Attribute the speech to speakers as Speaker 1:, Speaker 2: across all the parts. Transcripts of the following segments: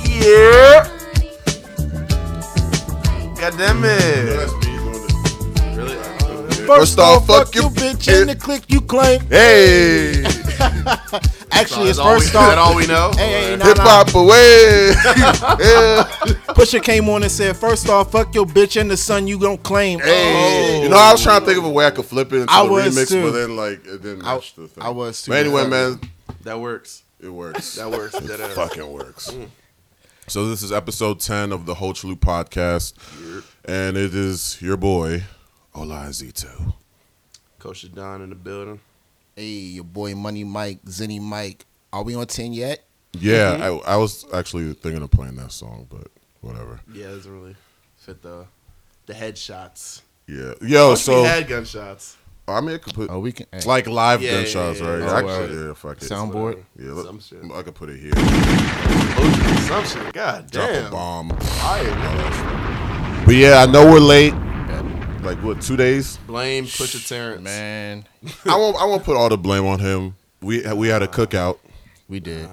Speaker 1: Yeah. God damn
Speaker 2: You know
Speaker 1: it.
Speaker 2: that's me doing this. Really?
Speaker 3: First off, fuck your bitch in the click you claim.
Speaker 1: Hey.
Speaker 3: Actually,
Speaker 2: That's
Speaker 3: it's
Speaker 2: all we-
Speaker 3: first
Speaker 2: Is that
Speaker 3: off.
Speaker 2: all we know?
Speaker 3: Hey, hey, nah,
Speaker 1: Hip
Speaker 3: nah.
Speaker 1: hop away. yeah.
Speaker 3: Pusha came on and said, first off, fuck your bitch and the son you don't claim.
Speaker 1: Hey.
Speaker 2: Oh.
Speaker 1: You
Speaker 2: You
Speaker 1: know,
Speaker 2: know,
Speaker 1: I
Speaker 2: I
Speaker 1: was trying to think of a way I could
Speaker 2: Flip it into
Speaker 3: I
Speaker 2: a
Speaker 3: was
Speaker 2: remix,
Speaker 3: too.
Speaker 2: but then like it didn't
Speaker 3: I,
Speaker 2: match the thing.
Speaker 3: I was too.
Speaker 2: But anyway, man,
Speaker 1: That works.
Speaker 2: it works.
Speaker 1: That works.
Speaker 2: It
Speaker 1: That ass.
Speaker 2: fucking works. So this is episode ten of the Whole Loop podcast, and it is your boy Ola Zito.
Speaker 1: Coach is Don in the building.
Speaker 3: Hey, your boy Money Mike, Zenny Mike. Are we on 10 yet?
Speaker 2: Yeah, I, I was actually thinking of playing that song, but whatever.
Speaker 1: Yeah, it doesn't really fit the the headshots.
Speaker 2: Yeah, yo. so
Speaker 1: we had gunshots.
Speaker 2: I mean, it could put
Speaker 3: Oh, we can. Hey,
Speaker 2: like live
Speaker 1: Yeah, yeah,
Speaker 2: gunshots,
Speaker 1: yeah,
Speaker 2: right?
Speaker 1: yeah.
Speaker 2: Actually,
Speaker 1: Oh,
Speaker 2: yeah, fuck it.
Speaker 3: Soundboard. Board.
Speaker 2: Yeah, let,
Speaker 1: Some shit.
Speaker 2: I could put it here. Drop
Speaker 1: Oh, some shit. God
Speaker 2: a
Speaker 1: damn.
Speaker 2: bomb.
Speaker 1: Fire, man.
Speaker 2: But yeah, I know we're late. Like what? Two days.
Speaker 1: Blame Pusha Terrence.
Speaker 3: man,
Speaker 2: I won't. I won't put all the blame on him. We we had a cookout.
Speaker 3: we did.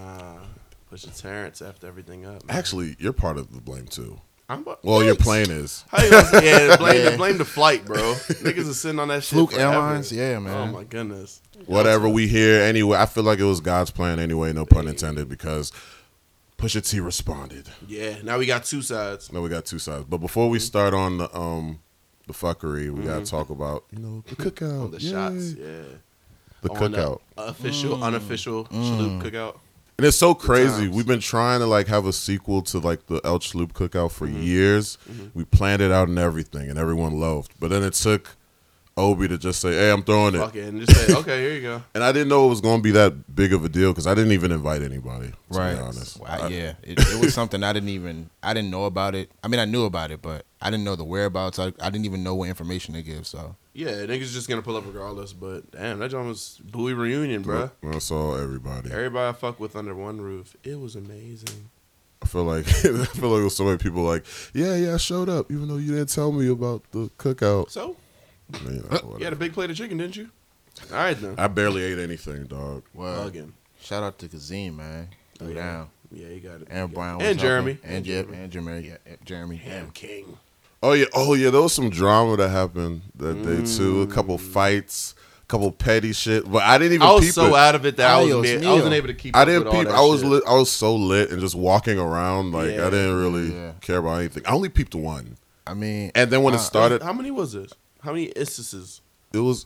Speaker 1: Pusha Terrence effed everything up. man.
Speaker 2: Actually, you're part of the blame too.
Speaker 1: I'm bu-
Speaker 2: Well, your
Speaker 1: Thanks.
Speaker 2: plane is.
Speaker 1: How you gonna- yeah, blame,
Speaker 3: Yeah.
Speaker 1: blame the flight, bro. Niggas are sitting on that shit.
Speaker 3: Fluke
Speaker 1: forever.
Speaker 3: Airlines? Yeah, man.
Speaker 1: Oh my goodness.
Speaker 2: Whatever we hear anyway, I feel like it was God's plan anyway. No pun intended, because Pusha T responded.
Speaker 1: Yeah, now we got two sides.
Speaker 2: No, we got two sides. But before we start on the um the fuckery, we gotta talk about you know the cookout,
Speaker 1: Mm-hmm. On the
Speaker 2: Yay.
Speaker 1: shots, yeah.
Speaker 2: the
Speaker 1: On the
Speaker 2: cookout.
Speaker 1: official, unofficial Shaloop cookout.
Speaker 2: And it's so crazy.
Speaker 1: times.
Speaker 2: We've been trying to like have a sequel to like the El Chalup cookout for years. We planned it out and everything, and everyone loved. But then it took Obi to just say, "Hey, I'm throwing it,"
Speaker 1: Fuck it. And just say, okay, here you go.
Speaker 2: and I didn't know it was going to be that big of a deal because I didn't even invite anybody. To
Speaker 3: right.
Speaker 2: Be honest.
Speaker 3: Wow, yeah, it, it was something I didn't even. I didn't know about it. I mean, I knew about it, but I didn't know the whereabouts. I, I didn't even know what information they give. So
Speaker 1: Yeah, niggas just gonna pull up regardless. But damn, that joint was Bowie reunion, bruh.
Speaker 2: I saw everybody.
Speaker 1: Everybody I fuck with under one roof. It was amazing.
Speaker 2: I feel like I feel like there's so many people like, yeah, yeah, I showed up even though you didn't tell me about the cookout.
Speaker 1: So
Speaker 2: You know, whatever.
Speaker 1: you had a big plate of chicken, didn't you? All right then.
Speaker 2: I barely ate anything, dog.
Speaker 3: well,
Speaker 1: Bugging.
Speaker 3: shout out to Kazim, man. Threw
Speaker 1: yeah.
Speaker 3: down
Speaker 1: Yeah, you got it.
Speaker 3: and Brown was
Speaker 1: and Jeremy
Speaker 3: helping. and Jeremy and Jeremy yeah, and Jeremy.
Speaker 1: Damn King.
Speaker 2: Oh yeah, oh yeah. There was some drama that happened that day too. A couple fights, a couple petty shit. But I didn't even.
Speaker 1: Mm. I was
Speaker 2: peep
Speaker 1: so
Speaker 2: it.
Speaker 1: out of it that I wasn't,
Speaker 3: Adios,
Speaker 1: be- I wasn't
Speaker 3: Neil.
Speaker 1: able to keep.
Speaker 2: I
Speaker 1: up
Speaker 2: didn't
Speaker 1: with all
Speaker 2: peep.
Speaker 1: that
Speaker 2: I was
Speaker 1: shit.
Speaker 2: lit, I was so lit and just walking around like
Speaker 1: Yeah.
Speaker 2: I didn't really
Speaker 3: Yeah.
Speaker 2: care about anything. I only peeped one,
Speaker 3: I mean,
Speaker 2: and then when
Speaker 3: Uh,
Speaker 2: it started,
Speaker 1: How many was it? How many instances?
Speaker 2: it was.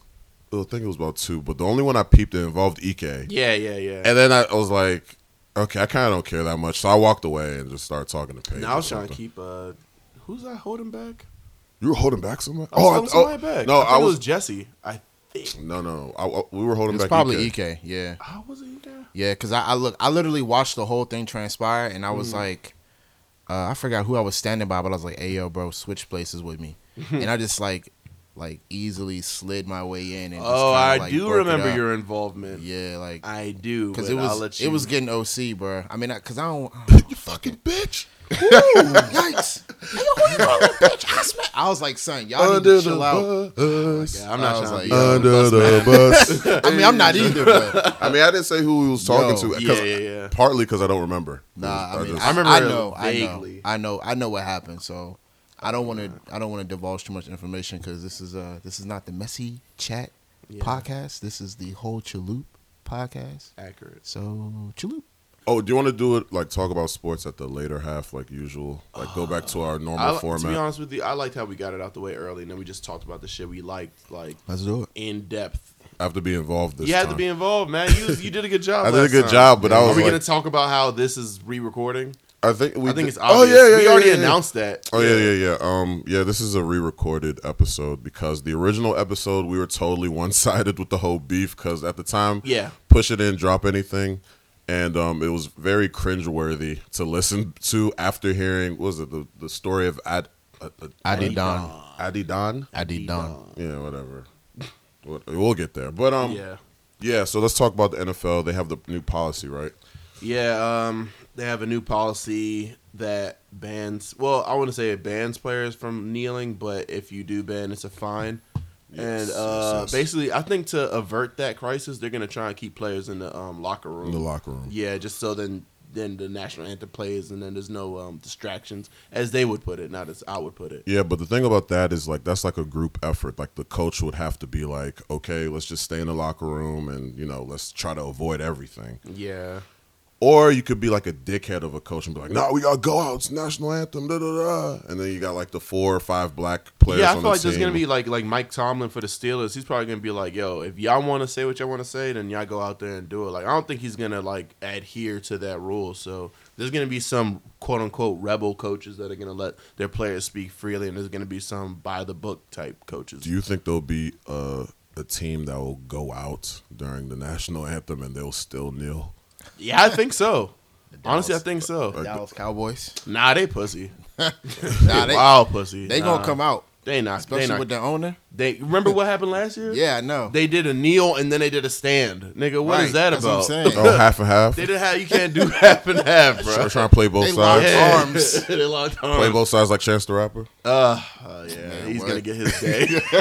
Speaker 2: I think it was about two, but the only one I peeped that involved Ek.
Speaker 1: Yeah, yeah, yeah.
Speaker 2: And then I, I was like, okay, I kind of don't care that much, so I walked away and just started talking to Paige.
Speaker 1: now I
Speaker 2: or
Speaker 1: was trying to
Speaker 2: something.
Speaker 1: keep. uh Who's I holding back?
Speaker 2: You were holding back somebody.
Speaker 1: Oh, I was
Speaker 2: I- oh,
Speaker 1: holding somebody back.
Speaker 2: No,
Speaker 1: I, think
Speaker 2: I
Speaker 1: it
Speaker 2: was.
Speaker 1: was Jesse. I think.
Speaker 2: no, no, I, I- we were holding
Speaker 3: it was
Speaker 2: back. E
Speaker 3: probably
Speaker 2: Ek.
Speaker 3: Ek. Yeah,
Speaker 1: I wasn't there.
Speaker 3: yeah. Because I, I look, I literally watched the whole thing transpire, and I
Speaker 1: Mm.
Speaker 3: was like, uh, I forgot who I was standing by, but I was like, "Hey, yo, bro, switch places with me," and I just like, like easily slid my way in. And just
Speaker 1: Oh,
Speaker 3: kinda,
Speaker 1: I
Speaker 3: like,
Speaker 1: do
Speaker 3: broke it
Speaker 1: remember
Speaker 3: up.
Speaker 1: your involvement.
Speaker 3: Yeah, like
Speaker 1: I do. Because
Speaker 3: because it
Speaker 1: I'll let
Speaker 3: was
Speaker 1: you...
Speaker 3: it was getting OC, bro. I mean, because I, don't.
Speaker 1: E
Speaker 3: oh,
Speaker 2: You fucking bitch.
Speaker 3: yikes! Hey, yo, who you calling a bitch? I, smack- I was like, son, y'all need to chill out.
Speaker 2: bus.
Speaker 1: Yeah, I'm not
Speaker 3: I was
Speaker 1: trying
Speaker 3: like,
Speaker 1: to be
Speaker 3: yeah.
Speaker 1: on the
Speaker 2: Under
Speaker 1: bus, man.
Speaker 2: the bus.
Speaker 3: I mean, I'm not either, but
Speaker 2: I mean, I didn't say who we was talking
Speaker 3: Yo.
Speaker 2: to. 'cause-
Speaker 1: Yeah, yeah, yeah.
Speaker 2: Partly because I don't remember.
Speaker 3: nah. I mean,
Speaker 2: just-
Speaker 3: I,
Speaker 1: remember
Speaker 3: I know,
Speaker 1: vaguely.
Speaker 3: I know, I know, I know what happened. So I don't want to, I don't want to divulge too much information because this is uh this is not the messy chat
Speaker 1: Yeah.
Speaker 3: podcast. This is the whole Chalup podcast.
Speaker 1: Accurate.
Speaker 3: So Chalup.
Speaker 2: oh, do you want to do it like talk about sports at the later half, like usual? Like go back to our normal
Speaker 1: I, li- to
Speaker 2: format.
Speaker 1: be honest with you, I liked how we got it out the way early, and then we just talked about the shit we liked, like
Speaker 3: Let's do it.
Speaker 1: in depth.
Speaker 2: I have to be involved this
Speaker 1: you had
Speaker 2: time.
Speaker 1: to be involved, man. You you did a good job.
Speaker 2: I did a
Speaker 1: last
Speaker 2: good
Speaker 1: time.
Speaker 2: job, but I was
Speaker 1: Are we
Speaker 2: like-
Speaker 1: gonna talk about how this is re-recording?
Speaker 2: I think we.
Speaker 1: I think
Speaker 2: did-
Speaker 1: it's obvious.
Speaker 2: Oh yeah, yeah,
Speaker 1: we
Speaker 2: yeah,
Speaker 1: already
Speaker 2: yeah, yeah.
Speaker 1: announced that.
Speaker 2: Oh yeah, yeah, yeah. Um, yeah, this is a re-recorded episode because the original episode we were totally one-sided with the whole beef because at the time,
Speaker 1: Yeah.
Speaker 2: push it in, drop anything, and um, it was very cringeworthy to listen to after hearing what was it the the story of Ad, uh, uh,
Speaker 3: Adi Don.
Speaker 2: Adi Don?
Speaker 3: Adi Don.
Speaker 2: Yeah, whatever. What- We'll get there, but um, yeah.
Speaker 1: yeah.
Speaker 2: So let's talk about the NFL. They have the new policy, right?
Speaker 1: Yeah, um, they have a new policy that bans. Well, I want to say it bans players from kneeling, but if you do ban, it's a fine.
Speaker 2: Yes,
Speaker 1: and uh,
Speaker 2: yes, yes.
Speaker 1: basically, I think to avert that crisis, they're gonna try and keep players in the um, locker room.
Speaker 2: In the locker room.
Speaker 1: yeah, just so then then the national anthem plays, and then there's no um, distractions, as they would put it, not as I would put it.
Speaker 2: Yeah, but the thing about that is like that's like a group effort. Like the coach would have to be like, okay, let's just stay in the locker room and you know let's try to avoid everything.
Speaker 1: Yeah.
Speaker 2: Or you could be like a dickhead of a coach and be like, no, we gotta go out. It's national anthem, da da da. And then you got like the four or five black players.
Speaker 1: yeah, I
Speaker 2: on
Speaker 1: feel
Speaker 2: the
Speaker 1: like there's
Speaker 2: team.
Speaker 1: gonna be like like Mike Tomlin for the Steelers. He's probably gonna be like, "Yo, if y'all want to say what y'all want to say, then y'all go out there and do it." Like, I don't think he's gonna like adhere to that rule. So there's gonna be some quote unquote rebel coaches that are gonna let their players speak freely, and there's gonna be some by the book type coaches.
Speaker 2: Do you think there'll be a a team that will go out during the national anthem and they'll still kneel?
Speaker 1: yeah, I think so.
Speaker 3: Dallas-
Speaker 1: Honestly, I think so.
Speaker 3: Dallas Cowboys.
Speaker 1: Nah, they pussy.
Speaker 3: Nah, they,
Speaker 1: Wild pussy.
Speaker 3: they
Speaker 1: Nah,
Speaker 3: gonna come out,
Speaker 1: They not.
Speaker 3: especially
Speaker 1: They not.
Speaker 3: with the owner.
Speaker 1: they remember what happened last year?
Speaker 3: Yeah, I know.
Speaker 1: They did a kneel and then they did a stand. Nigga, What is
Speaker 3: Right,
Speaker 1: that
Speaker 3: that's
Speaker 1: about?
Speaker 3: what I'm saying.
Speaker 2: Oh, half and half.
Speaker 1: They didn't have you can't do half and half, bro.
Speaker 2: Try- Trying to play both
Speaker 3: They
Speaker 2: sides.
Speaker 3: locked
Speaker 1: Yeah.
Speaker 3: Arms.
Speaker 1: they locked arms.
Speaker 2: Play both sides like Chance the Rapper.
Speaker 1: Uh, oh, yeah, he's
Speaker 3: what?
Speaker 1: gonna get his day.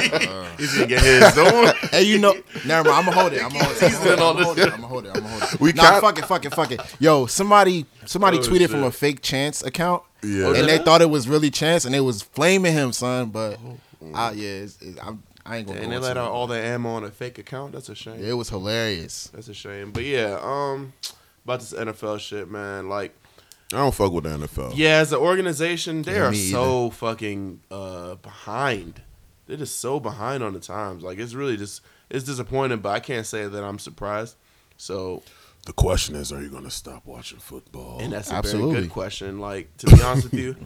Speaker 1: he's gonna get his. Don't worry.
Speaker 3: Hey, you know, never mind. I'm gonna hold it. I'm gonna hold it.
Speaker 1: He's been
Speaker 3: I'm
Speaker 1: on
Speaker 3: gonna hold
Speaker 1: this-
Speaker 3: it. I'm gonna hold it. I'm gonna hold it.
Speaker 2: We
Speaker 3: We nah,
Speaker 2: can't-
Speaker 3: fuck it, fuck it, fuck it. Yo, somebody, somebody
Speaker 1: Oh,
Speaker 3: tweeted
Speaker 1: shit.
Speaker 3: from a fake Chance account,
Speaker 2: Yeah.
Speaker 1: Oh,
Speaker 3: and
Speaker 1: yeah?
Speaker 3: they thought it was really Chance, and they was flaming him, son. But
Speaker 1: Oh,
Speaker 3: I, yeah, it's, it's, I'm, I ain't gonna.
Speaker 1: And
Speaker 3: go
Speaker 1: they
Speaker 3: into
Speaker 1: let
Speaker 3: it.
Speaker 1: out all the ammo on a fake account. That's a shame.
Speaker 3: It was hilarious.
Speaker 1: That's a shame. But yeah, um, about this NFL shit, man. Like,
Speaker 2: I don't fuck with the NFL.
Speaker 1: yeah, as an organization, they
Speaker 3: Yeah,
Speaker 1: are
Speaker 3: me
Speaker 1: so fucking uh behind. They're just so behind on the times. Like, it's really just it's disappointing. But I can't say that I'm surprised. So
Speaker 2: The question is, are you going to stop watching football?
Speaker 1: And that's a very
Speaker 3: Absolutely.
Speaker 1: good question. Like to be honest with you,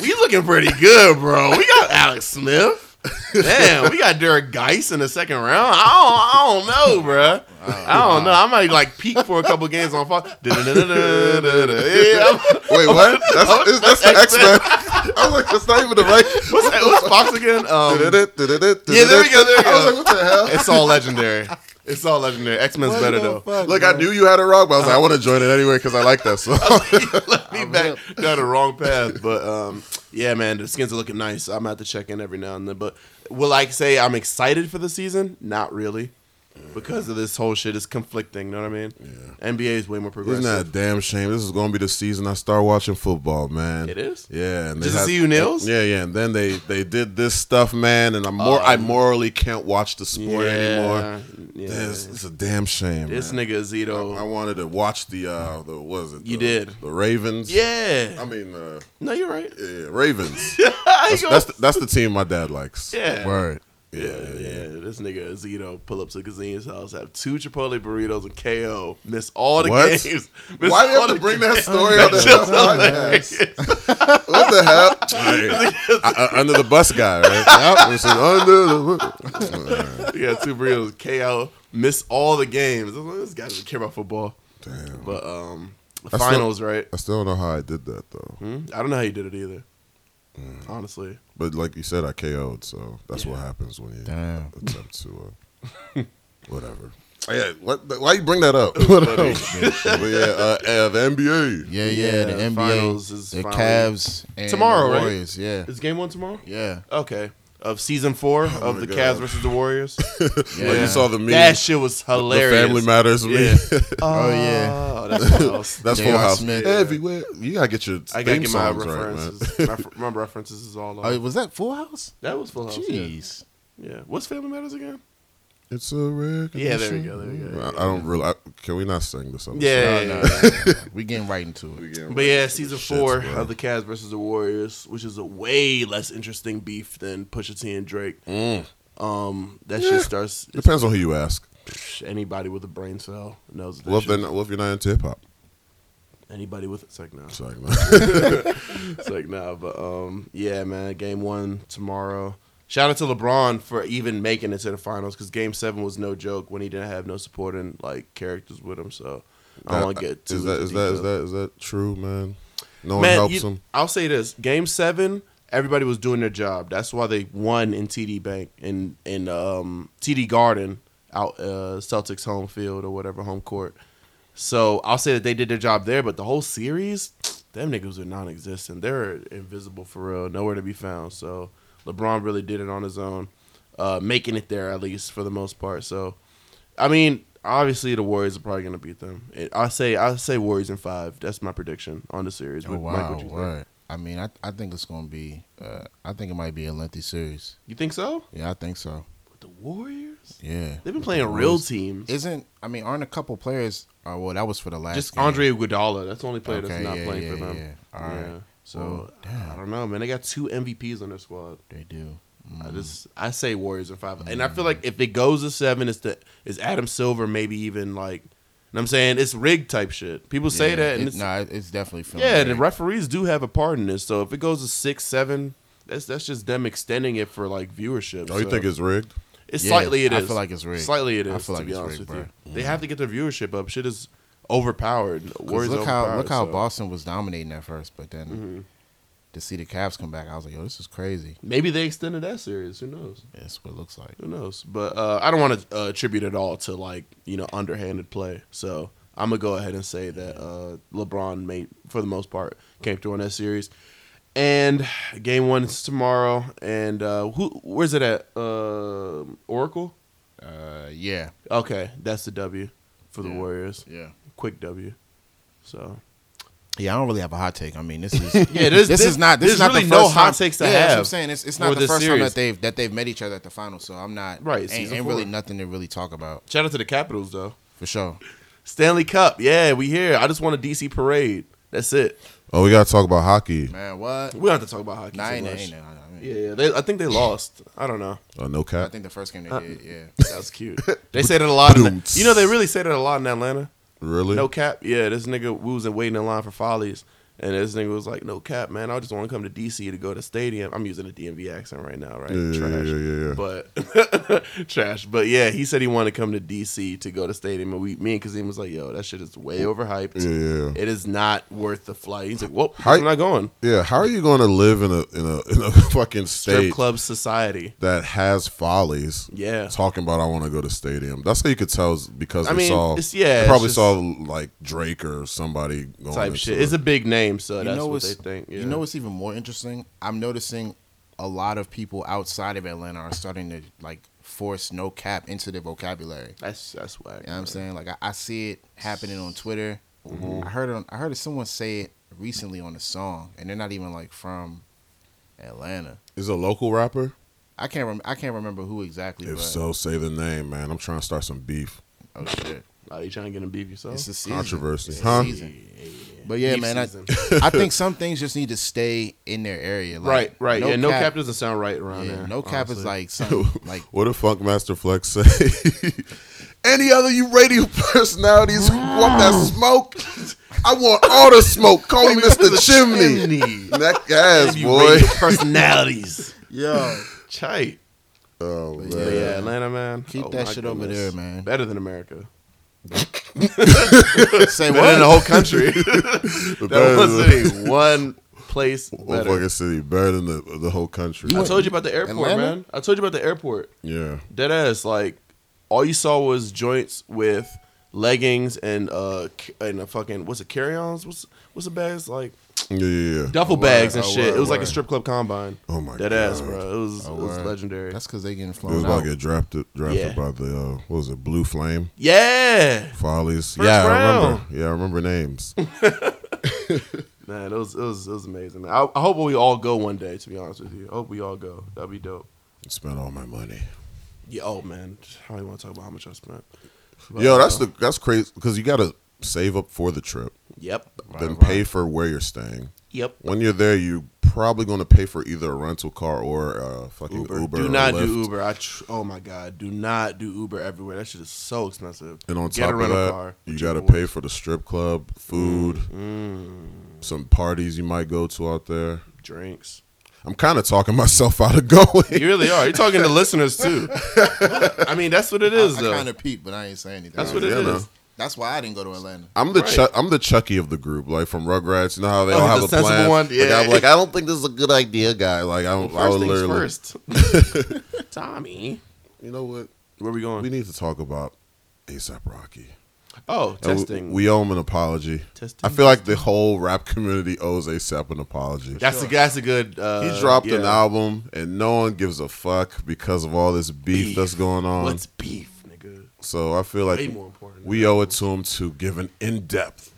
Speaker 1: we looking pretty good, bro. We got Alex Smith. Damn, we got Derek Geis in the second round. I don't, I don't know, bro. I don't know. I might like peak for a couple games on Fox. Da-da-da-da-da-da-da. Yeah, I'm-
Speaker 2: Wait, what? That's, is, that's the X Men. I was like, that's not even the right.
Speaker 1: what's, that, what's Fox again? Um,
Speaker 2: yeah,
Speaker 1: there we go, there we
Speaker 2: I was
Speaker 1: go.
Speaker 2: like, what the hell?
Speaker 1: it's all legendary. It's all legendary. X Men's
Speaker 3: What
Speaker 1: better
Speaker 3: the
Speaker 1: though.
Speaker 3: fuck,
Speaker 2: Look,
Speaker 3: bro?
Speaker 2: I knew you had it wrong, but I was like, I want to join it anyway because I like that song.
Speaker 1: Let me back down the wrong path. But um, yeah, man, the skins are looking nice. I'm gonna have to check in every now and then. But will I say I'm excited for the season? Not really. Because of this whole shit is conflicting, you know what I mean? Yeah. NBA is way more
Speaker 2: Isn't
Speaker 1: progressive.
Speaker 2: that a damn shame? This is going to be the season I start watching football, man.
Speaker 1: It is?
Speaker 2: Yeah. And they
Speaker 1: Just to see you nails?
Speaker 2: Yeah, yeah. And then they they did this stuff, man, and I'm more I morally can't watch the sport anymore.
Speaker 1: Oh. Yeah.
Speaker 2: It's, it's a damn shame.
Speaker 1: This
Speaker 2: man.
Speaker 1: nigga Zito.
Speaker 2: I wanted to watch the uh the what was it?
Speaker 1: You
Speaker 2: the,
Speaker 1: did.
Speaker 2: The Ravens.
Speaker 1: yeah.
Speaker 2: I mean uh
Speaker 1: no, you're right.
Speaker 2: yeah, Ravens.
Speaker 1: I
Speaker 2: that's,
Speaker 1: go-
Speaker 2: that's the, that's the team my dad likes.
Speaker 1: Yeah.
Speaker 2: Word.
Speaker 1: yeah, yeah. This nigga Zito pull up to Kazin's house, have two Chipotle burritos and KO, miss all the
Speaker 2: What?
Speaker 1: games. Miss
Speaker 2: Why do you
Speaker 1: all
Speaker 2: have to
Speaker 1: the
Speaker 2: bring
Speaker 1: games.
Speaker 2: that story on the
Speaker 1: Just
Speaker 2: podcast?
Speaker 1: hilarious.
Speaker 2: What the hell? I- I- under the bus guy, right? Yep. This is under the
Speaker 1: Yeah, two burritos, KO, miss all the games. I was like, This guy doesn't care about football.
Speaker 2: Damn.
Speaker 1: But um, the
Speaker 2: That's
Speaker 1: finals, right?
Speaker 2: I still don't know how I did that though.
Speaker 1: Hmm? I don't know how you did it either. Honestly,
Speaker 2: But like you said, I KO'd, so that's what
Speaker 1: Yeah.
Speaker 2: happens when you
Speaker 3: Damn.
Speaker 2: attempt to uh, whatever. Oh, yeah, what, why you bring that up?
Speaker 1: funny.
Speaker 2: but yeah, uh, uh, the NBA.
Speaker 3: Yeah, yeah.
Speaker 1: Yeah,
Speaker 3: the NBA,
Speaker 1: finals is
Speaker 3: the
Speaker 1: finally-
Speaker 3: Cavs, and
Speaker 1: Tomorrow,
Speaker 3: the
Speaker 1: right?
Speaker 3: Warriors. Yeah,
Speaker 1: is game one tomorrow?
Speaker 3: yeah.
Speaker 1: Okay, of season four of
Speaker 2: Oh my
Speaker 1: the
Speaker 2: God.
Speaker 1: Cavs versus the Warriors.
Speaker 2: Like,
Speaker 3: Yeah.
Speaker 2: you saw the meme.
Speaker 1: That shit was
Speaker 2: the
Speaker 1: hilarious.
Speaker 2: Family Matters. meme.
Speaker 1: Yeah.
Speaker 3: Oh, yeah.
Speaker 1: Oh, that's something else.
Speaker 2: that's
Speaker 3: J.R.
Speaker 2: Full House.
Speaker 3: Smith.
Speaker 2: Everywhere you gotta get your
Speaker 1: I gotta
Speaker 2: theme
Speaker 1: get my
Speaker 2: songs right, man.
Speaker 1: references. my, fr- my references is all.
Speaker 3: Oh,
Speaker 1: Off.
Speaker 3: was that Full House?
Speaker 1: That was Full House. Yeah.
Speaker 3: Jeez.
Speaker 1: yeah. What's Family Matters again?
Speaker 2: It's a rare.
Speaker 1: Yeah, there we
Speaker 2: condition.
Speaker 1: go, there we go.
Speaker 2: I, I don't really. I, can we not sing this? episode?
Speaker 1: Yeah.
Speaker 3: No, no, no, no. We getting right into it.
Speaker 1: But yeah, season
Speaker 2: Shit's
Speaker 1: four
Speaker 2: wild.
Speaker 1: of the Cavs versus the Warriors, which is a way less interesting beef than Pusha T and Drake.
Speaker 2: Mm.
Speaker 1: Um, that
Speaker 2: Yeah.
Speaker 1: shit starts.
Speaker 2: Depends on who you ask.
Speaker 1: psh, Anybody with a brain cell knows that.
Speaker 2: Well, if,
Speaker 1: shit.
Speaker 2: they're not, well, if you're not into hip hop,
Speaker 1: Anybody with it's like nah,
Speaker 2: it's like, man.
Speaker 1: it's like nah. But um, yeah, man, game one tomorrow. Shout out to LeBron for even making it to the finals because Game Seven was no joke when he didn't have no supporting like characters with him. So I don't want to get too.
Speaker 2: is that
Speaker 1: into
Speaker 2: is that is
Speaker 1: detail.
Speaker 2: that is that true, man? No one
Speaker 1: Man,
Speaker 2: helps
Speaker 1: you-
Speaker 2: him.
Speaker 1: I'll say this: Game Seven, everybody was doing their job. That's why they won in TD Bank in in um, TD Garden out uh, Celtics home field or whatever home court. So I'll say that they did their job there, but the whole series, them niggas are non-existent. They're invisible for real, nowhere to be found. So LeBron really did it on his own, uh, making it there at least for the most part. So, I mean, obviously the Warriors are probably gonna beat them. It, I say I say Warriors in five. That's my prediction on the series.
Speaker 3: Oh
Speaker 1: But, Mike,
Speaker 3: wow,
Speaker 1: what you, think?
Speaker 3: word. I mean, I I think it's gonna be. Uh, I think it might be a lengthy series.
Speaker 1: You think so?
Speaker 3: Yeah, I think so.
Speaker 1: With the Warriors,
Speaker 3: Yeah,
Speaker 1: they've been playing real teams.
Speaker 3: Isn't I mean, aren't a couple players? Oh well, that was for the last.
Speaker 1: Just
Speaker 3: game.
Speaker 1: Andre Iguodala. That's the only player that's
Speaker 3: Okay,
Speaker 1: not
Speaker 3: yeah,
Speaker 1: playing
Speaker 3: yeah,
Speaker 1: for them.
Speaker 3: yeah. All right. So,
Speaker 1: Well,
Speaker 3: damn.
Speaker 1: I don't know, man. They got two MVPs on their squad.
Speaker 3: They do.
Speaker 1: I just I say Warriors in five, and
Speaker 3: Mm.
Speaker 1: I feel like if it goes to seven, it's the is Adam Silver maybe even like, you know what I'm saying it's rigged type shit. People say
Speaker 3: Yeah,
Speaker 1: that, and
Speaker 3: it-
Speaker 1: it's,
Speaker 3: nah, it- it's definitely feeling
Speaker 1: yeah, the
Speaker 3: rigged.
Speaker 1: referees do have a part in this. So if it goes to six, seven, that's that's just them extending it for like viewership.
Speaker 2: Oh, you
Speaker 1: so.
Speaker 2: think it's rigged?
Speaker 1: it's
Speaker 3: Yeah,
Speaker 1: slightly it
Speaker 3: I
Speaker 1: is.
Speaker 3: feel like it's rigged.
Speaker 1: Slightly it is.
Speaker 3: I feel
Speaker 1: to
Speaker 3: like
Speaker 1: be
Speaker 3: it's
Speaker 1: honest
Speaker 3: rigged,
Speaker 1: with you,
Speaker 3: bro.
Speaker 1: they have to get their viewership up. Shit is overpowered.
Speaker 3: Because
Speaker 1: Warriors
Speaker 3: look how
Speaker 1: overpowered,
Speaker 3: look how
Speaker 1: so. Mm-hmm.
Speaker 3: Boston was dominating at first, but then to see the Cavs come back, I was like, yo, this is crazy.
Speaker 1: maybe they extended that series. Who knows?
Speaker 3: That's what it looks like.
Speaker 1: Who knows? But uh, I don't want to uh, attribute it all to like you know underhanded play. So I'm gonna go ahead and say that uh, LeBron made for the most part came through on that series. And game one is tomorrow. And uh, who? Where's it at? Uh, Oracle.
Speaker 3: Uh, yeah,
Speaker 1: Okay, that's the W for the
Speaker 3: Yeah.
Speaker 1: Warriors.
Speaker 3: yeah,
Speaker 1: Quick W. So
Speaker 3: yeah. I don't really have a hot take. I mean, this is
Speaker 1: Yeah,
Speaker 3: this,
Speaker 1: this-
Speaker 3: is not this
Speaker 1: there's
Speaker 3: is not
Speaker 1: really
Speaker 3: the
Speaker 1: no
Speaker 3: first
Speaker 1: hot
Speaker 3: time-
Speaker 1: takes to
Speaker 3: yeah, That's what I'm
Speaker 1: have
Speaker 3: saying it's, it's
Speaker 1: for
Speaker 3: not the
Speaker 1: this
Speaker 3: first time
Speaker 1: series.
Speaker 3: that they've that they've met each other at the final. So I'm not
Speaker 1: Right,
Speaker 3: Ain't,
Speaker 1: season
Speaker 3: ain't really
Speaker 1: four.
Speaker 3: nothing to really talk about
Speaker 1: shout out to the Capitals though.
Speaker 3: for sure.
Speaker 1: Stanley Cup. Yeah, we here. I just want a DC parade. That's it.
Speaker 2: Oh, we gotta talk about hockey.
Speaker 3: Man, what?
Speaker 1: We don't have to talk about hockey.
Speaker 3: Nah,
Speaker 1: too
Speaker 3: ain't,
Speaker 1: much.
Speaker 3: ain't, ain't, I mean,
Speaker 1: Yeah, yeah. They, I think they lost. I don't know.
Speaker 2: Uh, no
Speaker 3: I
Speaker 2: cap.
Speaker 3: think the first game they did. Yeah,
Speaker 1: That was cute. They said it a lot. In,
Speaker 2: Ba-doom.
Speaker 1: you know, they really said it a lot in Atlanta.
Speaker 2: Really?
Speaker 1: No cap. Yeah, this nigga we was in waiting in line for Follies, and this nigga was like, "No cap, man. I just want to come to DC to go to stadium." I'm using a DMV accent right now, right?
Speaker 2: Yeah, yeah, yeah, yeah, yeah.
Speaker 1: But trash. But yeah, he said he wanted to come to DC to go to stadium, and we, me and Kazim was like, "Yo, that shit is way overhyped.
Speaker 2: Yeah, yeah.
Speaker 1: It is not worth the flight." He's like, "Well,
Speaker 2: Hype.
Speaker 1: I'm not going."
Speaker 2: Yeah. How are you going to live in a in a in a fucking
Speaker 1: Strip
Speaker 2: state
Speaker 1: club society.
Speaker 2: that has follies?
Speaker 1: Yeah.
Speaker 2: Talking about I want to go to stadium. That's how you could tell is because
Speaker 1: I
Speaker 2: they
Speaker 1: mean,
Speaker 2: saw.
Speaker 1: it's- yeah,
Speaker 2: They
Speaker 1: it's
Speaker 2: probably
Speaker 1: just-
Speaker 2: saw like Drake or somebody going
Speaker 1: Type
Speaker 2: into
Speaker 1: shit.
Speaker 2: it.
Speaker 1: It's a big name, so
Speaker 3: you
Speaker 1: that's
Speaker 3: know
Speaker 1: what
Speaker 3: what's
Speaker 1: they think. Yeah.
Speaker 3: you know what's even more interesting? I'm noticing a lot of people outside of Atlanta are starting to like force no cap into their vocabulary.
Speaker 1: That's that's whack.
Speaker 3: You know what I'm saying? Like I, I see it happening on Twitter.
Speaker 1: Mm-hmm.
Speaker 3: I heard it on, I heard someone say it recently on a song, and they're not even like from Atlanta.
Speaker 2: Is it a local rapper?
Speaker 3: I can't rem- I can't remember who exactly.
Speaker 2: If
Speaker 3: but,
Speaker 2: so, say the name, man. I'm trying to start some beef
Speaker 3: oh shit,
Speaker 1: Are you trying to get him beef yourself?
Speaker 3: it's the season.
Speaker 2: controversy,
Speaker 3: It's the
Speaker 2: huh?
Speaker 3: season. But yeah,
Speaker 1: Beef
Speaker 3: man, I,
Speaker 1: season.
Speaker 3: I think some things just need to stay in their area. Like,
Speaker 1: right, right. yeah, no cap, doesn't sound right around
Speaker 3: yeah,
Speaker 1: there.
Speaker 3: no cap
Speaker 1: honestly.
Speaker 3: is like something like
Speaker 2: What did Funkmaster Flex say? Any other you radio personalities who want that smoke? I want all the smoke. Call me Mr. Chimney. Neck ass,
Speaker 1: You
Speaker 2: boy.
Speaker 1: rate your personalities.
Speaker 3: yo.
Speaker 1: Chite.
Speaker 2: Oh,
Speaker 1: But
Speaker 2: man.
Speaker 1: yeah, Atlanta man.
Speaker 3: Keep
Speaker 1: Oh,
Speaker 3: that
Speaker 1: my
Speaker 3: shit over
Speaker 1: goodness.
Speaker 3: there, man.
Speaker 1: Better than America.
Speaker 3: Say
Speaker 1: Better than the
Speaker 3: what?
Speaker 1: whole country.
Speaker 2: Better
Speaker 1: that was
Speaker 2: than-
Speaker 1: a one place
Speaker 2: Whole
Speaker 1: better.
Speaker 2: fucking city. Better than the, the whole country.
Speaker 1: I told you about the airport,
Speaker 3: Atlanta?
Speaker 1: man. I told you about the airport.
Speaker 2: Yeah.
Speaker 1: Dead ass. Like all you saw was joints with leggings and uh c- and a fucking what's it carry-ons? What's what's the bags like?
Speaker 2: Yeah, yeah, yeah.
Speaker 1: duffel
Speaker 3: word,
Speaker 1: bags and
Speaker 3: oh,
Speaker 1: shit.
Speaker 3: word,
Speaker 1: it was like a
Speaker 3: word.
Speaker 1: strip club combine.
Speaker 2: Oh, my
Speaker 1: Dead
Speaker 2: God.
Speaker 1: ass, bro. It was
Speaker 3: Oh,
Speaker 1: it was
Speaker 3: word.
Speaker 1: legendary.
Speaker 3: That's because they getting
Speaker 2: It was
Speaker 3: flown
Speaker 2: about
Speaker 3: out.
Speaker 2: to get drafted, drafted
Speaker 1: Yeah.
Speaker 2: by the, uh, what was it, Blue Flame?
Speaker 1: yeah,
Speaker 2: Follies.
Speaker 1: First
Speaker 2: yeah, I
Speaker 1: round.
Speaker 2: remember. Yeah, I remember names.
Speaker 1: man. It was it was it was amazing. Man. I, I hope we all go one day. To be honest with you, I hope we all go. That'd be dope.
Speaker 2: Spent all my money.
Speaker 1: Yeah, oh man, I don't even want to talk about how much I spent. But,
Speaker 2: Yo, that's
Speaker 1: uh,
Speaker 2: the that's crazy because you gotta save up for the trip,
Speaker 1: yep,
Speaker 2: then pay for where you're staying.
Speaker 1: yep.
Speaker 2: When you're there, you're probably gonna pay for either a rental car or a fucking Uber.
Speaker 1: Uber.
Speaker 2: or
Speaker 1: do not
Speaker 2: Lyft.
Speaker 1: do Uber. I tr- oh my god, do not do Uber everywhere. That shit is so expensive.
Speaker 2: And on
Speaker 1: Get
Speaker 2: top
Speaker 1: a
Speaker 2: of
Speaker 1: rental
Speaker 2: that,
Speaker 1: car.
Speaker 2: you gotta pay for the strip club, food,
Speaker 1: Mm-hmm.
Speaker 2: some parties you might go to out there.
Speaker 1: drinks.
Speaker 2: I'm kind of talking myself out of going.
Speaker 1: You really are. You're talking to listeners too. I mean, that's what it is,
Speaker 3: I,
Speaker 1: though.
Speaker 3: kind of peep, but I ain't saying anything.
Speaker 1: that's what it
Speaker 2: Yeah,
Speaker 1: is.
Speaker 2: no.
Speaker 3: That's why I didn't go to Atlanta.
Speaker 2: I'm the
Speaker 1: Right.
Speaker 2: Chuck, I'm the Chucky of the group, like from Rugrats. You know how they all
Speaker 1: Oh,
Speaker 2: have
Speaker 1: the
Speaker 2: a
Speaker 1: sensible
Speaker 2: plan.
Speaker 1: one?
Speaker 2: Like,
Speaker 1: Yeah.
Speaker 2: I'm like, I don't think this is a good idea, guy. Like I don't. I
Speaker 1: First
Speaker 2: would
Speaker 1: things
Speaker 2: literally.
Speaker 1: first. Tommy.
Speaker 2: You know what?
Speaker 1: Where we going?
Speaker 2: We need to talk about ASAP Rocky.
Speaker 1: oh,
Speaker 2: And we-
Speaker 1: testing.
Speaker 2: We, owe him an apology.
Speaker 1: Testing.
Speaker 2: I feel like the whole rap community owes ASAP an apology.
Speaker 1: that's a that's a good. Uh,
Speaker 2: he dropped an
Speaker 1: yeah.
Speaker 2: album and no one gives a fuck because of all this beef,
Speaker 1: Beef.
Speaker 2: that's going on.
Speaker 1: What's beef, nigga?
Speaker 2: So I feel
Speaker 1: Way
Speaker 2: like
Speaker 1: more important.
Speaker 2: we owe it to him to give an in-depth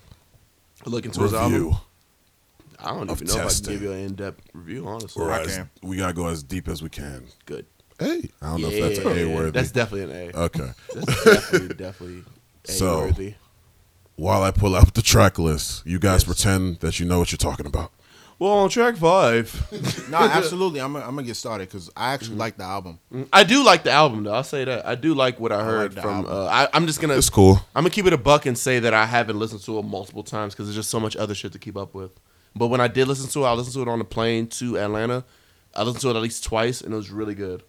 Speaker 1: look into his album.
Speaker 2: review.
Speaker 1: I don't
Speaker 2: of
Speaker 1: even know if I
Speaker 2: testing.
Speaker 1: can give you an in-depth review. Honestly,
Speaker 2: Or
Speaker 3: I
Speaker 2: as,
Speaker 3: can.
Speaker 2: we gotta go as deep as we can.
Speaker 1: good.
Speaker 2: Hey, I don't know if that's an A worthy.
Speaker 1: That's definitely an A.
Speaker 2: okay.
Speaker 1: That's definitely definitely A
Speaker 2: So-
Speaker 1: worthy.
Speaker 2: While I pull out the track list, you guys
Speaker 1: Yes.
Speaker 2: pretend that you know what you're talking about.
Speaker 1: Well, on track five,
Speaker 3: No, absolutely. I'm, gonna- I'm gonna get started because I actually like the album.
Speaker 1: I do like the album though. I'll say that I do like what I heard
Speaker 3: the
Speaker 1: from.
Speaker 3: album.
Speaker 1: Uh, I, I'm just gonna.
Speaker 2: It's cool.
Speaker 1: I'm gonna keep it a buck and say that I haven't listened to it multiple times because there's just so much other shit to keep up with. But when I did listen to it, I listened to it on the plane to Atlanta. I listened to it at least twice, and it was really good.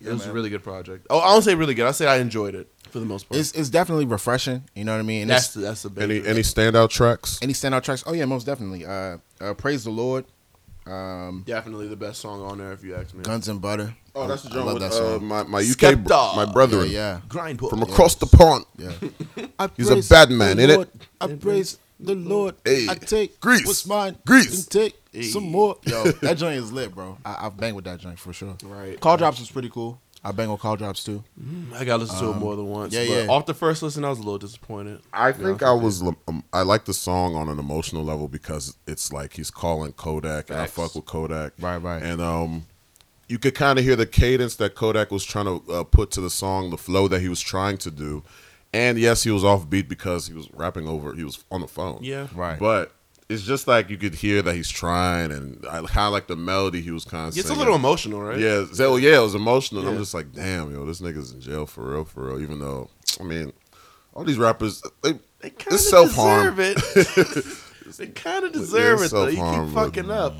Speaker 1: it
Speaker 3: Yeah,
Speaker 1: was a
Speaker 3: man.
Speaker 1: really good project. Oh, I don't say really good. I say I enjoyed it for the most part.
Speaker 3: It's it's definitely refreshing. You know what I mean? And
Speaker 1: Mm-hmm. that's
Speaker 3: it's-
Speaker 1: that's a big.
Speaker 2: Any any standout tracks?
Speaker 3: any standout tracks? Oh yeah, most definitely. Uh, uh praise the Lord. Um,
Speaker 1: definitely the best song on there if you ask me.
Speaker 3: Guns and Butter.
Speaker 2: Oh, that's the
Speaker 3: I
Speaker 2: joint
Speaker 3: love
Speaker 2: with
Speaker 3: that
Speaker 2: uh,
Speaker 3: song. Oh,
Speaker 2: my my UK br-
Speaker 1: Skepta.
Speaker 2: my brethren
Speaker 3: yeah,
Speaker 1: Grind put
Speaker 2: from across the pond.
Speaker 3: yeah.
Speaker 2: He's a praise bad the man, innit? Lord.
Speaker 3: I praise the Lord.
Speaker 2: Hey. I
Speaker 3: I
Speaker 2: take
Speaker 3: take
Speaker 2: Grease. what's
Speaker 3: what's
Speaker 2: mine
Speaker 3: mine.
Speaker 2: Grease. and
Speaker 3: take
Speaker 1: some
Speaker 3: some
Speaker 1: more.
Speaker 3: more. Yo, that joint is lit, bro. I, I've banged with that joint for sure.
Speaker 1: Right.
Speaker 3: Call drops was pretty cool. I bang with call drops too.
Speaker 1: I got to listen to it more than once.
Speaker 3: Um, yeah,
Speaker 1: but
Speaker 3: yeah.
Speaker 1: Off the first listen, I was a little disappointed.
Speaker 2: I think I was. lem- Um, I like the song on an emotional level because it's like he's calling Kodak, and I
Speaker 1: Facts.
Speaker 2: fuck with Kodak.
Speaker 3: Right, right.
Speaker 2: And um, you could kind of hear the cadence that Kodak was trying to uh, put to the song, the flow that he was trying to do. And yes, he was off beat because he was rapping over. He was on the phone.
Speaker 1: Yeah.
Speaker 3: Right.
Speaker 2: But it's just like you could hear that he's trying, and I kind of like the melody he was kind of.
Speaker 1: It's a little emotional, right?
Speaker 2: Yeah, so, well, yeah, it was emotional. And I'm
Speaker 1: Yeah.
Speaker 2: just like, damn, yo, this nigga's in jail for real, for real. Even though, I mean, all these rappers, they,
Speaker 1: They kind of
Speaker 2: it's self harm.
Speaker 1: deserve it. they kind of deserve it, though. You
Speaker 2: self-harm,
Speaker 1: keep
Speaker 2: but-
Speaker 1: fucking up.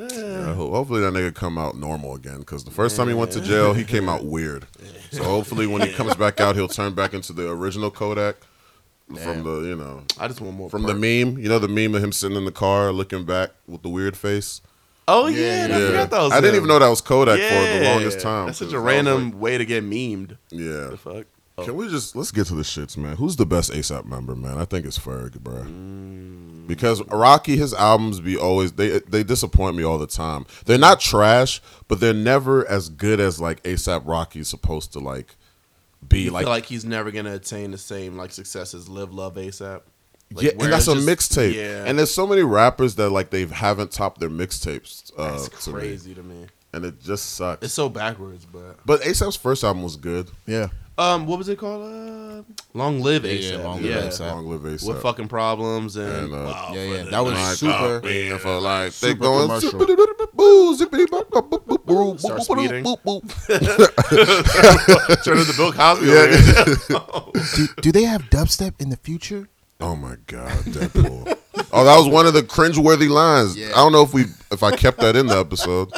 Speaker 2: hopefully that nigga come out normal again. Because the first time he went to jail, he came out weird. So hopefully when he comes back out, he'll turn back into the original Kodak from
Speaker 3: Damn.
Speaker 2: the you know
Speaker 1: I just want more
Speaker 2: from
Speaker 1: part.
Speaker 2: the meme. You know the meme of him sitting in the car looking back with the weird face.
Speaker 1: Oh yeah,
Speaker 3: Yeah.
Speaker 1: I forgot that was.
Speaker 2: I
Speaker 1: him.
Speaker 2: didn't even know that was Kodak for the
Speaker 1: Yeah.
Speaker 2: longest time.
Speaker 1: That's such
Speaker 2: 'cause I
Speaker 1: a
Speaker 2: was
Speaker 1: random
Speaker 2: like,
Speaker 1: way to get memed.
Speaker 2: yeah.
Speaker 1: The fuck.
Speaker 2: Can we just let's get to the shits, man? Who's the best ASAP member, man? I think it's Ferg, bro.
Speaker 1: Mm.
Speaker 2: Because Rocky, his albums be always they they disappoint me all the time. They're not trash, but they're never as good as like ASAP Rocky's supposed to like be.
Speaker 1: You
Speaker 2: like,
Speaker 1: feel like he's never gonna attain the same like success as Live Love ASAP. Like,
Speaker 2: yeah,
Speaker 1: where
Speaker 2: and that's
Speaker 1: it's
Speaker 2: a
Speaker 1: just-
Speaker 2: mixtape.
Speaker 1: Yeah,
Speaker 2: And there's so many rappers that like they haven't topped their mixtapes. Uh,
Speaker 1: that's
Speaker 2: to me.
Speaker 1: crazy to me.
Speaker 2: and it just sucks.
Speaker 1: It's so backwards, but
Speaker 2: but ASAP's first album was good.
Speaker 3: Yeah.
Speaker 1: um, what was it called? Uh, Long Live
Speaker 3: Yeah, yeah,
Speaker 1: ASAP. Yeah,
Speaker 3: Long Live A$AP.
Speaker 2: Long live ASAP.
Speaker 1: With fucking problems and,
Speaker 2: And, uh,
Speaker 1: Wow,
Speaker 3: Yeah,
Speaker 1: for
Speaker 3: yeah.
Speaker 1: the
Speaker 3: That was
Speaker 1: night.
Speaker 3: super.
Speaker 2: being for like they
Speaker 3: Super
Speaker 2: going
Speaker 3: commercial.
Speaker 2: zippity-boo, zippity-bop-bop-bop-bop, boop,
Speaker 1: Starts
Speaker 2: boop, boop,
Speaker 1: speeding.
Speaker 2: boop, boop.
Speaker 1: turn into Bill Cosby. over here.
Speaker 3: Do, do they have dubstep in the future?
Speaker 2: Oh my god, Deadpool! oh, that was one of the cringeworthy lines.
Speaker 3: Yeah.
Speaker 2: I don't know if we if I kept that in the episode.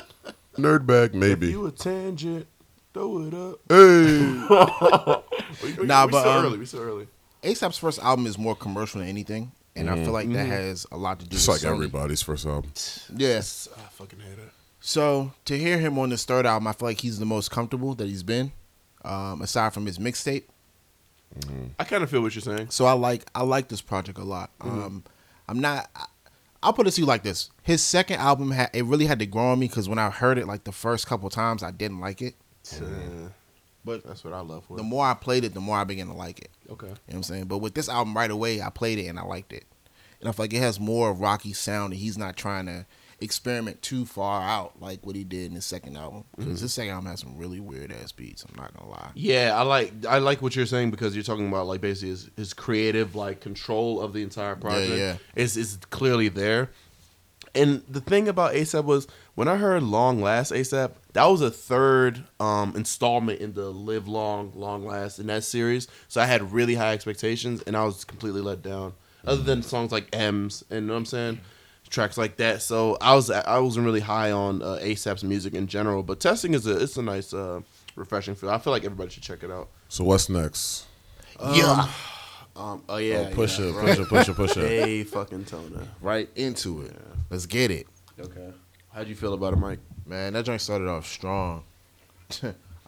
Speaker 2: Nerdbag, maybe.
Speaker 1: you a tangent? Throw it up.
Speaker 2: Hey,
Speaker 1: We- we-
Speaker 3: Nah,
Speaker 1: we
Speaker 3: but,
Speaker 1: so
Speaker 3: um,
Speaker 1: early. We so early.
Speaker 3: ASAP's first album is more commercial than anything, and I feel like that has a lot to do.
Speaker 2: just
Speaker 3: with
Speaker 2: like
Speaker 3: Sony.
Speaker 2: everybody's first album.
Speaker 3: Yes.
Speaker 1: I fucking hate it.
Speaker 3: So to hear him on this third album, I feel like he's the most comfortable that he's been, um, aside from his mixtape.
Speaker 1: I kind of feel what you're saying.
Speaker 3: So I like I like this project a lot. Um, I'm not. I, I'll put it to you like this: his second album had it really had to grow on me because when I heard it like the first couple times, I didn't like it.
Speaker 1: Uh,
Speaker 3: But
Speaker 1: that's what I love for.
Speaker 3: the
Speaker 1: it.
Speaker 3: more I played it, the more I began to like it.
Speaker 1: okay.
Speaker 3: You know what I'm saying? But with this album right away, I played it and I liked it. And I feel like it has more of Rocky's sound and he's not trying to experiment too far out like what he did in his second album.
Speaker 1: Mm-hmm.
Speaker 3: Because his second album has some really weird ass beats, I'm not gonna lie.
Speaker 1: Yeah, I like I like what you're saying because you're talking about like basically his, his creative like control of the entire project
Speaker 3: yeah.
Speaker 1: is is clearly there. And the thing about ASAP was when I heard Long Last ASAP, that was a third um installment in the Live Long Long Last in that series. So I had really high expectations and I was completely let down. Other than songs like M's and you know what I'm saying? Tracks like that, so I was I wasn't really high on uh, ASAP's music in general, but testing is a it's a nice uh, refreshing feel. I feel like everybody should check it out.
Speaker 2: So what's next?
Speaker 3: yeah.
Speaker 1: Um, oh yeah,
Speaker 2: oh, push
Speaker 1: yeah,
Speaker 2: it,
Speaker 1: right.
Speaker 2: push it, push it, push it.
Speaker 1: Hey, fucking Tona.
Speaker 3: Right into it. Let's get it.
Speaker 1: Okay, how'd you feel about it, Mike?
Speaker 3: Man, that joint started off strong.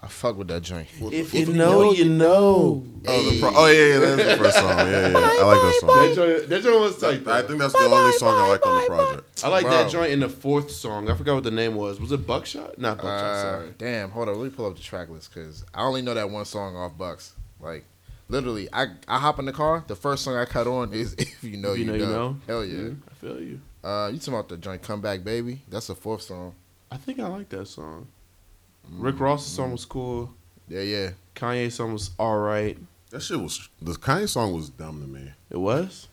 Speaker 3: I fuck with that joint.
Speaker 1: If you know, you know.
Speaker 2: Oh, the pro- oh yeah, yeah, that's the first song. Yeah, yeah, I like that song.
Speaker 1: That joint was tight.
Speaker 2: I think that's the only song I like on the project.
Speaker 1: I like
Speaker 3: Bro.
Speaker 1: that joint in the fourth song. I forgot what the name was. Was it Buckshot? Not Buckshot.
Speaker 3: Uh,
Speaker 1: Oh, sorry.
Speaker 3: damn, hold on, let me pull up the track list because I only know that one song off Bucks. Like Literally, I, I hop in the car. The first song I cut on is "If You Know
Speaker 1: If
Speaker 3: You,
Speaker 1: You Know You
Speaker 3: know,
Speaker 1: Know.
Speaker 3: Hell yeah!
Speaker 1: Mhm, I feel you.
Speaker 3: Uh, you talking about the joint "Come Back Baby"? That's the fourth song.
Speaker 1: I think I like that song.
Speaker 2: Mm-hmm.
Speaker 1: Rick Ross's song was cool.
Speaker 3: Yeah, yeah.
Speaker 1: Kanye's song was all right.
Speaker 2: That shit was the Kanye song was dumb to me.
Speaker 1: It was.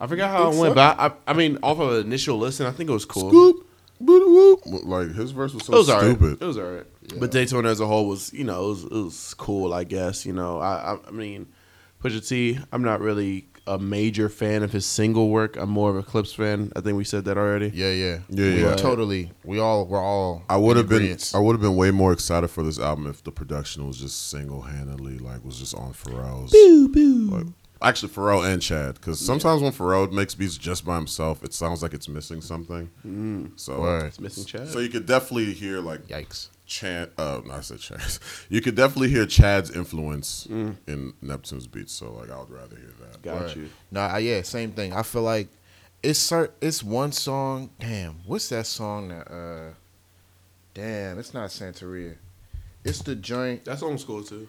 Speaker 1: I forgot how it
Speaker 3: Think
Speaker 1: went,
Speaker 3: so?
Speaker 1: but I, I, I mean, off of an initial listen, I think it was cool.
Speaker 2: Scoop, booty whoop. Like his verse was so
Speaker 1: it was alright.
Speaker 2: stupid.
Speaker 1: It was alright. But Daytona as a whole was, you know, it was, it was cool. I guess you know. I, I, I mean, Pusha T. I'm not really a major fan of his single work. I'm more of a clips fan. I think we said that already.
Speaker 3: Yeah, yeah.
Speaker 2: Yeah,
Speaker 3: we
Speaker 2: yeah.
Speaker 3: were Totally. We all were all.
Speaker 2: I would have been
Speaker 3: ingredients.
Speaker 2: I would have been way more excited for this album if the production was just single handedly like was just on Pharrell's.
Speaker 1: Boo boo.
Speaker 2: Like, actually, Pharrell and Chad, because sometimes when Pharrell makes beats just by himself, it sounds like it's missing something.
Speaker 3: Mm.
Speaker 2: So,
Speaker 3: Word.
Speaker 1: it's missing Chad.
Speaker 2: so you could definitely hear like
Speaker 3: Yikes.
Speaker 2: Chad. Uh, no, I said Chad. You could definitely hear Chad's influence
Speaker 3: Mm.
Speaker 2: in Neptune's beats. So like, I would rather hear that.
Speaker 1: Got
Speaker 3: Right.
Speaker 1: you.
Speaker 3: No, I- yeah, same thing. I feel like it's cer- it's one song. Damn, what's that song that? uh Damn, it's not Santeria. It's the joint.
Speaker 1: That's old school too.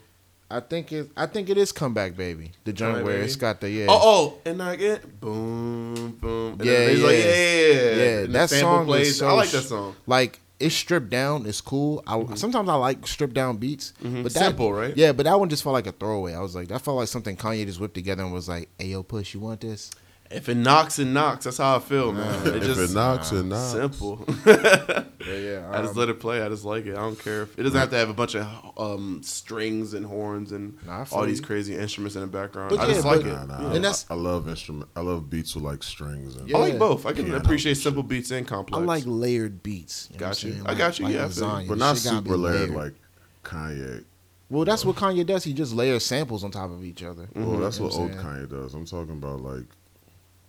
Speaker 3: I think it. I think it is Comeback Baby. The joint
Speaker 1: Comeback
Speaker 3: where
Speaker 1: Baby?
Speaker 3: it's got the yeah.
Speaker 1: Oh, oh, and I get boom, boom. And
Speaker 3: Yeah,
Speaker 1: yeah, he's
Speaker 3: yeah.
Speaker 1: like, yeah, yeah, yeah.
Speaker 3: Yeah,
Speaker 1: And the
Speaker 3: that
Speaker 1: sample
Speaker 3: song was
Speaker 1: plays.
Speaker 3: so
Speaker 1: I like that
Speaker 3: sh-
Speaker 1: song. Mm-hmm.
Speaker 3: Like it's stripped down. It's cool. I sometimes I like stripped down beats, but that,
Speaker 1: Simple, right?
Speaker 3: Yeah, but that one just felt like a throwaway. I was like, that felt like something Kanye just whipped together and was like, "Hey, yo, push, you want this?"
Speaker 1: If it knocks, it knocks. That's how I feel, man. It
Speaker 2: if
Speaker 1: just
Speaker 2: it knocks, it knocks.
Speaker 1: simple.
Speaker 3: Yeah, yeah.
Speaker 1: I just let it play. I just like it. I don't care if it doesn't have to have a bunch of um, strings and horns and
Speaker 3: Nah, I feel
Speaker 1: all these
Speaker 3: you.
Speaker 1: crazy instruments in the background.
Speaker 3: But
Speaker 1: I
Speaker 3: yeah,
Speaker 1: just like
Speaker 3: but-
Speaker 1: it.
Speaker 2: Nah, nah,
Speaker 3: And that's-
Speaker 2: I love instrument. I love beats with like strings and.
Speaker 1: I
Speaker 3: Yeah.
Speaker 1: like both. I can
Speaker 2: Yeah, I
Speaker 1: appreciate simple beats and complex.
Speaker 3: I like layered beats. You know what I'm
Speaker 1: Got you.
Speaker 3: saying?
Speaker 1: I got you. Yeah, I feel you.
Speaker 2: but
Speaker 3: This
Speaker 2: not
Speaker 3: shit gotta be
Speaker 2: super layered like Kanye.
Speaker 3: Well, that's
Speaker 1: uh,
Speaker 3: what Kanye does. He just layers samples on top of each other.
Speaker 1: mm-hmm.
Speaker 2: Well, that's
Speaker 3: You know
Speaker 2: what
Speaker 3: I'm
Speaker 2: old
Speaker 3: saying?
Speaker 2: Kanye does. I'm talking about like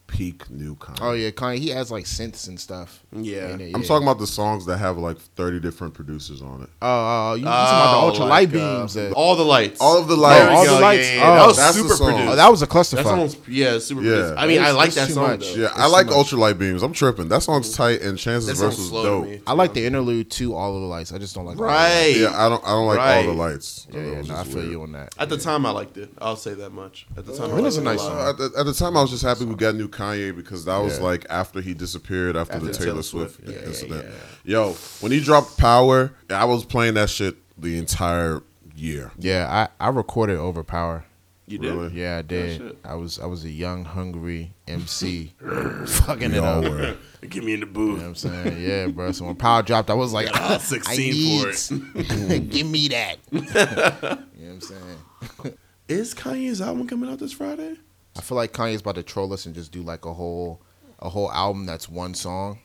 Speaker 2: peak new Kanye.
Speaker 3: Oh yeah, Kanye. He adds like synths and stuff.
Speaker 1: Yeah.
Speaker 3: in it,
Speaker 2: I'm
Speaker 3: yeah.
Speaker 2: talking about the songs that have like 30 different producers on it.
Speaker 3: Oh, oh, oh, you you talking about the ultra light beams?
Speaker 1: uh,
Speaker 3: that-
Speaker 1: all the lights.
Speaker 2: All of the
Speaker 1: There
Speaker 2: lights.
Speaker 1: we
Speaker 3: all the
Speaker 1: go.
Speaker 3: lights?
Speaker 1: Yeah, yeah, yeah.
Speaker 3: Oh,
Speaker 1: that was
Speaker 2: that's the
Speaker 1: super
Speaker 2: song.
Speaker 1: produced.
Speaker 3: oh, that was a clusterfuck.
Speaker 1: That's almost yeah, super
Speaker 2: Yeah.
Speaker 1: produced. I mean, I
Speaker 3: That's-
Speaker 1: like
Speaker 3: that's
Speaker 1: that
Speaker 3: too
Speaker 1: song.
Speaker 3: much.
Speaker 1: Though.
Speaker 2: Yeah,
Speaker 3: It's
Speaker 2: I like
Speaker 3: too much. Mm-hmm.
Speaker 2: Ultra Light Beams. I'm tripping. That song's tight and Chances
Speaker 1: That song's
Speaker 2: versus
Speaker 1: slow
Speaker 2: dope.
Speaker 1: to me.
Speaker 3: I like the interlude to all of the lights. I just don't like all the lights.
Speaker 1: Right.
Speaker 2: Yeah, I don't I don't like all the
Speaker 1: Right.
Speaker 2: lights.
Speaker 3: Yeah, yeah, no, I feel you on that.
Speaker 1: At the time, I liked it. I'll say that much. At the time, I
Speaker 3: It
Speaker 1: liked
Speaker 3: is a nice
Speaker 1: lot.
Speaker 3: song.
Speaker 2: Uh, At the, at the time, I was just happy we got new Kanye because that was
Speaker 3: Yeah.
Speaker 2: like after he disappeared after, the Taylor, Swift,
Speaker 1: Yeah, yeah,
Speaker 2: incident. Yo, when he dropped Power, I was playing that shit the entire year.
Speaker 3: Yeah, I, I recorded Overpower.
Speaker 1: You did.
Speaker 2: Really?
Speaker 3: Yeah, I did.
Speaker 1: shit.
Speaker 3: I was I was a young, hungry MC, fucking
Speaker 2: We
Speaker 3: it
Speaker 2: all
Speaker 3: up.
Speaker 2: were.
Speaker 1: Get me in the
Speaker 3: You know
Speaker 1: booth.
Speaker 3: what I'm saying? Yeah, bro. So when Power dropped, I was like,
Speaker 1: got a
Speaker 3: ah,
Speaker 1: 16 for it.
Speaker 3: it. Give me that. you know what I'm saying?
Speaker 1: Is Kanye's album coming out this Friday?
Speaker 3: I feel like Kanye's about to troll us and just do like a whole a whole album that's one song.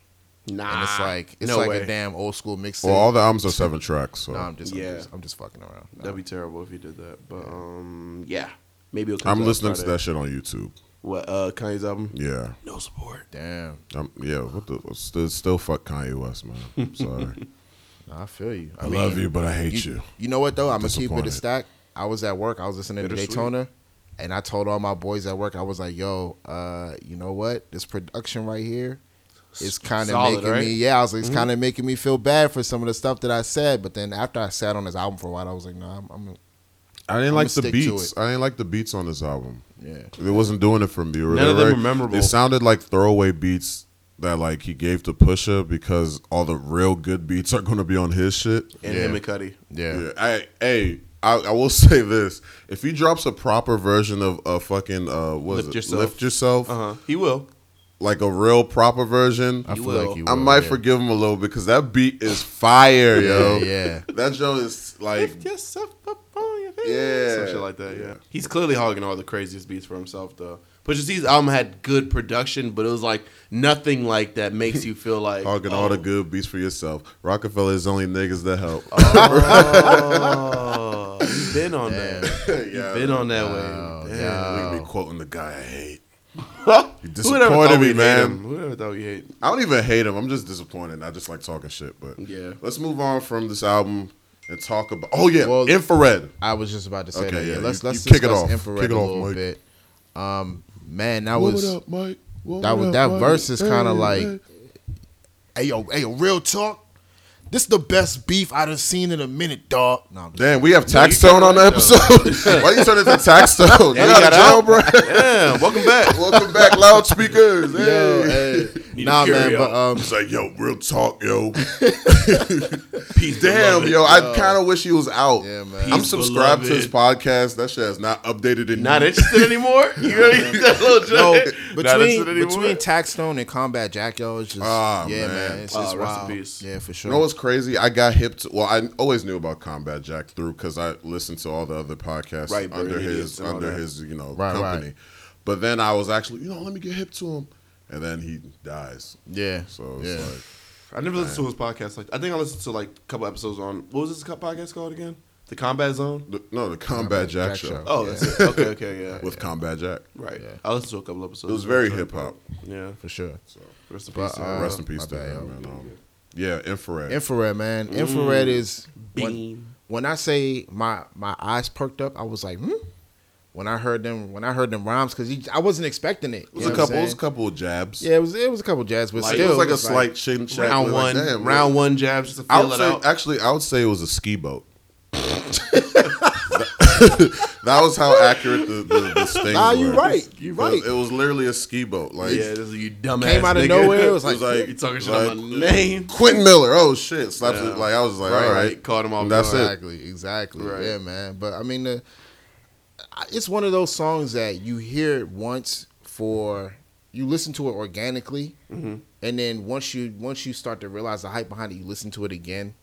Speaker 1: Nah.
Speaker 3: And it's like it's
Speaker 1: Ah, no
Speaker 3: like
Speaker 1: way.
Speaker 3: a damn old school mixtape.
Speaker 2: Well, all the albums are seven tracks. So
Speaker 3: no, I'm just,
Speaker 1: Yeah.
Speaker 3: I'm just I'm just fucking around. No.
Speaker 1: That'd be terrible if you did that. But um, yeah, maybe it'll come
Speaker 2: I'm
Speaker 1: out
Speaker 2: listening to
Speaker 1: Friday.
Speaker 2: that shit on YouTube.
Speaker 1: What uh, Kanye's album?
Speaker 2: Yeah.
Speaker 1: No support.
Speaker 3: Damn.
Speaker 2: Um, yeah, what the still, still fuck Kanye West, man. I'm sorry.
Speaker 3: No, I feel you.
Speaker 2: I love you, but I hate
Speaker 3: You,
Speaker 2: you.
Speaker 3: you know what though? I'm gonna keep it a
Speaker 2: Disappointed.
Speaker 3: stack. I was at work. I was listening to
Speaker 1: Bittersweet.
Speaker 3: Daytona, and I told all my boys at work. I was like, "Yo, uh, you know what? This production right here is kind of
Speaker 1: solid,
Speaker 3: making
Speaker 1: right? Mm-hmm.
Speaker 3: me. Yeah, I was like, it's kind of making me feel bad for some of the stuff that I said. But then after I sat on this album for a while, I was like, "No, I'm, I'm
Speaker 2: I didn't
Speaker 3: I'ma
Speaker 2: like the
Speaker 3: stick to
Speaker 2: beats. I didn't like the beats on this album.
Speaker 3: yeah."
Speaker 2: It wasn't doing it for me.
Speaker 1: None of them were memorable.
Speaker 2: It sounded like throwaway beats that like he gave to Pusha because all the real good beats are gonna be on his shit.
Speaker 1: And
Speaker 3: Yeah.
Speaker 1: him and Cudi.
Speaker 3: Yeah.
Speaker 2: Yeah, I, hey, I, I will say this: if he drops a proper version of a fucking uh, what is
Speaker 1: Lift
Speaker 2: it?
Speaker 1: Yourself.
Speaker 2: Lift yourself,
Speaker 1: Uh huh. He will.
Speaker 2: like a real proper version,
Speaker 3: I
Speaker 1: You
Speaker 3: feel
Speaker 1: will.
Speaker 3: like you.
Speaker 2: I
Speaker 3: will,
Speaker 2: might
Speaker 3: yeah.
Speaker 2: forgive him a little because that beat is fire, yo.
Speaker 3: yeah.
Speaker 2: That joint is like
Speaker 1: Lift yourself up on your feet.
Speaker 2: Yeah.
Speaker 1: Some shit like that, yeah. He's clearly hogging all the craziest beats for himself, though. Pusha T's album had good production, but it was like nothing like that makes you feel like.
Speaker 2: hogging all
Speaker 3: Oh.
Speaker 2: the good beats for yourself. Rockefeller is only niggas that help.
Speaker 1: Oh, you've been on that.
Speaker 2: yeah,
Speaker 1: You've been on that
Speaker 3: Wow,
Speaker 1: way. Damn.
Speaker 2: Nigga be quoting the guy I hate. You
Speaker 1: Who would ever thought
Speaker 2: disappointed
Speaker 1: we
Speaker 2: me,
Speaker 1: hate
Speaker 2: man.
Speaker 1: him? Who would ever thought we hate?
Speaker 2: I don't even hate him. I'm just disappointed. I just like talking shit. But
Speaker 1: Yeah.
Speaker 2: let's move on from this album and talk about. Oh yeah,
Speaker 3: Well-
Speaker 2: infrared.
Speaker 3: I was just about to say
Speaker 2: Okay,
Speaker 3: that. Yeah,
Speaker 2: yeah,
Speaker 3: let's
Speaker 2: you-
Speaker 3: let's
Speaker 2: you kick it
Speaker 3: discuss
Speaker 2: off.
Speaker 3: infrared
Speaker 2: Kick it
Speaker 3: a
Speaker 2: off,
Speaker 3: little
Speaker 2: Mike.
Speaker 3: bit. Um, man, that was
Speaker 2: Mike?
Speaker 3: that was that verse is kind of like, hey yo, hey yo, real talk. This is the best beef I'd have seen in a minute, dog. No, I'm just-
Speaker 2: Damn, we have tax
Speaker 1: you
Speaker 2: tone on the
Speaker 1: can't do
Speaker 2: episode. Why you turn into tax tone? you
Speaker 1: he got
Speaker 2: got jail,
Speaker 1: out?
Speaker 2: bro.
Speaker 1: Yeah, welcome back.
Speaker 2: Welcome back, loudspeakers.
Speaker 3: Yo,
Speaker 2: Hey.
Speaker 3: hey.
Speaker 4: Need
Speaker 3: nah,
Speaker 4: to carry
Speaker 3: man, but
Speaker 4: out.
Speaker 3: um,
Speaker 2: It's like, yo, real talk, yo.
Speaker 4: Peace,
Speaker 2: Damn,
Speaker 4: beloved.
Speaker 2: yo, I kind of wish he was out.
Speaker 3: Yeah, man.
Speaker 2: I'm
Speaker 4: Peace,
Speaker 2: subscribed to his
Speaker 4: beloved.
Speaker 2: podcast. That shit has not updated in
Speaker 1: Not interested anymore? You know that little
Speaker 3: no,
Speaker 1: joke? Not
Speaker 3: between
Speaker 1: interested anymore?
Speaker 3: between Tax Stone and Combat Jack, yo, it's just
Speaker 2: Ah,
Speaker 3: yeah, man,
Speaker 2: man.
Speaker 3: it's
Speaker 1: Ah,
Speaker 3: just
Speaker 1: rest in
Speaker 3: wild.
Speaker 1: peace.
Speaker 3: Yeah, for sure.
Speaker 2: You know what's crazy? I got hip to. Well, I always knew about Combat Jack through because I listened to all the other podcasts
Speaker 1: Right, Burn
Speaker 2: under
Speaker 1: Idiots
Speaker 2: his
Speaker 1: and all
Speaker 2: under
Speaker 1: that.
Speaker 2: his you know
Speaker 3: Right,
Speaker 2: company.
Speaker 3: right.
Speaker 2: But then I was actually, you know, let me get hip to him, and then he dies.
Speaker 3: yeah,
Speaker 2: So it's
Speaker 3: yeah.
Speaker 2: like,
Speaker 1: I never listened to his podcast. Like I think I listened to like a couple episodes on what was this co- podcast called again? The Combat Zone.
Speaker 2: the, no, the Combat Jack,
Speaker 3: Jack
Speaker 2: show,
Speaker 3: Show.
Speaker 1: Oh, that's it. okay, okay, yeah,
Speaker 2: with Combat Jack.
Speaker 1: right.
Speaker 3: Yeah.
Speaker 1: I listened to a couple episodes.
Speaker 2: It was very hip hop.
Speaker 1: Yeah,
Speaker 3: for sure.
Speaker 1: rest in
Speaker 3: But,
Speaker 1: peace. to him.
Speaker 3: uh,
Speaker 2: Rest in peace
Speaker 3: my
Speaker 2: to
Speaker 3: bad,
Speaker 2: that
Speaker 3: yo.
Speaker 2: man. Um, yeah, infrared.
Speaker 3: Infrared, man. Infrared is when,
Speaker 1: Beam.
Speaker 3: when I say my my eyes perked up. I was like, hmm? when I heard them when I heard them rhymes because I wasn't expecting it.
Speaker 2: it was
Speaker 3: you
Speaker 2: a
Speaker 3: know what
Speaker 2: couple.
Speaker 3: I'm
Speaker 2: It was a
Speaker 3: saying?
Speaker 2: couple of jabs.
Speaker 3: Yeah, it was it was a couple jazz, but
Speaker 2: Like,
Speaker 3: still
Speaker 2: it was like a
Speaker 3: it's
Speaker 2: slight chin check.
Speaker 1: round
Speaker 2: We're
Speaker 1: one,
Speaker 2: like, damn,
Speaker 1: round
Speaker 2: man.
Speaker 1: one jabs just to
Speaker 2: I
Speaker 1: feel
Speaker 2: would
Speaker 1: it
Speaker 2: say,
Speaker 1: out.
Speaker 2: actually, I would say it was a ski boat. that was how accurate the, the, the sting
Speaker 3: Nah, you
Speaker 2: were.
Speaker 3: right. You
Speaker 2: It was-
Speaker 3: right.
Speaker 2: It was literally a ski boat. Like,
Speaker 1: yeah, this is you dumbass.
Speaker 3: Came out of
Speaker 1: nigga.
Speaker 3: nowhere, it was
Speaker 2: it was
Speaker 3: like,
Speaker 2: like
Speaker 1: you talking shit
Speaker 2: like,
Speaker 1: on my name.
Speaker 2: Quentin Miller. Oh shit! Slaps
Speaker 1: Yeah.
Speaker 2: it. Like I was like,
Speaker 1: Right,
Speaker 2: all
Speaker 1: right.
Speaker 2: right,
Speaker 1: Caught him off
Speaker 2: And That's it.
Speaker 3: exactly, exactly.
Speaker 1: Right.
Speaker 3: Yeah, man. But I mean, the, I- it's one of those songs that you hear it once for you listen to it organically,
Speaker 1: Mm-hmm.
Speaker 3: and then once you once you start to realize the hype behind it, you listen to it again.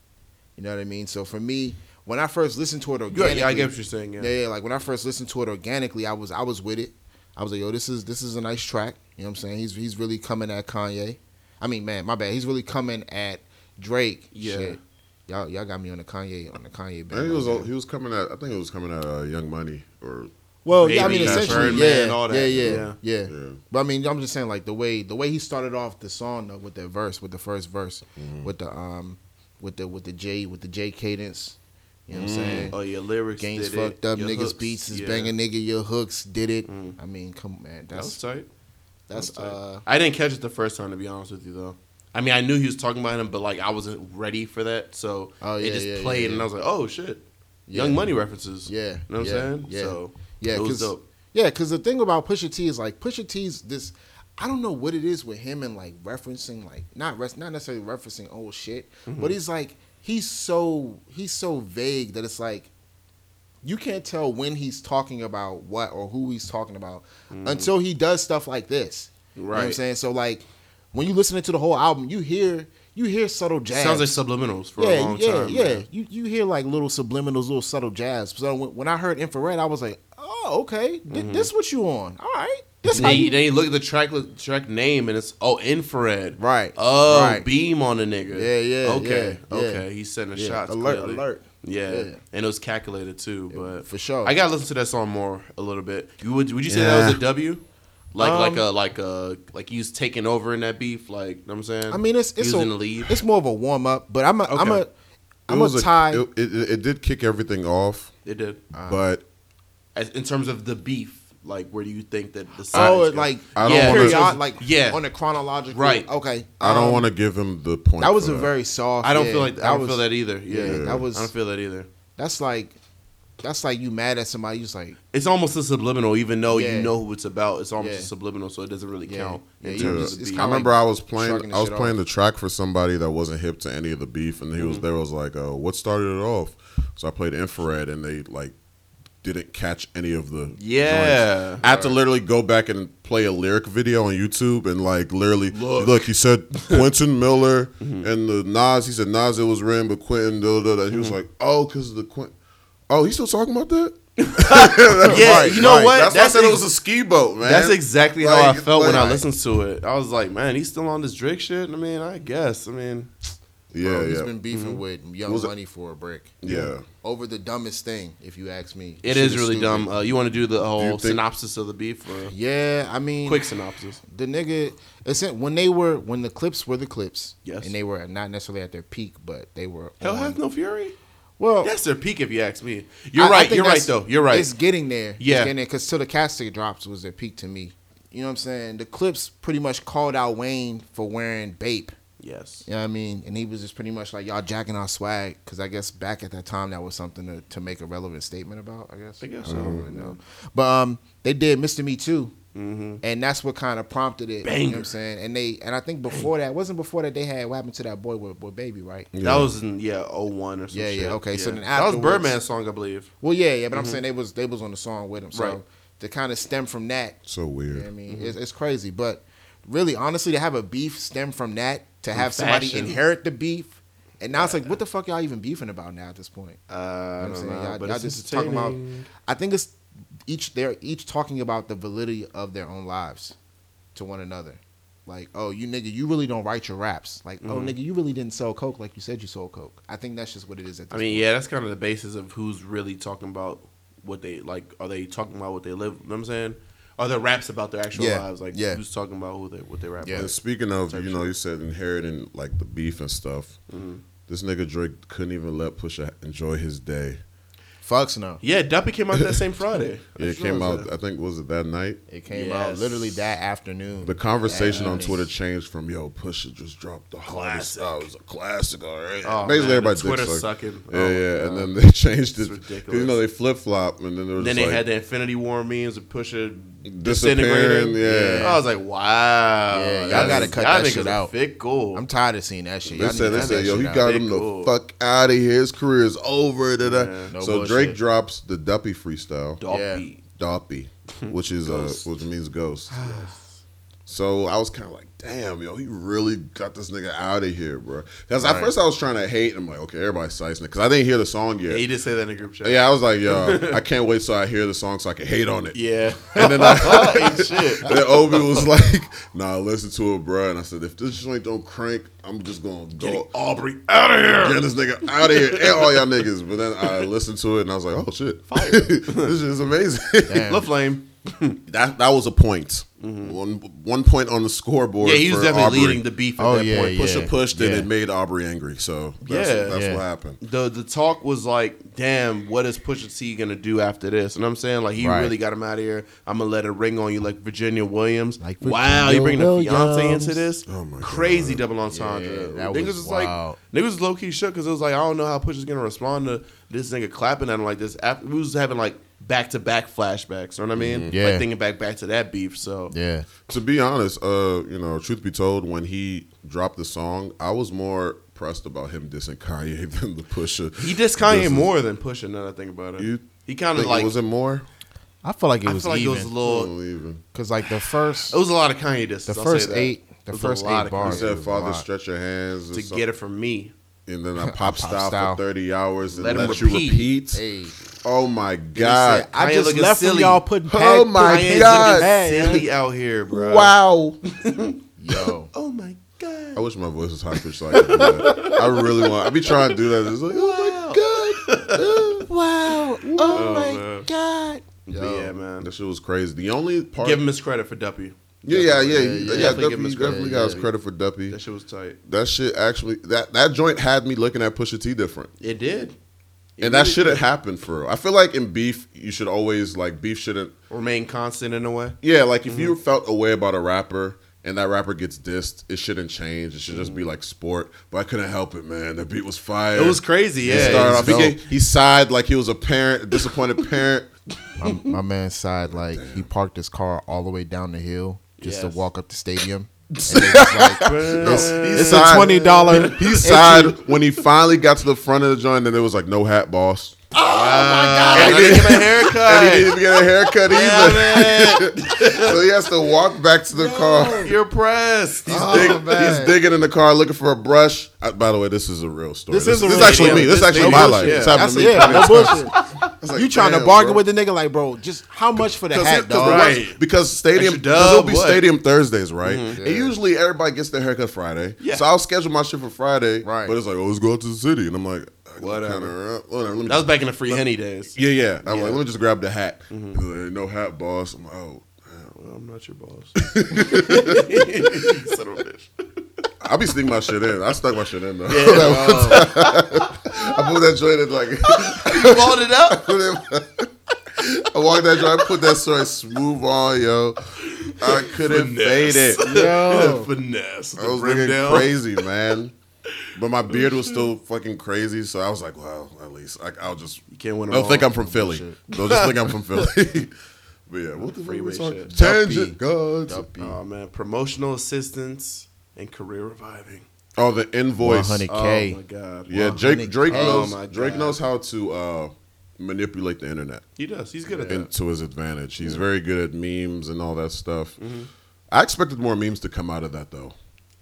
Speaker 3: You know what I mean? So for me, when I first listened to it
Speaker 1: Yeah,
Speaker 3: organically,
Speaker 1: yeah, I get what you're saying. Yeah,
Speaker 3: yeah. yeah, Like when I first listened to it organically, I was I was with it. I was like, yo, this is this is a nice track. You know what I'm saying? He's he's really coming at Kanye. I mean, man, my bad. He's really coming at Drake.
Speaker 1: Yeah.
Speaker 3: Shit. Y'all y'all got me on the Kanye on the Kanye
Speaker 2: I think
Speaker 3: band.
Speaker 2: it was he was coming at. I think it was coming at uh, Young Money or
Speaker 3: well, yeah, I mean,
Speaker 1: Baby,
Speaker 3: essentially,
Speaker 1: Birdman,
Speaker 3: yeah,
Speaker 1: all that.
Speaker 3: yeah, yeah,
Speaker 1: Yeah.
Speaker 3: yeah,
Speaker 2: Yeah.
Speaker 3: But I mean, I'm just saying, like the way the way he started off the song though, with that verse, with the first verse,
Speaker 1: Mm-hmm.
Speaker 3: with the um, with the with the J with the J cadence. You know what I'm saying?
Speaker 1: Oh, your lyrics
Speaker 3: Games
Speaker 1: did it.
Speaker 3: fucked up,
Speaker 1: Your
Speaker 3: niggas
Speaker 1: hooks,
Speaker 3: beats is
Speaker 1: yeah. Mm-hmm.
Speaker 3: banging, nigga. Your hooks did it. I mean, come man,
Speaker 1: That was
Speaker 3: that's
Speaker 1: tight.
Speaker 3: that's
Speaker 1: That was tight.
Speaker 3: uh,
Speaker 1: I didn't catch it the first time to be honest with you though. I mean, I knew he was talking about him, but like I wasn't ready for that, so
Speaker 3: Oh,
Speaker 1: it
Speaker 3: yeah,
Speaker 1: just
Speaker 3: yeah, yeah,
Speaker 1: played, and
Speaker 3: yeah.
Speaker 1: I was like, "Oh shit,
Speaker 3: Yeah.
Speaker 1: Young Money references."
Speaker 3: yeah.
Speaker 1: you know what
Speaker 3: yeah,
Speaker 1: I'm saying?
Speaker 3: Yeah,
Speaker 1: so
Speaker 3: yeah,
Speaker 1: it was
Speaker 3: because
Speaker 1: dope.
Speaker 3: yeah, because the thing about Pusha T is like Pusha T's this. I don't know what it is with him and like referencing like not res- not necessarily referencing old shit,
Speaker 1: Mm-hmm.
Speaker 3: but he's like he's so he's so vague that it's like you can't tell when he's talking about what or who he's talking about until he does stuff like this. You know what I'm
Speaker 1: Mm. Right.
Speaker 3: saying? So like when you listen to the whole album, you hear you hear subtle jazz.
Speaker 1: Sounds like subliminals for
Speaker 3: yeah,
Speaker 1: a long
Speaker 3: yeah,
Speaker 1: time.
Speaker 3: yeah.
Speaker 1: man.
Speaker 3: You you hear like little subliminals, little subtle jazz. So when, when I heard infrared, I was like, oh okay, Th- this what you on? All right, this
Speaker 1: Then
Speaker 3: how
Speaker 1: you,
Speaker 3: you.
Speaker 1: then you look at the track li- track name and it's oh infrared
Speaker 3: Right,
Speaker 1: oh
Speaker 3: right.
Speaker 1: beam on the nigga
Speaker 3: Yeah, yeah,
Speaker 1: okay
Speaker 3: yeah, yeah.
Speaker 1: okay he's sending
Speaker 3: Yeah,
Speaker 1: shots
Speaker 3: alert,
Speaker 1: clearly.
Speaker 3: alert.
Speaker 1: yeah.
Speaker 3: Yeah.
Speaker 1: and it was calculated too but
Speaker 3: for sure.
Speaker 1: I gotta listen to that song more a little bit you would would you say that
Speaker 2: Yeah.
Speaker 1: was a W like like
Speaker 3: Um,
Speaker 1: a like a like he's taking over in that beef like you know what I'm saying
Speaker 3: I mean, it's
Speaker 1: he
Speaker 3: it's
Speaker 1: was
Speaker 3: a,
Speaker 1: in the lead
Speaker 3: it's more of a warm up, but I'm a am a
Speaker 1: Okay.
Speaker 2: it
Speaker 3: I'm
Speaker 2: was
Speaker 3: a tie.
Speaker 2: It, it, it did kick everything off,
Speaker 1: it did
Speaker 3: Uh,
Speaker 2: but
Speaker 1: As, in terms of the beef like where do you think that the side
Speaker 3: oh,
Speaker 1: is going?
Speaker 3: like
Speaker 2: I don't wanna-
Speaker 3: period, like
Speaker 1: Yeah.
Speaker 3: on a chronological
Speaker 1: Right.
Speaker 3: Okay,
Speaker 2: I don't
Speaker 3: um,
Speaker 2: want to give him the point.
Speaker 3: That was
Speaker 2: for
Speaker 3: a very soft.
Speaker 1: I don't
Speaker 3: yeah,
Speaker 1: feel like I don't
Speaker 3: was,
Speaker 1: feel that either yeah,
Speaker 3: yeah, that was-
Speaker 1: I don't feel that either
Speaker 3: That's like, that's like you mad at somebody. You just like,
Speaker 1: it's almost a subliminal, even though
Speaker 3: Yeah.
Speaker 1: you know who it's about. It's almost
Speaker 3: Yeah.
Speaker 1: a subliminal, so it doesn't really
Speaker 3: Yeah.
Speaker 1: count.
Speaker 3: Yeah,
Speaker 1: in
Speaker 3: you
Speaker 1: terms
Speaker 3: just-
Speaker 1: of
Speaker 3: it's
Speaker 1: the-
Speaker 2: I
Speaker 3: kinda like-
Speaker 2: remember I was
Speaker 3: shrugging
Speaker 2: playing
Speaker 3: the
Speaker 2: I was
Speaker 3: shit
Speaker 2: playing the
Speaker 3: off.
Speaker 2: track for somebody that wasn't hip to any of the beef, and he was
Speaker 3: Mm-hmm.
Speaker 2: there was like, uh, "What started it off?" So I played infrared, and they like didn't catch any of the
Speaker 1: Yeah.
Speaker 2: joints. I had to literally go back and play a lyric video on YouTube, and like literally look, he said Quentin Miller
Speaker 1: Mm-hmm.
Speaker 2: and the Nas. He said Nas it was Ren, but Quentin. Da, da, da. He
Speaker 1: Mm-hmm.
Speaker 2: was like, "Oh, because the Quentin." Oh, he's still talking about that.
Speaker 1: Yeah,
Speaker 2: Right,
Speaker 1: you know
Speaker 2: right.
Speaker 1: what?
Speaker 2: That's, why I said it
Speaker 1: ex-
Speaker 2: was a ski boat, man.
Speaker 1: that's exactly how I
Speaker 2: Like,
Speaker 1: felt when I
Speaker 2: like-
Speaker 1: listened to it. I was like, man, he's still on this Drake shit. I mean, I guess. I mean,
Speaker 2: Yeah,
Speaker 3: bro,
Speaker 2: yeah.
Speaker 3: he's been beefing
Speaker 1: Mm-hmm.
Speaker 3: with Young
Speaker 2: Was it-
Speaker 3: Money for a brick.
Speaker 2: Yeah.
Speaker 3: Over the dumbest thing, if you ask me.
Speaker 1: it
Speaker 3: Shit
Speaker 1: is really
Speaker 3: stupid.
Speaker 1: dumb. Uh, you want to do the whole
Speaker 2: think-
Speaker 1: synopsis of the beef or a
Speaker 3: Yeah, I mean,
Speaker 1: quick synopsis?
Speaker 3: the nigga. It's when they were when the clips were the clips.
Speaker 1: Yes.
Speaker 3: And they were not necessarily at their peak, but they were.
Speaker 1: Hell
Speaker 3: on-
Speaker 1: hath no fury.
Speaker 3: Well,
Speaker 1: That's their peak, if you ask me. You're
Speaker 3: I- I
Speaker 1: right.
Speaker 3: think
Speaker 1: you're right,
Speaker 3: that's-
Speaker 1: though. You're right.
Speaker 3: It's getting there.
Speaker 1: Yeah.
Speaker 3: It's getting there because till the casket drops was their peak to me. You know what I'm saying? The clips pretty much called out Wayne for wearing Bape.
Speaker 1: Yes.
Speaker 3: You know what I mean? And he was just pretty much like, y'all jacking our swag. Because I guess back at that time, that was something to, to make a relevant statement about, I guess.
Speaker 1: I guess
Speaker 3: don't really know. But um, they did Mr. Me Too. And that's what kind of prompted it. You know what I'm
Speaker 1: Mm-hmm. Banger.
Speaker 3: saying? And they and I think before that, wasn't before that they had what happened to that boy with, with Baby, right?
Speaker 1: That was in yeah, 01 or some
Speaker 3: Yeah, yeah,
Speaker 1: shit.
Speaker 3: okay, so then
Speaker 1: that was
Speaker 3: afterwards-
Speaker 1: Birdman's song, I believe.
Speaker 3: Well, yeah, yeah, but I'm saying they was they was on the song with him. So
Speaker 1: Mm-hmm. Right.
Speaker 3: to kind of stem from that,
Speaker 2: So
Speaker 3: you know
Speaker 2: weird.
Speaker 3: what I mean, it's, it's crazy. But really, honestly, to have a beef stem from that, to have somebody
Speaker 1: fashion.
Speaker 3: inherit the beef, and now it's like, what the fuck y'all even beefing about now at this point?
Speaker 1: Uh, I
Speaker 3: You know
Speaker 1: don't
Speaker 3: what I'm
Speaker 1: know,
Speaker 3: saying? Y'all,
Speaker 1: but
Speaker 3: y'all
Speaker 1: it's
Speaker 3: just talking about.
Speaker 1: entertaining.
Speaker 3: I think it's each they're each talking about the validity of their own lives to one another. Like, oh, you nigga, you really don't write your raps. Like,
Speaker 1: Mm-hmm.
Speaker 3: oh, nigga, you really didn't sell coke like you said you sold coke. I think that's just what it is. At
Speaker 1: I
Speaker 3: this
Speaker 1: mean, yeah, that's kind of the basis of who's really talking about what they like. Are they talking about what they live? You know what I'm saying? Are their raps about their actual
Speaker 3: Yeah,
Speaker 1: lives? Like,
Speaker 3: yeah.
Speaker 1: who's talking about who they what they rap?
Speaker 3: Yeah.
Speaker 1: about?
Speaker 2: And speaking of,
Speaker 1: Type
Speaker 2: you know, you said inheriting like the beef and stuff.
Speaker 1: Mm-hmm.
Speaker 2: This nigga Drake couldn't even let Pusha enjoy his day.
Speaker 3: fucks no.
Speaker 1: yeah. Duppy came out that same Friday.
Speaker 2: Yeah,
Speaker 1: I
Speaker 2: it came
Speaker 1: realized
Speaker 2: out.
Speaker 1: that.
Speaker 2: I think was it that night.
Speaker 3: It came out
Speaker 1: Yes.
Speaker 3: literally that afternoon.
Speaker 2: The conversation on
Speaker 3: Yes.
Speaker 2: Twitter changed from "Yo, Pusha just dropped the hardest."
Speaker 1: Classic.
Speaker 2: Oh, it was a classic, all right.
Speaker 1: Oh,
Speaker 2: Basically,
Speaker 1: man,
Speaker 2: everybody
Speaker 1: the Twitter
Speaker 2: dick sucked.
Speaker 1: sucking.
Speaker 2: Yeah,
Speaker 1: Oh, my
Speaker 2: yeah, and
Speaker 1: God.
Speaker 2: then they changed it.
Speaker 1: It's ridiculous.
Speaker 2: You know, they flip flop, and then there was
Speaker 1: Then they
Speaker 2: just like,
Speaker 1: had the Infinity War memes of Pusha
Speaker 2: Disappearing,
Speaker 1: disintegrating.
Speaker 2: yeah.
Speaker 1: I was like, wow.
Speaker 3: Yeah, y'all
Speaker 1: That
Speaker 3: gotta
Speaker 1: nigga-
Speaker 3: cut that
Speaker 1: nigga's
Speaker 3: shit
Speaker 1: a
Speaker 3: out.
Speaker 1: Thick gold.
Speaker 3: I'm tired of seeing that shit.
Speaker 2: They
Speaker 3: Y'all
Speaker 2: said,
Speaker 3: need
Speaker 2: they
Speaker 3: to
Speaker 2: said,
Speaker 3: cut
Speaker 2: yo,
Speaker 3: that
Speaker 2: he
Speaker 3: shit
Speaker 2: got
Speaker 3: out.
Speaker 2: him the
Speaker 1: Cool.
Speaker 2: fuck out of here. His career is over. Da, da.
Speaker 1: Yeah,
Speaker 3: no
Speaker 2: so
Speaker 3: bullshit.
Speaker 2: Drake drops the Duppy freestyle,
Speaker 1: Duppy.
Speaker 2: Doppy, which is uh,
Speaker 1: Ghost.
Speaker 2: which means ghost. So I was kind of like, damn, yo, he really got this nigga out of here, bro. Because at
Speaker 1: Right.
Speaker 2: first I was trying to hate. I'm like, okay, everybody's sizing it because I didn't hear the song
Speaker 1: Yeah, he
Speaker 2: yet.
Speaker 1: did say that in a group chat.
Speaker 2: Yeah, I was like, yo, I can't wait till I hear the song so I can hate on it.
Speaker 1: Yeah.
Speaker 2: And then I,
Speaker 1: Ain't shit.
Speaker 2: then Obi was like, nah, listen to it, bro. And I said, if this joint don't crank, I'm just gonna go.
Speaker 1: Getting Aubrey out of here.
Speaker 2: Get this nigga out of here and all y'all niggas. But then I listened to it and I was like, oh shit, this shit is amazing.
Speaker 3: Damn.
Speaker 1: La Flame.
Speaker 2: that that was a point, one one point on the scoreboard.
Speaker 1: Yeah, he was
Speaker 2: for
Speaker 1: definitely
Speaker 2: Aubrey.
Speaker 1: leading the beef at
Speaker 3: Oh,
Speaker 1: that
Speaker 3: yeah,
Speaker 1: point.
Speaker 3: yeah.
Speaker 2: Pusha pushed and
Speaker 3: yeah.
Speaker 2: it made Aubrey angry. So that's,
Speaker 1: Yeah.
Speaker 2: that's
Speaker 3: Yeah.
Speaker 2: what happened.
Speaker 1: the the talk was like, damn, what is Pusha T gonna do after this? And I'm saying like he
Speaker 3: Right.
Speaker 1: really got him out of here. I'm gonna let it ring on you like Virginia Williams.
Speaker 3: Like
Speaker 1: wow,
Speaker 3: Virginia
Speaker 1: you bringing a fiance
Speaker 3: Williams.
Speaker 1: into this?
Speaker 2: Oh my
Speaker 1: Crazy double entendre.
Speaker 3: Yeah, that
Speaker 1: niggas
Speaker 3: was
Speaker 1: was
Speaker 3: wild.
Speaker 1: like niggas was low key shook because it was like I don't know how Pusha's gonna respond to this nigga clapping at him like this. After, we was having like back to back flashbacks. You know what I mean?
Speaker 3: Mm-hmm. Yeah.
Speaker 1: Like thinking back back to that beef. So
Speaker 3: Yeah.
Speaker 2: To be honest, uh, you know, truth be told, when he dropped the song, I was more pressed about him dissing Kanye than the Pusha.
Speaker 1: he dissed Kanye
Speaker 2: This is-
Speaker 1: more than Pusha. Now that I think about it,
Speaker 2: You
Speaker 1: he kind of
Speaker 2: Think-
Speaker 1: like
Speaker 2: was it more?
Speaker 3: I feel like it
Speaker 1: I
Speaker 3: was
Speaker 1: feel like it was a
Speaker 3: even.
Speaker 1: little.
Speaker 2: Oh, even.
Speaker 3: Because like the first,
Speaker 1: It was a lot of Kanye disses.
Speaker 3: The
Speaker 1: I'll
Speaker 3: first
Speaker 1: say that.
Speaker 3: eight- the
Speaker 1: It was
Speaker 3: first
Speaker 1: a lot
Speaker 3: eight
Speaker 1: of
Speaker 2: He
Speaker 3: bars.
Speaker 1: Kanye
Speaker 2: said,
Speaker 3: was a
Speaker 2: "Father,
Speaker 3: lot.
Speaker 2: stretch your hands or
Speaker 1: to
Speaker 2: something.
Speaker 1: get it from me.
Speaker 2: and then I
Speaker 3: Pop
Speaker 2: pop style
Speaker 3: style.
Speaker 2: for 30 hours and
Speaker 1: Let
Speaker 2: let,
Speaker 1: 'em
Speaker 2: you
Speaker 1: repeat.
Speaker 2: repeat.
Speaker 3: hey,
Speaker 2: Oh my
Speaker 1: said,
Speaker 2: God.
Speaker 1: I
Speaker 3: I
Speaker 1: Kanye
Speaker 3: just
Speaker 1: looking
Speaker 3: left from
Speaker 1: silly.
Speaker 3: y'all putting.
Speaker 2: Oh my
Speaker 1: Kanye's
Speaker 2: God.
Speaker 1: looking silly out here, bro.
Speaker 2: Wow.
Speaker 3: Yo,
Speaker 1: Oh my god.
Speaker 2: I wish my voice was high pitched so I could do that. I really want. I be trying to do that. It's like, oh my God.
Speaker 3: wow. Oh, my
Speaker 1: man.
Speaker 3: god.
Speaker 1: But
Speaker 2: Yo,
Speaker 1: yeah, man.
Speaker 2: That shit was crazy. The only part.
Speaker 1: Give him his credit for Duppy.
Speaker 2: yeah, yeah, yeah, yeah.
Speaker 3: yeah,
Speaker 2: yeah,
Speaker 3: yeah.
Speaker 1: Definitely
Speaker 2: definitely,
Speaker 1: give him his
Speaker 2: you definitely
Speaker 1: credit,
Speaker 2: got his
Speaker 1: yeah.
Speaker 2: credit for Duppy.
Speaker 1: That shit was tight.
Speaker 2: That shit actually, that, that joint had me looking at Pusha T different.
Speaker 1: It did. It
Speaker 2: And that
Speaker 1: really
Speaker 2: should have
Speaker 1: did.
Speaker 2: happened for real. I feel like in beef, you should always, like, beef shouldn't
Speaker 1: remain constant in a way.
Speaker 2: Yeah, like if
Speaker 1: Mm-hmm.
Speaker 2: you felt a way about a rapper and that rapper gets dissed, it shouldn't change. It should just be like sport. But I couldn't help it, man. The beat was fire.
Speaker 1: Mm-hmm. It was crazy.
Speaker 2: He
Speaker 1: Yeah. It
Speaker 2: started
Speaker 1: was
Speaker 2: off- he,
Speaker 1: dope.
Speaker 2: gave- he sighed like he was a parent, a disappointed parent.
Speaker 3: My, my man sighed like he parked his car all the way down the hill just
Speaker 1: Yes.
Speaker 3: to walk up the stadium. And it was like,
Speaker 2: He
Speaker 3: it's a
Speaker 2: sighed-
Speaker 3: twenty dollar.
Speaker 2: He sighed when he finally got to the front of the joint, and it was like no hat, boss.
Speaker 1: Oh I didn't get a haircut.
Speaker 2: And he didn't even get a haircut either.
Speaker 1: Damn
Speaker 2: so he has to walk back to the car.
Speaker 1: it. You're pressed. He's
Speaker 2: Dig- he's
Speaker 3: man.
Speaker 2: digging in the car looking for a brush. Uh, by the way, this is a real story.
Speaker 3: This
Speaker 2: This,
Speaker 3: is a
Speaker 2: this
Speaker 3: real
Speaker 2: actually
Speaker 1: story.
Speaker 2: me. This,
Speaker 1: This
Speaker 2: actually
Speaker 1: nigga-
Speaker 2: my life.
Speaker 1: Yeah.
Speaker 2: This happened
Speaker 3: That's
Speaker 2: to me.
Speaker 3: yeah,
Speaker 2: plenty of
Speaker 3: no bullshit.
Speaker 2: It's like,
Speaker 3: you trying to
Speaker 2: damn,
Speaker 3: bargain
Speaker 2: bro.
Speaker 3: with the nigga like, bro? Just how much for the
Speaker 2: Cause
Speaker 3: hat,
Speaker 2: it- 'cause
Speaker 3: dog?
Speaker 1: right.
Speaker 2: what's- Because stadium,
Speaker 1: Extra
Speaker 2: because it'll
Speaker 1: dub,
Speaker 2: be
Speaker 1: what?
Speaker 2: stadium Thursdays, right?
Speaker 3: Mm-hmm.
Speaker 2: And usually everybody gets their haircut Friday,
Speaker 1: Yeah.
Speaker 2: so I'll schedule my shit for Friday.
Speaker 3: Right.
Speaker 2: But it's like, oh, let's go out to the city, and I'm like, I
Speaker 1: Whatever.
Speaker 2: kinda- uh, whatever. Let me
Speaker 1: That was
Speaker 2: just,
Speaker 1: back in the free henny days.
Speaker 2: yeah, yeah. I'm
Speaker 1: Yeah.
Speaker 2: like, let me just grab the hat.
Speaker 3: Mm-hmm.
Speaker 2: He's like, "Ain't no hat, boss. I'm like, oh.
Speaker 1: Well, I'm not your boss. Son of a bitch.
Speaker 2: I'll be sticking my shit in. I stuck my shit in though. That one time. I put that joint in like
Speaker 1: Uh, You balled it up.
Speaker 2: put it- I walked that joint, I put that story smooth on, yo. I couldn't fade it.
Speaker 3: Yo.
Speaker 4: Finesse.
Speaker 2: I
Speaker 4: The
Speaker 2: was
Speaker 4: brim
Speaker 2: looking
Speaker 4: down.
Speaker 2: crazy, man. But my beard was
Speaker 1: Oh,
Speaker 2: still fucking crazy, so I was like, "Well, at least I, I'll just."
Speaker 1: You can't win
Speaker 2: They'll
Speaker 1: them
Speaker 2: think
Speaker 1: all.
Speaker 2: I'm from Philly. They'll just think I'm from Philly. but yeah, what the
Speaker 1: Freeway
Speaker 2: freeway song?
Speaker 1: shit.
Speaker 2: Tangent gods.
Speaker 1: Oh man, promotional assistance and career reviving.
Speaker 2: Oh, the invoice.
Speaker 3: 100.
Speaker 1: Oh
Speaker 3: K.
Speaker 1: my god.
Speaker 2: Yeah,
Speaker 1: Wow.
Speaker 2: Drake. Drake
Speaker 1: Oh
Speaker 2: knows.
Speaker 1: my
Speaker 2: Drake
Speaker 1: God.
Speaker 2: knows how to uh, manipulate the internet
Speaker 1: He does. He's good at
Speaker 2: and
Speaker 1: that.
Speaker 2: to his advantage. He's very good at memes and all that stuff.
Speaker 1: Mm-hmm.
Speaker 2: I expected more memes to come out of that, though.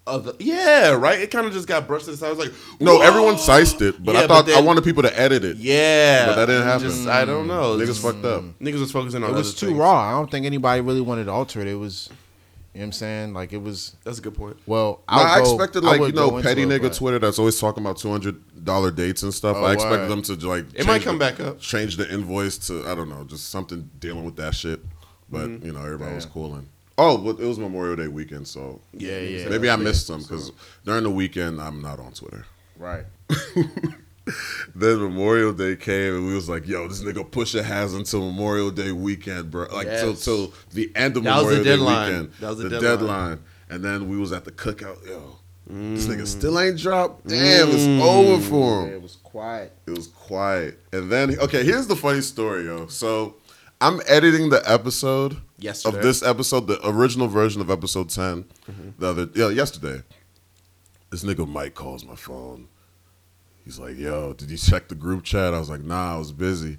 Speaker 1: Other, yeah, right. It kind of just got brushed aside. I was like,
Speaker 2: No,
Speaker 1: "Whoa!"
Speaker 2: everyone sized it, but
Speaker 1: Yeah,
Speaker 2: I thought
Speaker 1: but
Speaker 2: I
Speaker 1: then-
Speaker 2: wanted people to edit it.
Speaker 1: Yeah,
Speaker 2: But that didn't happen.
Speaker 1: Just, I don't know.
Speaker 2: Niggas
Speaker 1: Just-
Speaker 2: fucked up.
Speaker 1: Niggas was focusing on.
Speaker 3: It was
Speaker 1: other
Speaker 3: too
Speaker 1: things.
Speaker 3: raw. I don't think anybody really wanted to alter it. It was, you know what I'm saying? Like, it was,
Speaker 1: That's a good point.
Speaker 3: well,
Speaker 2: No, I
Speaker 3: I'll go-
Speaker 2: expected
Speaker 3: I
Speaker 2: like you
Speaker 3: would go
Speaker 2: know
Speaker 3: into
Speaker 2: petty
Speaker 3: it,
Speaker 2: nigga
Speaker 3: but-
Speaker 2: Twitter that's always talking about two hundred dollar dates and stuff.
Speaker 3: Oh,
Speaker 2: I expected them
Speaker 3: word.
Speaker 2: to like
Speaker 1: It might
Speaker 2: change
Speaker 1: come
Speaker 2: the-
Speaker 1: back up.
Speaker 2: change the invoice to I don't know, just something dealing with that shit. But
Speaker 1: Mm-hmm.
Speaker 2: you know everybody was
Speaker 3: Damn.
Speaker 2: cooling. Oh, but it was Memorial Day weekend, so
Speaker 1: Yeah, yeah.
Speaker 2: Maybe I missed some because during the weekend I'm not on Twitter.
Speaker 3: Right.
Speaker 2: Then Memorial Day came and we was like, "Yo, this nigga Pusha has until Memorial Day weekend, bro. Like till
Speaker 1: Yes.
Speaker 2: till the end of
Speaker 1: That was the
Speaker 2: Memorial Day
Speaker 1: deadline.
Speaker 2: weekend.
Speaker 1: That was the
Speaker 2: the
Speaker 1: deadline.
Speaker 2: deadline. And then we was at the cookout. Yo, this
Speaker 1: Mm.
Speaker 2: nigga still ain't dropped. Damn, it's over for him.
Speaker 3: It was quiet.
Speaker 2: It was quiet. And then okay, here's the funny story, yo. So I'm editing the episode
Speaker 1: Yesterday.
Speaker 2: of this episode, the original version of episode 10 the other yeah, yesterday. This nigga Mike calls my phone. He's like, yo, did you check the group chat? I was like, nah, I was busy. He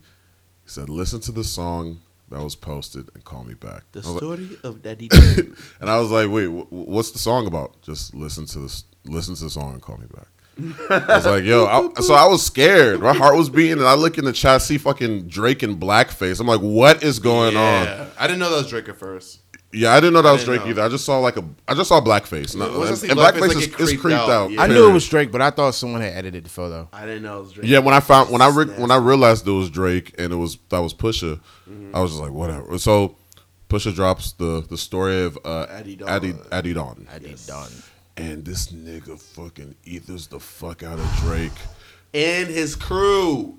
Speaker 2: said, listen to the song that was posted and call me back.
Speaker 1: The
Speaker 2: I was like-
Speaker 1: story of Daddy. Dan.
Speaker 2: and I was like, "Wait, wh- wh- what's the song about?" Just listen to this, listen to the song and call me back. I was like, "Yo," I, so I was scared. My heart was beating, and I look in the chat, see fucking Drake in blackface. I'm like, "What is going on?"
Speaker 1: yeah, I didn't know that was Drake at first.
Speaker 2: Yeah, I didn't know that was
Speaker 1: didn't
Speaker 2: Drake
Speaker 1: know.
Speaker 2: either. I just saw like a, I just saw blackface, and,
Speaker 1: Once I see
Speaker 2: and
Speaker 1: blackface,
Speaker 2: blackface
Speaker 1: like, it
Speaker 2: is, is
Speaker 1: creeped
Speaker 2: creeped
Speaker 1: out.
Speaker 2: out.
Speaker 1: Yeah.
Speaker 3: I knew it was Drake, but I thought someone had edited the photo.
Speaker 1: I didn't know it was Drake.
Speaker 2: Yeah, when I found when I re-
Speaker 1: Snap.
Speaker 2: when I realized it was Drake and it was that was Pusha, I was just like whatever. So Pusha drops the the story of uh,
Speaker 1: Addy
Speaker 2: Addy
Speaker 1: Don.
Speaker 2: Addy, Don.
Speaker 3: I did done.
Speaker 2: and this nigga fucking ethers the fuck out of Drake.
Speaker 1: and his crew.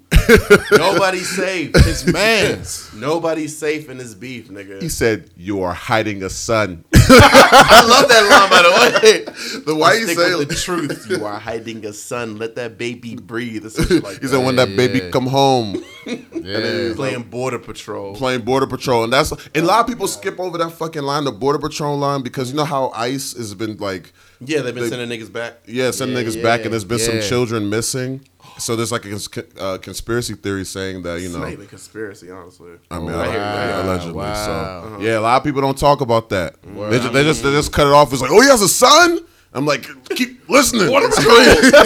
Speaker 1: Nobody's safe. His mans. Nobody's safe in this beef, nigga.
Speaker 2: He said, "You are hiding a son."
Speaker 1: I love that line, by the way.
Speaker 2: the why you
Speaker 1: Stick
Speaker 2: say?
Speaker 1: with the truth. You are hiding a son. Let that baby breathe. Or something like
Speaker 2: He
Speaker 1: that.
Speaker 2: said, "When that um, baby
Speaker 3: Yeah.
Speaker 2: come home,
Speaker 3: Yeah.
Speaker 1: playing border patrol.
Speaker 2: playing Border Patrol," and that's and a lot of people skip over that fucking line, the Border Patrol line, because you know how ICE has been like,
Speaker 1: yeah, they've been
Speaker 2: They-
Speaker 1: sending niggas back.
Speaker 2: yeah, sending
Speaker 3: Yeah,
Speaker 2: niggas back,
Speaker 3: yeah,
Speaker 2: and there's been
Speaker 3: yeah.
Speaker 2: some children missing. So there's like a cons- uh, conspiracy theory saying that you
Speaker 1: It's
Speaker 2: know
Speaker 1: not even conspiracy, honestly.
Speaker 2: I mean,
Speaker 1: I hear
Speaker 2: I-
Speaker 1: you.
Speaker 2: allegedly.
Speaker 3: Wow.
Speaker 2: So yeah, a lot of people don't talk about that. They just, they just they just cut it off. It's like, oh, he has a son. I'm like, keep listening.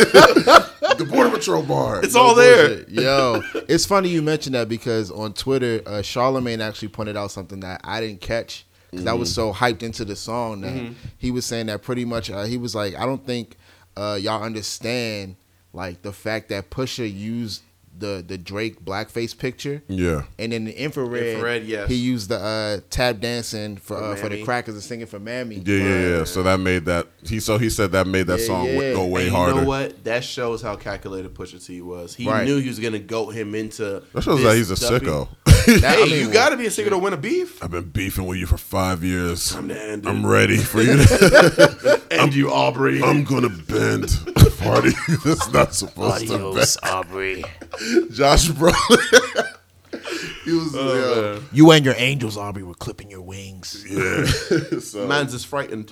Speaker 2: the border patrol bar.
Speaker 1: It's all there.
Speaker 3: Bullshit. Yo, it's funny you mentioned that because on Twitter, uh, Charlemagne actually pointed out something that I didn't catch because I was
Speaker 2: Mm-hmm.
Speaker 3: so hyped into the song that he was saying that pretty much uh, he was like, I don't think uh, y'all understand like the fact that Pusha used the the Drake blackface picture.
Speaker 2: Yeah.
Speaker 3: And in the infrared,
Speaker 1: Infrared, yes.
Speaker 3: he used the uh, tab dancing for
Speaker 1: For
Speaker 3: uh, for the
Speaker 1: Mammy.
Speaker 3: crackers and singing for Mammy.
Speaker 2: Yeah, yeah, yeah. So that made that he so he said that made that
Speaker 3: Yeah,
Speaker 2: song
Speaker 3: yeah.
Speaker 2: w go way
Speaker 1: and you
Speaker 2: harder.
Speaker 1: know what? That shows how calculated Pusha T was. He
Speaker 3: Right.
Speaker 1: knew he was gonna goat him into.
Speaker 2: That shows
Speaker 1: this
Speaker 2: that he's a
Speaker 1: stuff he-
Speaker 2: sicko.
Speaker 3: That-
Speaker 1: Hey,
Speaker 3: I mean,
Speaker 1: you gotta be a sicko to win a beef.
Speaker 2: I've been beefing with you for five years.
Speaker 1: Time to end it.
Speaker 2: I'm ready for you. To,
Speaker 1: And you, Aubrey.
Speaker 2: I'm gonna bend. Party. That's not supposed to bend.
Speaker 3: Aubrey.
Speaker 2: Josh Brolin. he was
Speaker 1: Oh,
Speaker 2: yeah.
Speaker 3: You and your angels, Aubrey, were clipping your wings.
Speaker 2: Yeah. so,
Speaker 1: Man's just frightened.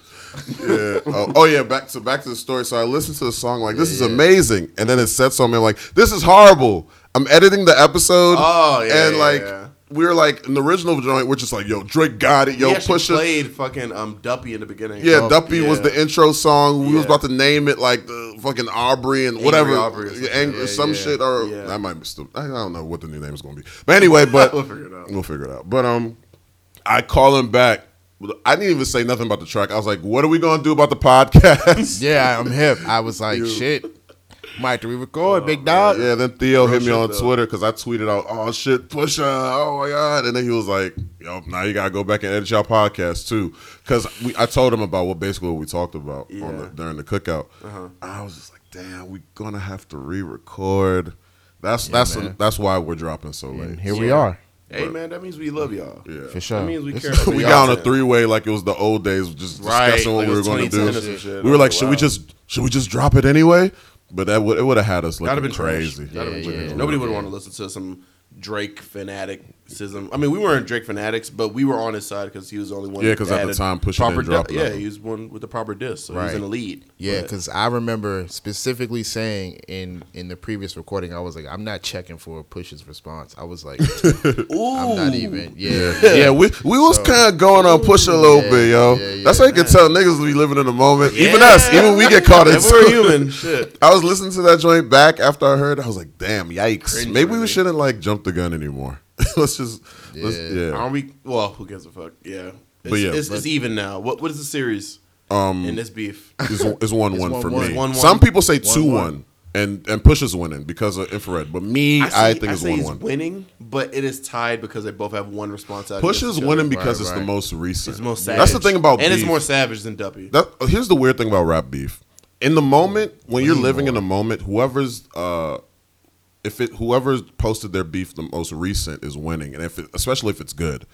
Speaker 2: yeah. Oh, oh, yeah. Back to back to the story. So I listened to the song like this is amazing, and then it said something like this is horrible. I'm editing the episode.
Speaker 1: Oh, yeah,
Speaker 2: And
Speaker 1: yeah,
Speaker 2: like
Speaker 1: yeah.
Speaker 2: we were like in the original joint, we're just like yo Drake got it,
Speaker 1: Yo,
Speaker 2: yo
Speaker 1: he actually
Speaker 2: push it.
Speaker 1: played fucking um Duppy in the beginning.
Speaker 2: Yeah,
Speaker 1: Oh,
Speaker 2: Duppy was
Speaker 1: yeah.
Speaker 2: the intro song. We was
Speaker 1: Yeah.
Speaker 2: about to name it like the fucking Aubrey and whatever,
Speaker 1: Aubrey or something.
Speaker 2: Yeah, Angry,
Speaker 1: Yeah,
Speaker 2: some
Speaker 1: yeah.
Speaker 2: shit or
Speaker 1: Yeah.
Speaker 2: I might be still. I don't know what the new name is going to be. But anyway, but
Speaker 1: We'll figure it out.
Speaker 2: We'll figure it out. But um, I call him back. I didn't even say nothing about the track. I was like, "What are we going to do about the podcast?"
Speaker 3: Yeah, I'm hip. I was like, shit. Might have to re-record, big dog.
Speaker 2: Yeah, then Theo hit me
Speaker 1: shit,
Speaker 2: on
Speaker 1: though.
Speaker 2: Twitter because I tweeted out, "Oh shit, Pusha! Oh my god!" And then he was like, "Yo, now you gotta go back and edit your podcast too," because I told him about what basically what we talked about on the,
Speaker 1: Yeah. Uh-huh.
Speaker 2: during the cookout. I was just like, "Damn, we gonna have to re-record." That's that's
Speaker 3: man.
Speaker 2: that's why we're dropping so late.
Speaker 3: And here we
Speaker 1: Yeah.
Speaker 3: are.
Speaker 1: Hey man, that means we love y'all.
Speaker 2: Yeah.
Speaker 3: for sure.
Speaker 1: That means we
Speaker 3: This
Speaker 1: care.
Speaker 3: is-
Speaker 1: for
Speaker 2: we
Speaker 1: y'all
Speaker 2: got on a
Speaker 1: too.
Speaker 2: three way like it was the old days, just
Speaker 1: Right,
Speaker 2: discussing what
Speaker 1: like it
Speaker 2: we were
Speaker 1: was
Speaker 2: going to
Speaker 1: 2010
Speaker 2: do.
Speaker 1: or some shit.
Speaker 2: We were like,
Speaker 1: Wow.
Speaker 2: should we just should we just drop it anyway? But that would it would have had us
Speaker 1: That'd have
Speaker 2: looking
Speaker 1: been
Speaker 2: crazy.
Speaker 1: That'd have been
Speaker 3: Yeah,
Speaker 1: trash.
Speaker 3: yeah.
Speaker 1: Nobody would want to listen to some Drake fanaticism. I mean, we weren't Drake fanatics, but we were on his side because he was the only one.
Speaker 2: Yeah,
Speaker 1: that
Speaker 2: 'cause at the
Speaker 1: added
Speaker 2: time, Pusha
Speaker 1: proper
Speaker 2: didn't drop
Speaker 1: di- yeah,
Speaker 2: nothing.
Speaker 1: he was one with the proper disc, so he was
Speaker 3: Right.
Speaker 1: in the lead.
Speaker 3: Yeah,
Speaker 1: But-
Speaker 3: because I remember specifically saying in in the previous recording, I was like, I'm not checking for Push's response. I was like, I'm not even. Yeah, yeah.
Speaker 2: Yeah, we we was kind of going on push a little
Speaker 3: Yeah,
Speaker 2: bit, yo.
Speaker 3: yeah, yeah.
Speaker 2: That's how you can tell niggas we living in the moment. Even
Speaker 1: Yeah.
Speaker 2: us, even we get caught in.
Speaker 1: if we're human, shit.
Speaker 2: I was listening to that joint back after I heard. it. I was like, damn, yikes.
Speaker 1: Cringe
Speaker 2: Maybe we
Speaker 1: worthy.
Speaker 2: shouldn't like jump the gun anymore. let's just, yeah. Let's,
Speaker 3: Yeah.
Speaker 2: yeah.
Speaker 1: Are we? Well, who gives a fuck? Yeah, it's,
Speaker 2: But yeah, Um,
Speaker 1: it's,
Speaker 2: but-
Speaker 1: it's even now. What what is the series in this beef?
Speaker 2: is is one
Speaker 3: It's
Speaker 2: one for
Speaker 3: one-one.
Speaker 2: me.
Speaker 1: One-one.
Speaker 2: Some people say
Speaker 3: One-one.
Speaker 2: two one, and and push is winning because of infrared. But me, I,
Speaker 1: see-
Speaker 2: think it's
Speaker 1: say
Speaker 2: one
Speaker 1: he's
Speaker 2: one.
Speaker 1: winning, but it is tied because they both have one response out.
Speaker 2: Push
Speaker 1: against each
Speaker 2: is
Speaker 1: other.
Speaker 2: winning because
Speaker 3: Right,
Speaker 2: it's the
Speaker 3: right.
Speaker 2: most recent.
Speaker 1: It's the most savage.
Speaker 2: That's the thing about
Speaker 1: and it's
Speaker 2: beef.
Speaker 1: more savage than Duppy.
Speaker 2: That here's the weird thing about rap beef. In the moment, when you're living in the moment, whoever's uh, if it whoever's posted their beef the most recent is winning, and if it, especially if it's good.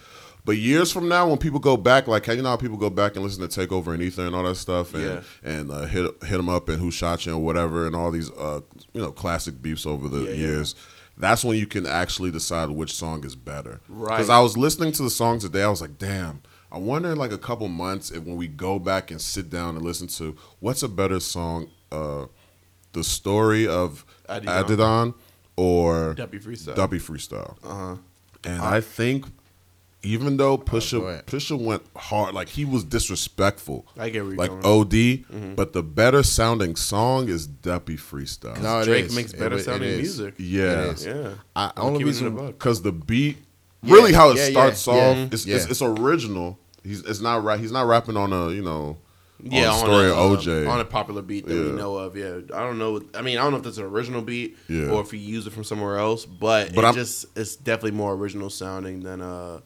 Speaker 2: But years from now, when people go back, like you know how people go back and listen to Takeover and Ether and all that stuff, and
Speaker 1: Yeah.
Speaker 2: and uh, hit hit them up and who shot you and whatever, and all these uh, you know classic beefs over the
Speaker 1: Yeah, yeah.
Speaker 2: years. That's when you can actually decide which song is better.
Speaker 1: Right.
Speaker 2: Because I was listening to the song today, I was like, damn. I wonder, in like a couple months, if when we go back and sit down and listen to what's a better song, uh, the story of
Speaker 1: Adidon.
Speaker 2: Adidon or
Speaker 1: Duppy freestyle.
Speaker 2: Duppy Freestyle. Uh-huh. And I think, even though Pusha
Speaker 3: go ahead.
Speaker 2: Pusha went hard, like he was disrespectful,
Speaker 1: I get where you're
Speaker 2: like oh,
Speaker 1: going.
Speaker 2: OD, but the better sounding song is Duppy Freestyle.
Speaker 3: No, it
Speaker 1: Drake
Speaker 3: is.
Speaker 1: makes
Speaker 3: It
Speaker 1: better
Speaker 3: wa- it
Speaker 1: sounding
Speaker 3: is.
Speaker 1: music.
Speaker 2: Yeah,
Speaker 3: It is.
Speaker 1: Yeah.
Speaker 3: I,
Speaker 1: I'm
Speaker 3: only
Speaker 1: keeping it a
Speaker 3: reason
Speaker 1: buck.
Speaker 2: because the beat, really how it
Speaker 3: yeah, yeah,
Speaker 2: starts
Speaker 3: yeah,
Speaker 2: off,
Speaker 3: yeah.
Speaker 1: Mm-hmm.
Speaker 2: It's,
Speaker 3: Yeah.
Speaker 2: it's it's original. He's it's not right. He's not rapping on a you know,
Speaker 1: Yeah,
Speaker 2: on
Speaker 1: on
Speaker 2: the story
Speaker 1: a,
Speaker 2: of
Speaker 1: uh,
Speaker 2: OJ.
Speaker 1: on a popular beat that we
Speaker 2: Yeah.
Speaker 1: know of. Yeah, I don't know. I mean, I don't know if that's an original beat
Speaker 2: Yeah.
Speaker 1: or if you use it from somewhere else, but,
Speaker 2: But
Speaker 1: it
Speaker 2: I'm-
Speaker 1: just it's definitely more original sounding than uh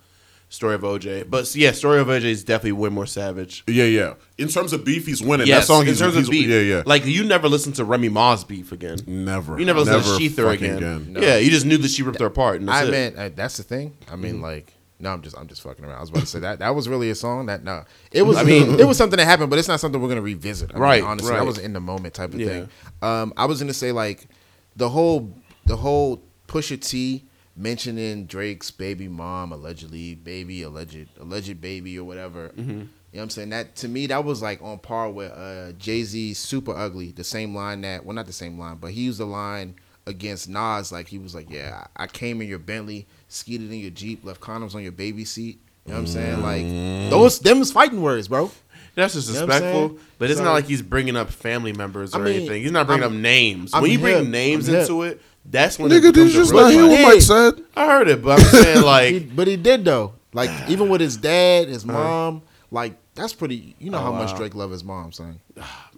Speaker 1: story of OJ. But yeah, story of OJ is definitely way more savage.
Speaker 2: yeah, yeah. In terms of beef, he's winning.
Speaker 1: Yes,
Speaker 2: that song,
Speaker 1: in
Speaker 2: he's,
Speaker 1: terms
Speaker 2: he's,
Speaker 1: of beat,
Speaker 2: yeah, yeah.
Speaker 1: Like you never listened to Remy Ma's beef again.
Speaker 2: never,
Speaker 1: You never listened
Speaker 2: Never
Speaker 1: to Sheether
Speaker 2: fucking
Speaker 1: again. Yeah, you just knew that she ripped her apart. And that's
Speaker 3: I
Speaker 1: it. Mm-hmm.
Speaker 3: meant uh, that's the thing. I mean, like, no, I'm just I'm just fucking around. I was about to say that that was really a song that no, it was. I mean, it was something that happened, but it's not something we're gonna revisit. I mean,
Speaker 1: Right,
Speaker 3: honestly,
Speaker 1: right.
Speaker 3: that was in the moment type of
Speaker 1: Yeah.
Speaker 3: thing. Um, I was gonna say like the whole the whole Pusha T mentioning Drake's baby mom allegedly baby alleged alleged baby or whatever. You know what I'm saying? That to me that was like on par with uh, Jay Z super ugly. The same line that well not the same line, but he used the line against Nas like he was like yeah I I came in your Bentley, skeeted in your Jeep, left condoms on your baby seat. You know what I'm saying? Like those them is fighting words, bro.
Speaker 1: That's just
Speaker 3: You know what I'm
Speaker 1: respectful,
Speaker 3: saying?
Speaker 1: but it's
Speaker 3: So-
Speaker 1: not like he's bringing up family members
Speaker 3: I
Speaker 1: or
Speaker 3: mean,
Speaker 1: anything. He's not bringing
Speaker 3: I'm-
Speaker 1: up names.
Speaker 3: I'm
Speaker 1: when you
Speaker 3: hip.
Speaker 1: bring names
Speaker 3: I'm hip.
Speaker 1: into it, that's when
Speaker 2: Nigga,
Speaker 1: it
Speaker 2: did you
Speaker 1: becomes a
Speaker 2: just
Speaker 1: real
Speaker 2: not hear
Speaker 1: fight.
Speaker 2: what
Speaker 3: fight.
Speaker 2: Mike said?
Speaker 1: I heard it, but I'm saying
Speaker 3: He-
Speaker 1: like,
Speaker 3: but he did though. Like even with his dad, his mom, like that's pretty.
Speaker 2: Oh,
Speaker 3: You know how much Drake loved his mom, son.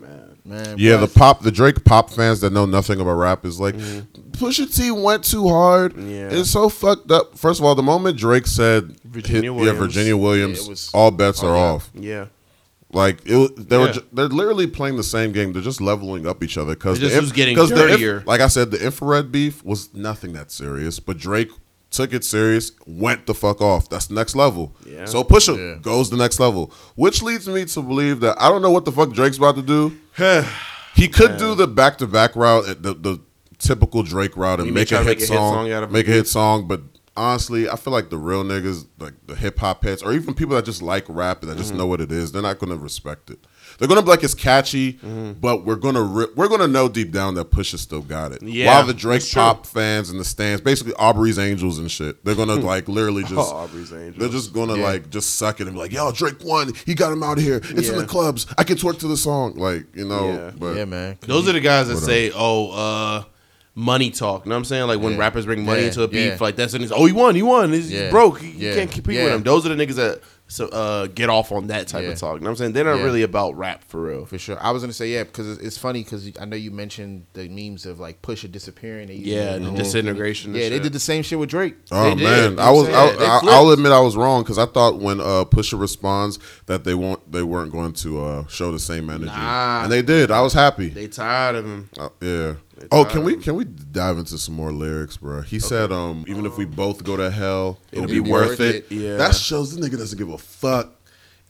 Speaker 1: man,
Speaker 3: Man,
Speaker 2: Ah, Yeah, the
Speaker 3: bruh.
Speaker 2: pop, the Drake pop fans that know nothing about rap is like, Pusha T went too hard.
Speaker 1: Mm-hmm. Yeah.
Speaker 2: It's so fucked up. First of all, the moment Drake said
Speaker 1: Virginia
Speaker 2: yeah,
Speaker 1: Williams.
Speaker 2: Virginia Williams,
Speaker 3: Yeah, it was-
Speaker 2: all bets are
Speaker 3: yeah.
Speaker 2: off.
Speaker 1: yeah,
Speaker 2: Like it, was- they were,
Speaker 1: Yeah.
Speaker 2: ju- they're literally playing the same game. They're just leveling up each other because
Speaker 1: It's just who's getting dirtier.
Speaker 2: like I said, the infrared beef was nothing that serious, but Drake took it serious, went the fuck off. That's next level.
Speaker 1: Yeah.
Speaker 2: So Pusha
Speaker 3: Yeah.
Speaker 2: goes the next level, which leads me to believe that I don't know what the fuck Drake's about to do. he could do the back to back route, uh, the the typical Drake route, and
Speaker 1: You mean
Speaker 2: make a,
Speaker 1: try to
Speaker 2: hit
Speaker 1: make a hit
Speaker 2: song,
Speaker 1: song out of-
Speaker 2: make a hit song, but. Honestly, I feel like the real niggas, like the hip hop heads, or even people that just like rap and that
Speaker 1: Mm-hmm.
Speaker 2: just know what it is, they're not gonna respect it. They're gonna be like it's catchy,
Speaker 1: Mm-hmm.
Speaker 2: but we're gonna re- we're gonna know deep down that Pusha still got it.
Speaker 1: Yeah,
Speaker 2: While the Drake
Speaker 1: that's true.
Speaker 2: pop fans in the stands, basically Aubrey's Angels and shit, they're gonna like literally just
Speaker 1: Aubrey's Angels.
Speaker 2: They're just gonna
Speaker 3: Yeah.
Speaker 2: like just suck it and be like, "Yo, Drake won. He got him out of here. It's in
Speaker 1: Yeah.
Speaker 2: the clubs. I can twerk to the song." Like you know,
Speaker 1: Yeah.
Speaker 2: but
Speaker 3: yeah, man.
Speaker 1: those are the guys that say, "Oh, uh, money talk." You know what I'm saying? Like when
Speaker 3: Yeah.
Speaker 1: rappers bring money
Speaker 3: Yeah,
Speaker 1: into a beef,
Speaker 3: yeah.
Speaker 1: like that's when it's, "Oh, he won, he won. He's, he's
Speaker 3: Yeah.
Speaker 1: broke. You
Speaker 3: Yeah.
Speaker 1: can't compete with
Speaker 3: Yeah.
Speaker 1: him." Those are the niggas that so uh, get off on that type
Speaker 3: Yeah.
Speaker 1: of talk. You know what I'm saying? They're not
Speaker 3: Yeah.
Speaker 1: really about rap for real.
Speaker 3: for sure. I was gonna say yeah because it's, it's funny because I know you mentioned the memes of like Pusha disappearing. And
Speaker 1: Yeah, the disintegration. and
Speaker 3: yeah, they
Speaker 1: shit.
Speaker 3: did the same shit with Drake.
Speaker 2: Oh
Speaker 3: They did,
Speaker 2: man,
Speaker 3: you know
Speaker 2: I
Speaker 3: what
Speaker 2: was
Speaker 3: I'm
Speaker 2: I,
Speaker 3: saying?
Speaker 2: I,
Speaker 1: flipped.
Speaker 2: I'll admit I was wrong because I thought when uh, Pusha responds that they won't they weren't going to uh, show the same energy,
Speaker 1: Nah.
Speaker 2: and they did. I was happy.
Speaker 1: They tired of him.
Speaker 2: Uh, yeah, Oh, can we can we dive into some more lyrics, bro? He said, um, even if we both go to hell, it'll, be, worth it.
Speaker 1: Yeah.
Speaker 2: That shows this nigga doesn't give a fuck.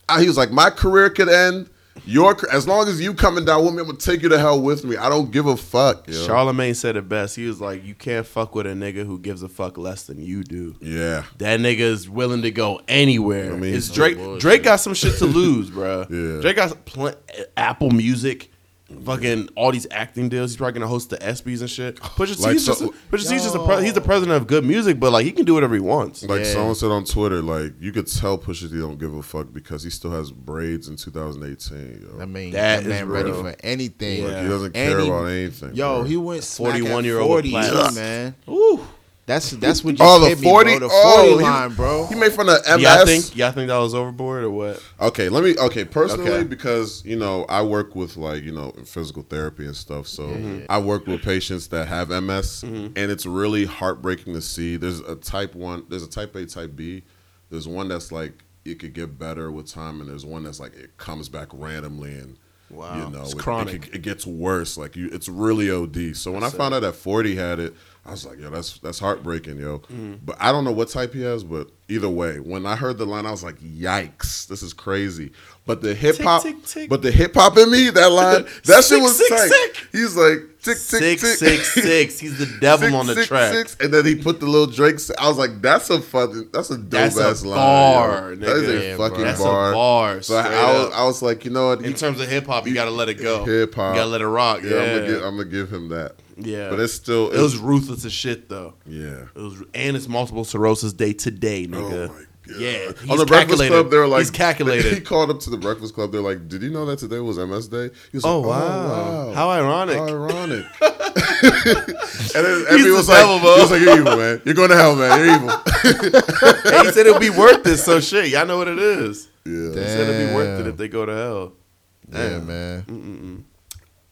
Speaker 2: I, he was like, my career could end. Your ca- as long as you coming down with me, I'm gonna take you to hell with me. I don't give a fuck. yo.
Speaker 1: Charlemagne said it best. He was like, "You can't fuck with a nigga who gives a fuck less than you do."
Speaker 2: yeah,
Speaker 1: That nigga is willing to go anywhere.
Speaker 2: I mean,
Speaker 1: it's
Speaker 2: so
Speaker 1: Drake.
Speaker 3: bullshit.
Speaker 1: Drake got some shit to lose, bro.
Speaker 2: Yeah.
Speaker 1: Drake got pl- Apple Music, fucking all these acting deals. He's probably gonna host the ESPYS and shit. Pusha
Speaker 2: Like,
Speaker 1: T's
Speaker 2: so-
Speaker 1: just Pusha T's just a pre- he's the president of good music, but like he can do whatever he wants.
Speaker 2: like
Speaker 3: Yeah.
Speaker 2: someone said on Twitter, like you could tell Pusha T don't give a fuck because he still has braids in 2018. Yo.
Speaker 3: I mean,
Speaker 1: That
Speaker 3: that,
Speaker 1: is
Speaker 3: man ready
Speaker 1: real.
Speaker 3: for anything.
Speaker 1: Yeah.
Speaker 2: Like, he doesn't
Speaker 3: And
Speaker 2: care
Speaker 3: he-
Speaker 2: about anything.
Speaker 3: Yo,
Speaker 2: bro.
Speaker 3: he went forty-one
Speaker 1: 41
Speaker 3: year
Speaker 1: year old with
Speaker 3: old
Speaker 1: platinum.
Speaker 3: man.
Speaker 1: Ooh.
Speaker 3: That's that's what just
Speaker 2: Oh, the
Speaker 3: hit
Speaker 2: 40?
Speaker 3: me, bro. The
Speaker 2: Oh,
Speaker 3: forty
Speaker 2: he-
Speaker 3: line, bro.
Speaker 2: he made fun of MS.
Speaker 1: Y'all think y'all think that was overboard or what?
Speaker 2: Okay, let me. Okay, personally,
Speaker 1: Okay.
Speaker 2: because you know, I work with like you know physical therapy and stuff. So I work with patients that have MS,
Speaker 3: Mm-hmm.
Speaker 2: and it's really heartbreaking to see. There's a type one. There's a type A, type B. There's one that's like it could get better with time, and there's one that's like it comes back randomly and.
Speaker 1: Wow.
Speaker 2: You know,
Speaker 1: It's
Speaker 2: it- it,
Speaker 1: chronic.
Speaker 2: could- it gets worse. Like you, it's really OD. So when I found out that Forty had it, I was like, yo, that's that's heartbreaking, yo.
Speaker 1: Mm-hmm.
Speaker 2: But I don't know what type he has, but either way, when I heard the line, I was like, yikes, this is crazy. But the hip hop,
Speaker 1: tick, tick.
Speaker 2: but the hip hop in me, that line, that shit
Speaker 1: Sick,
Speaker 2: was
Speaker 1: sick,
Speaker 2: tight.
Speaker 1: sick.
Speaker 2: He's like, tick, tick,
Speaker 1: Six
Speaker 2: tick.
Speaker 1: six six. He's the devil
Speaker 2: Six,
Speaker 1: on the
Speaker 2: six,
Speaker 1: track.
Speaker 2: six, and then he put the little Drake. s- I was like, "That's a fucking, that's a dope
Speaker 1: That's
Speaker 2: ass
Speaker 1: a
Speaker 2: line.
Speaker 1: bar,
Speaker 2: yo. That is
Speaker 1: nigga.
Speaker 2: a
Speaker 1: Yeah,
Speaker 2: fucking
Speaker 1: bro. That's a
Speaker 2: bar.
Speaker 1: bar,
Speaker 2: So I,
Speaker 1: straight
Speaker 2: I was,
Speaker 1: up.
Speaker 2: I was like, you know what?
Speaker 1: In terms of hip hop, you gotta let it go.
Speaker 2: Hip hop.
Speaker 1: You gotta let it rock. Yeah.
Speaker 2: yeah, I'm, gonna give, I'm gonna give him that.
Speaker 1: Yeah.
Speaker 2: but it's still,
Speaker 1: it was ruthless as shit though.
Speaker 2: yeah.
Speaker 1: It was, and it's multiple sclerosis day today, nigga.
Speaker 2: Oh my God.
Speaker 1: Yeah, he's
Speaker 2: on the Breakfast
Speaker 1: calculated.
Speaker 2: Club, they were like,
Speaker 1: he's calculated.
Speaker 2: He called up to the Breakfast Club. They're like, "Did you know that today was MS Day?" He was
Speaker 1: Oh,
Speaker 2: like,
Speaker 1: wow. How ironic."
Speaker 2: How ironic!" and then
Speaker 1: He's
Speaker 2: Effie
Speaker 1: the
Speaker 2: was like,
Speaker 1: devil,
Speaker 2: "He
Speaker 1: bro.
Speaker 2: was like, you're evil, man. You're going to hell, man. You're evil."
Speaker 1: Hey, he said it'll be worth it. So shit, y'all know what it is.
Speaker 2: yeah.
Speaker 1: He said it'll be worth it
Speaker 3: Damn.
Speaker 1: if they go to hell.
Speaker 3: Yeah, man.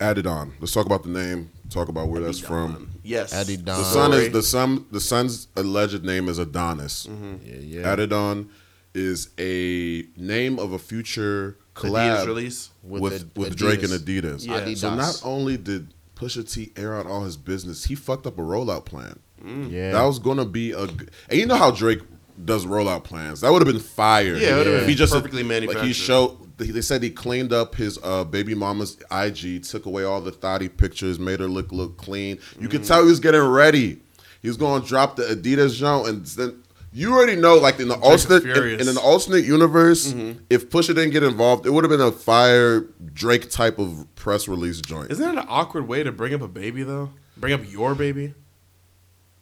Speaker 2: Added on. Let's talk about the name. Talk about where that's from.
Speaker 1: Yes,
Speaker 3: Eddie Don.
Speaker 2: The
Speaker 3: Uh,
Speaker 2: son
Speaker 1: Sorry.
Speaker 2: is the son. The son's alleged name is Adonis.
Speaker 1: Mm-hmm.
Speaker 3: Yeah, yeah.
Speaker 2: Added on is a name of a future
Speaker 1: Adidas
Speaker 2: collab
Speaker 1: release.
Speaker 2: with
Speaker 3: With
Speaker 2: with,
Speaker 3: Ad-
Speaker 2: Drake and
Speaker 3: Adidas.
Speaker 2: Adidas.
Speaker 1: Yeah.
Speaker 2: So
Speaker 3: Adidas.
Speaker 2: not only did Pusha T air out all his business, he fucked up a rollout plan.
Speaker 1: Mm-hmm.
Speaker 3: yeah.
Speaker 2: That was gonna be a, g- and you know how Drake does rollout plans. That would have been fire.
Speaker 1: Yeah, it would've
Speaker 2: If
Speaker 1: been
Speaker 2: he just
Speaker 1: perfectly
Speaker 2: Like he
Speaker 1: manufactured.
Speaker 2: showed. They they said he cleaned up his uh, baby mama's IG, took away all the thotty pictures, made her look look clean. You could tell he was getting ready. He was gonna drop the Adidas joint, and then you already know, like in the
Speaker 1: Drake's
Speaker 2: alternate in,
Speaker 1: furious. Mm-hmm.
Speaker 2: in an alternate universe, if Pusha didn't get involved, it would have been a fire Drake type of press release joint.
Speaker 1: Isn't that an awkward way to bring up a baby though? Bring up your baby.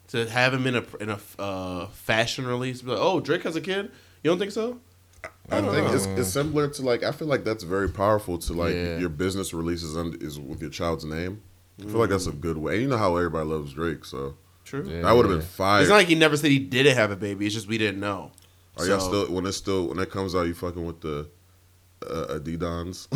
Speaker 1: To have him in a in a uh, fashion release, be like, oh, Drake has a kid. You don't think so?
Speaker 2: I think it's, it's similar to like I feel like that's very powerful to like
Speaker 3: Yeah.
Speaker 2: your business releases under, is with your child's name. I feel like that's a
Speaker 1: Mm-hmm.
Speaker 2: good way. And you know how everybody loves Drake, so
Speaker 1: True.
Speaker 3: Yeah.
Speaker 2: that would have been fire.
Speaker 1: It's not like he never said he didn't have a baby. It's just we didn't know.
Speaker 2: Are y'all
Speaker 1: So-
Speaker 2: still when it's still when it comes out? You fucking with the uh, Adidons?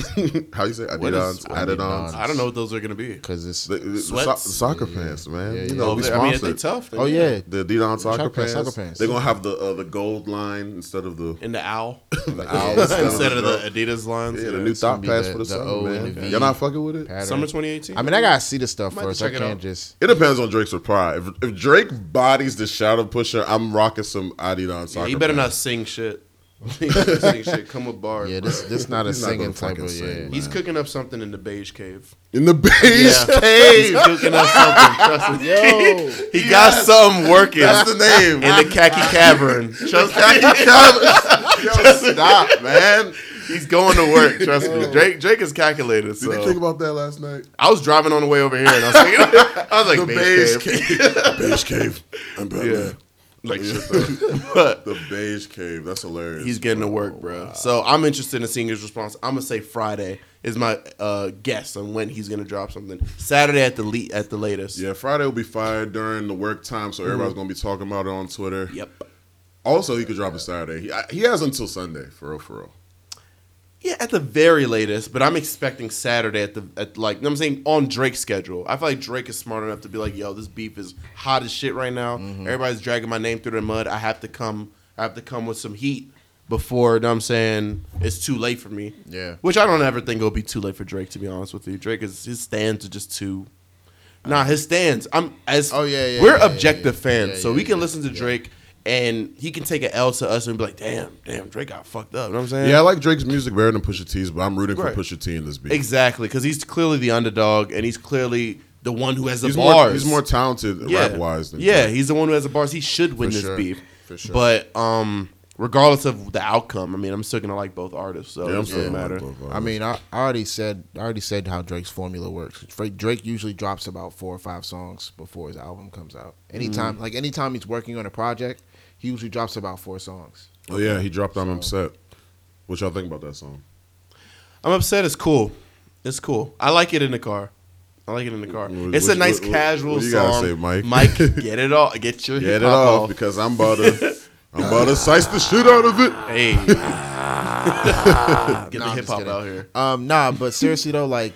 Speaker 2: how you say
Speaker 1: What is-
Speaker 2: Adidons? Adidons?
Speaker 3: Adidons?
Speaker 1: I don't know what those are gonna be.
Speaker 3: Cause it's
Speaker 2: The, the, the so-
Speaker 1: Sweats?
Speaker 2: soccer
Speaker 3: Yeah.
Speaker 2: pants, man.
Speaker 3: Yeah,
Speaker 2: You
Speaker 3: yeah.
Speaker 2: know
Speaker 1: Oh,
Speaker 2: we
Speaker 1: they- I mean, if
Speaker 2: sponsored
Speaker 1: they tough. They,
Speaker 3: oh yeah.
Speaker 2: the Adidon soccer,
Speaker 3: Soccer
Speaker 2: pants.
Speaker 3: pants, soccer pants.
Speaker 2: They're gonna have the uh, the gold line instead of the,
Speaker 1: in the owl
Speaker 2: the owl
Speaker 1: instead of the Adidas lines.
Speaker 2: yeah, the new
Speaker 3: gonna
Speaker 2: thought
Speaker 3: be
Speaker 2: pass
Speaker 3: the-
Speaker 2: for the,
Speaker 3: the
Speaker 2: summer,
Speaker 3: O
Speaker 2: man.
Speaker 3: and the V
Speaker 2: Y'all not fucking with it?
Speaker 3: pattern.
Speaker 1: summer 2018.
Speaker 3: I mean, I gotta see the stuff
Speaker 1: Might
Speaker 3: first. I
Speaker 1: check it
Speaker 3: can't
Speaker 1: out.
Speaker 3: just.
Speaker 2: It depends on Drake's reply. If, if Drake bodies the shadow pusher, I'm rocking some Adidas
Speaker 1: Yeah,
Speaker 2: soccer.
Speaker 1: he better not
Speaker 2: pants.
Speaker 1: sing shit. He better sing shit. Come with bars.
Speaker 3: Yeah,
Speaker 1: bro.
Speaker 3: this this not a
Speaker 2: He's not gonna
Speaker 3: singing type
Speaker 2: fucking
Speaker 3: of
Speaker 2: sing,
Speaker 3: yeah.
Speaker 2: man.
Speaker 1: He's cooking up something in the beige cave.
Speaker 2: in the beige
Speaker 1: Yeah. He's
Speaker 2: cave.
Speaker 1: cooking up something. Trust me.
Speaker 3: Yo,
Speaker 1: He got something working.
Speaker 2: That's the name.
Speaker 1: in the khaki cavern. Trust me.
Speaker 2: Yo, stop, man.
Speaker 1: He's going to work. Trust me. Drake Drake is calculated.
Speaker 2: Did you think
Speaker 1: So
Speaker 2: about that last night?
Speaker 1: I was driving on the way over here and I was thinking, I was like,
Speaker 2: The
Speaker 1: beige,
Speaker 2: beige
Speaker 1: cave.
Speaker 2: cave. beige cave. I'm
Speaker 1: Yeah.
Speaker 2: Batman.
Speaker 1: Like shit. though. But
Speaker 2: The beige cave. That's hilarious.
Speaker 1: He's getting to work, bro. So I'm interested in seeing his response. I'm gonna say Friday is my uh, guess on when he's gonna drop something. Saturday at the le- at the latest.
Speaker 2: yeah, Friday will be fired during the work time, so everybody's gonna be talking about it on Twitter.
Speaker 1: Mm-hmm. Yep.
Speaker 2: Also, he could drop it Saturday. He, I- he has until Sunday, for real, for real.
Speaker 1: Yeah, at the very latest, but I'm expecting Saturday at the at like you know what I'm saying on Drake's schedule. I feel like Drake is smart enough to be like, "Yo, this beef is hot as shit right now.
Speaker 3: Mm-hmm.
Speaker 1: Everybody's dragging my name through the mud. I have to come. I have to come with some heat before. You know what I'm saying it's too late for me.
Speaker 3: Yeah.
Speaker 1: which I don't ever think it'll be too late for Drake. To be honest with you, Drake is his stands are just too. Nah, his stands. I'm as
Speaker 3: Oh, yeah, yeah,
Speaker 1: We're
Speaker 3: yeah, yeah,
Speaker 1: objective
Speaker 3: yeah.
Speaker 1: fans,
Speaker 3: Yeah,
Speaker 1: so
Speaker 3: yeah,
Speaker 1: we can
Speaker 3: yeah,
Speaker 1: listen to
Speaker 3: yeah.
Speaker 1: Drake and he can take an L to us and be like, damn, damn, Drake got fucked up. You know what I'm saying?
Speaker 2: Yeah, I like Drake's music better than Pusha T's, but I'm rooting
Speaker 1: Right.
Speaker 2: for Pusha T in this beat.
Speaker 1: Exactly, because he's clearly the underdog, and he's clearly the one who has the
Speaker 2: He's
Speaker 1: bars.
Speaker 2: more, he's more talented
Speaker 1: yeah.
Speaker 2: rap wise than
Speaker 1: yeah,
Speaker 2: Drake.
Speaker 1: he's the one who has the bars. He should win
Speaker 2: For
Speaker 1: this
Speaker 2: sure.
Speaker 1: beef.
Speaker 2: For sure.
Speaker 1: But um, regardless of the outcome, I mean, I'm still gonna like both artists, so
Speaker 2: Yeah,
Speaker 1: it
Speaker 2: I'm
Speaker 1: doesn't
Speaker 2: still gonna like
Speaker 1: matter.
Speaker 2: both of
Speaker 3: I
Speaker 2: them.
Speaker 3: mean, I, I already said I already said how Drake's formula works. Fra- Drake usually drops about four or five songs before his album comes out. Anytime,
Speaker 2: Mm.
Speaker 3: like anytime he's working on a project, he usually drops about four songs.
Speaker 2: oh yeah, he dropped "I'm Upset." What y'all think about that song?
Speaker 1: I'm upset. It's cool. It's cool. I like it in the car. I like it in the car.
Speaker 2: What-
Speaker 1: it's
Speaker 2: what-
Speaker 1: a nice
Speaker 2: what- what-
Speaker 1: casual
Speaker 2: what you gotta
Speaker 1: song.
Speaker 2: say, Mike?
Speaker 1: Mike, get it all. Get your
Speaker 2: Get
Speaker 1: hip
Speaker 2: it
Speaker 1: hop
Speaker 2: off
Speaker 1: off.
Speaker 2: because I'm about to, I'm about to size the shit out of it.
Speaker 1: Hey, get
Speaker 3: Nah,
Speaker 1: the
Speaker 3: I'm
Speaker 1: hip
Speaker 3: just
Speaker 1: hop
Speaker 3: kidding.
Speaker 1: out here.
Speaker 3: Um, nah, but seriously though, like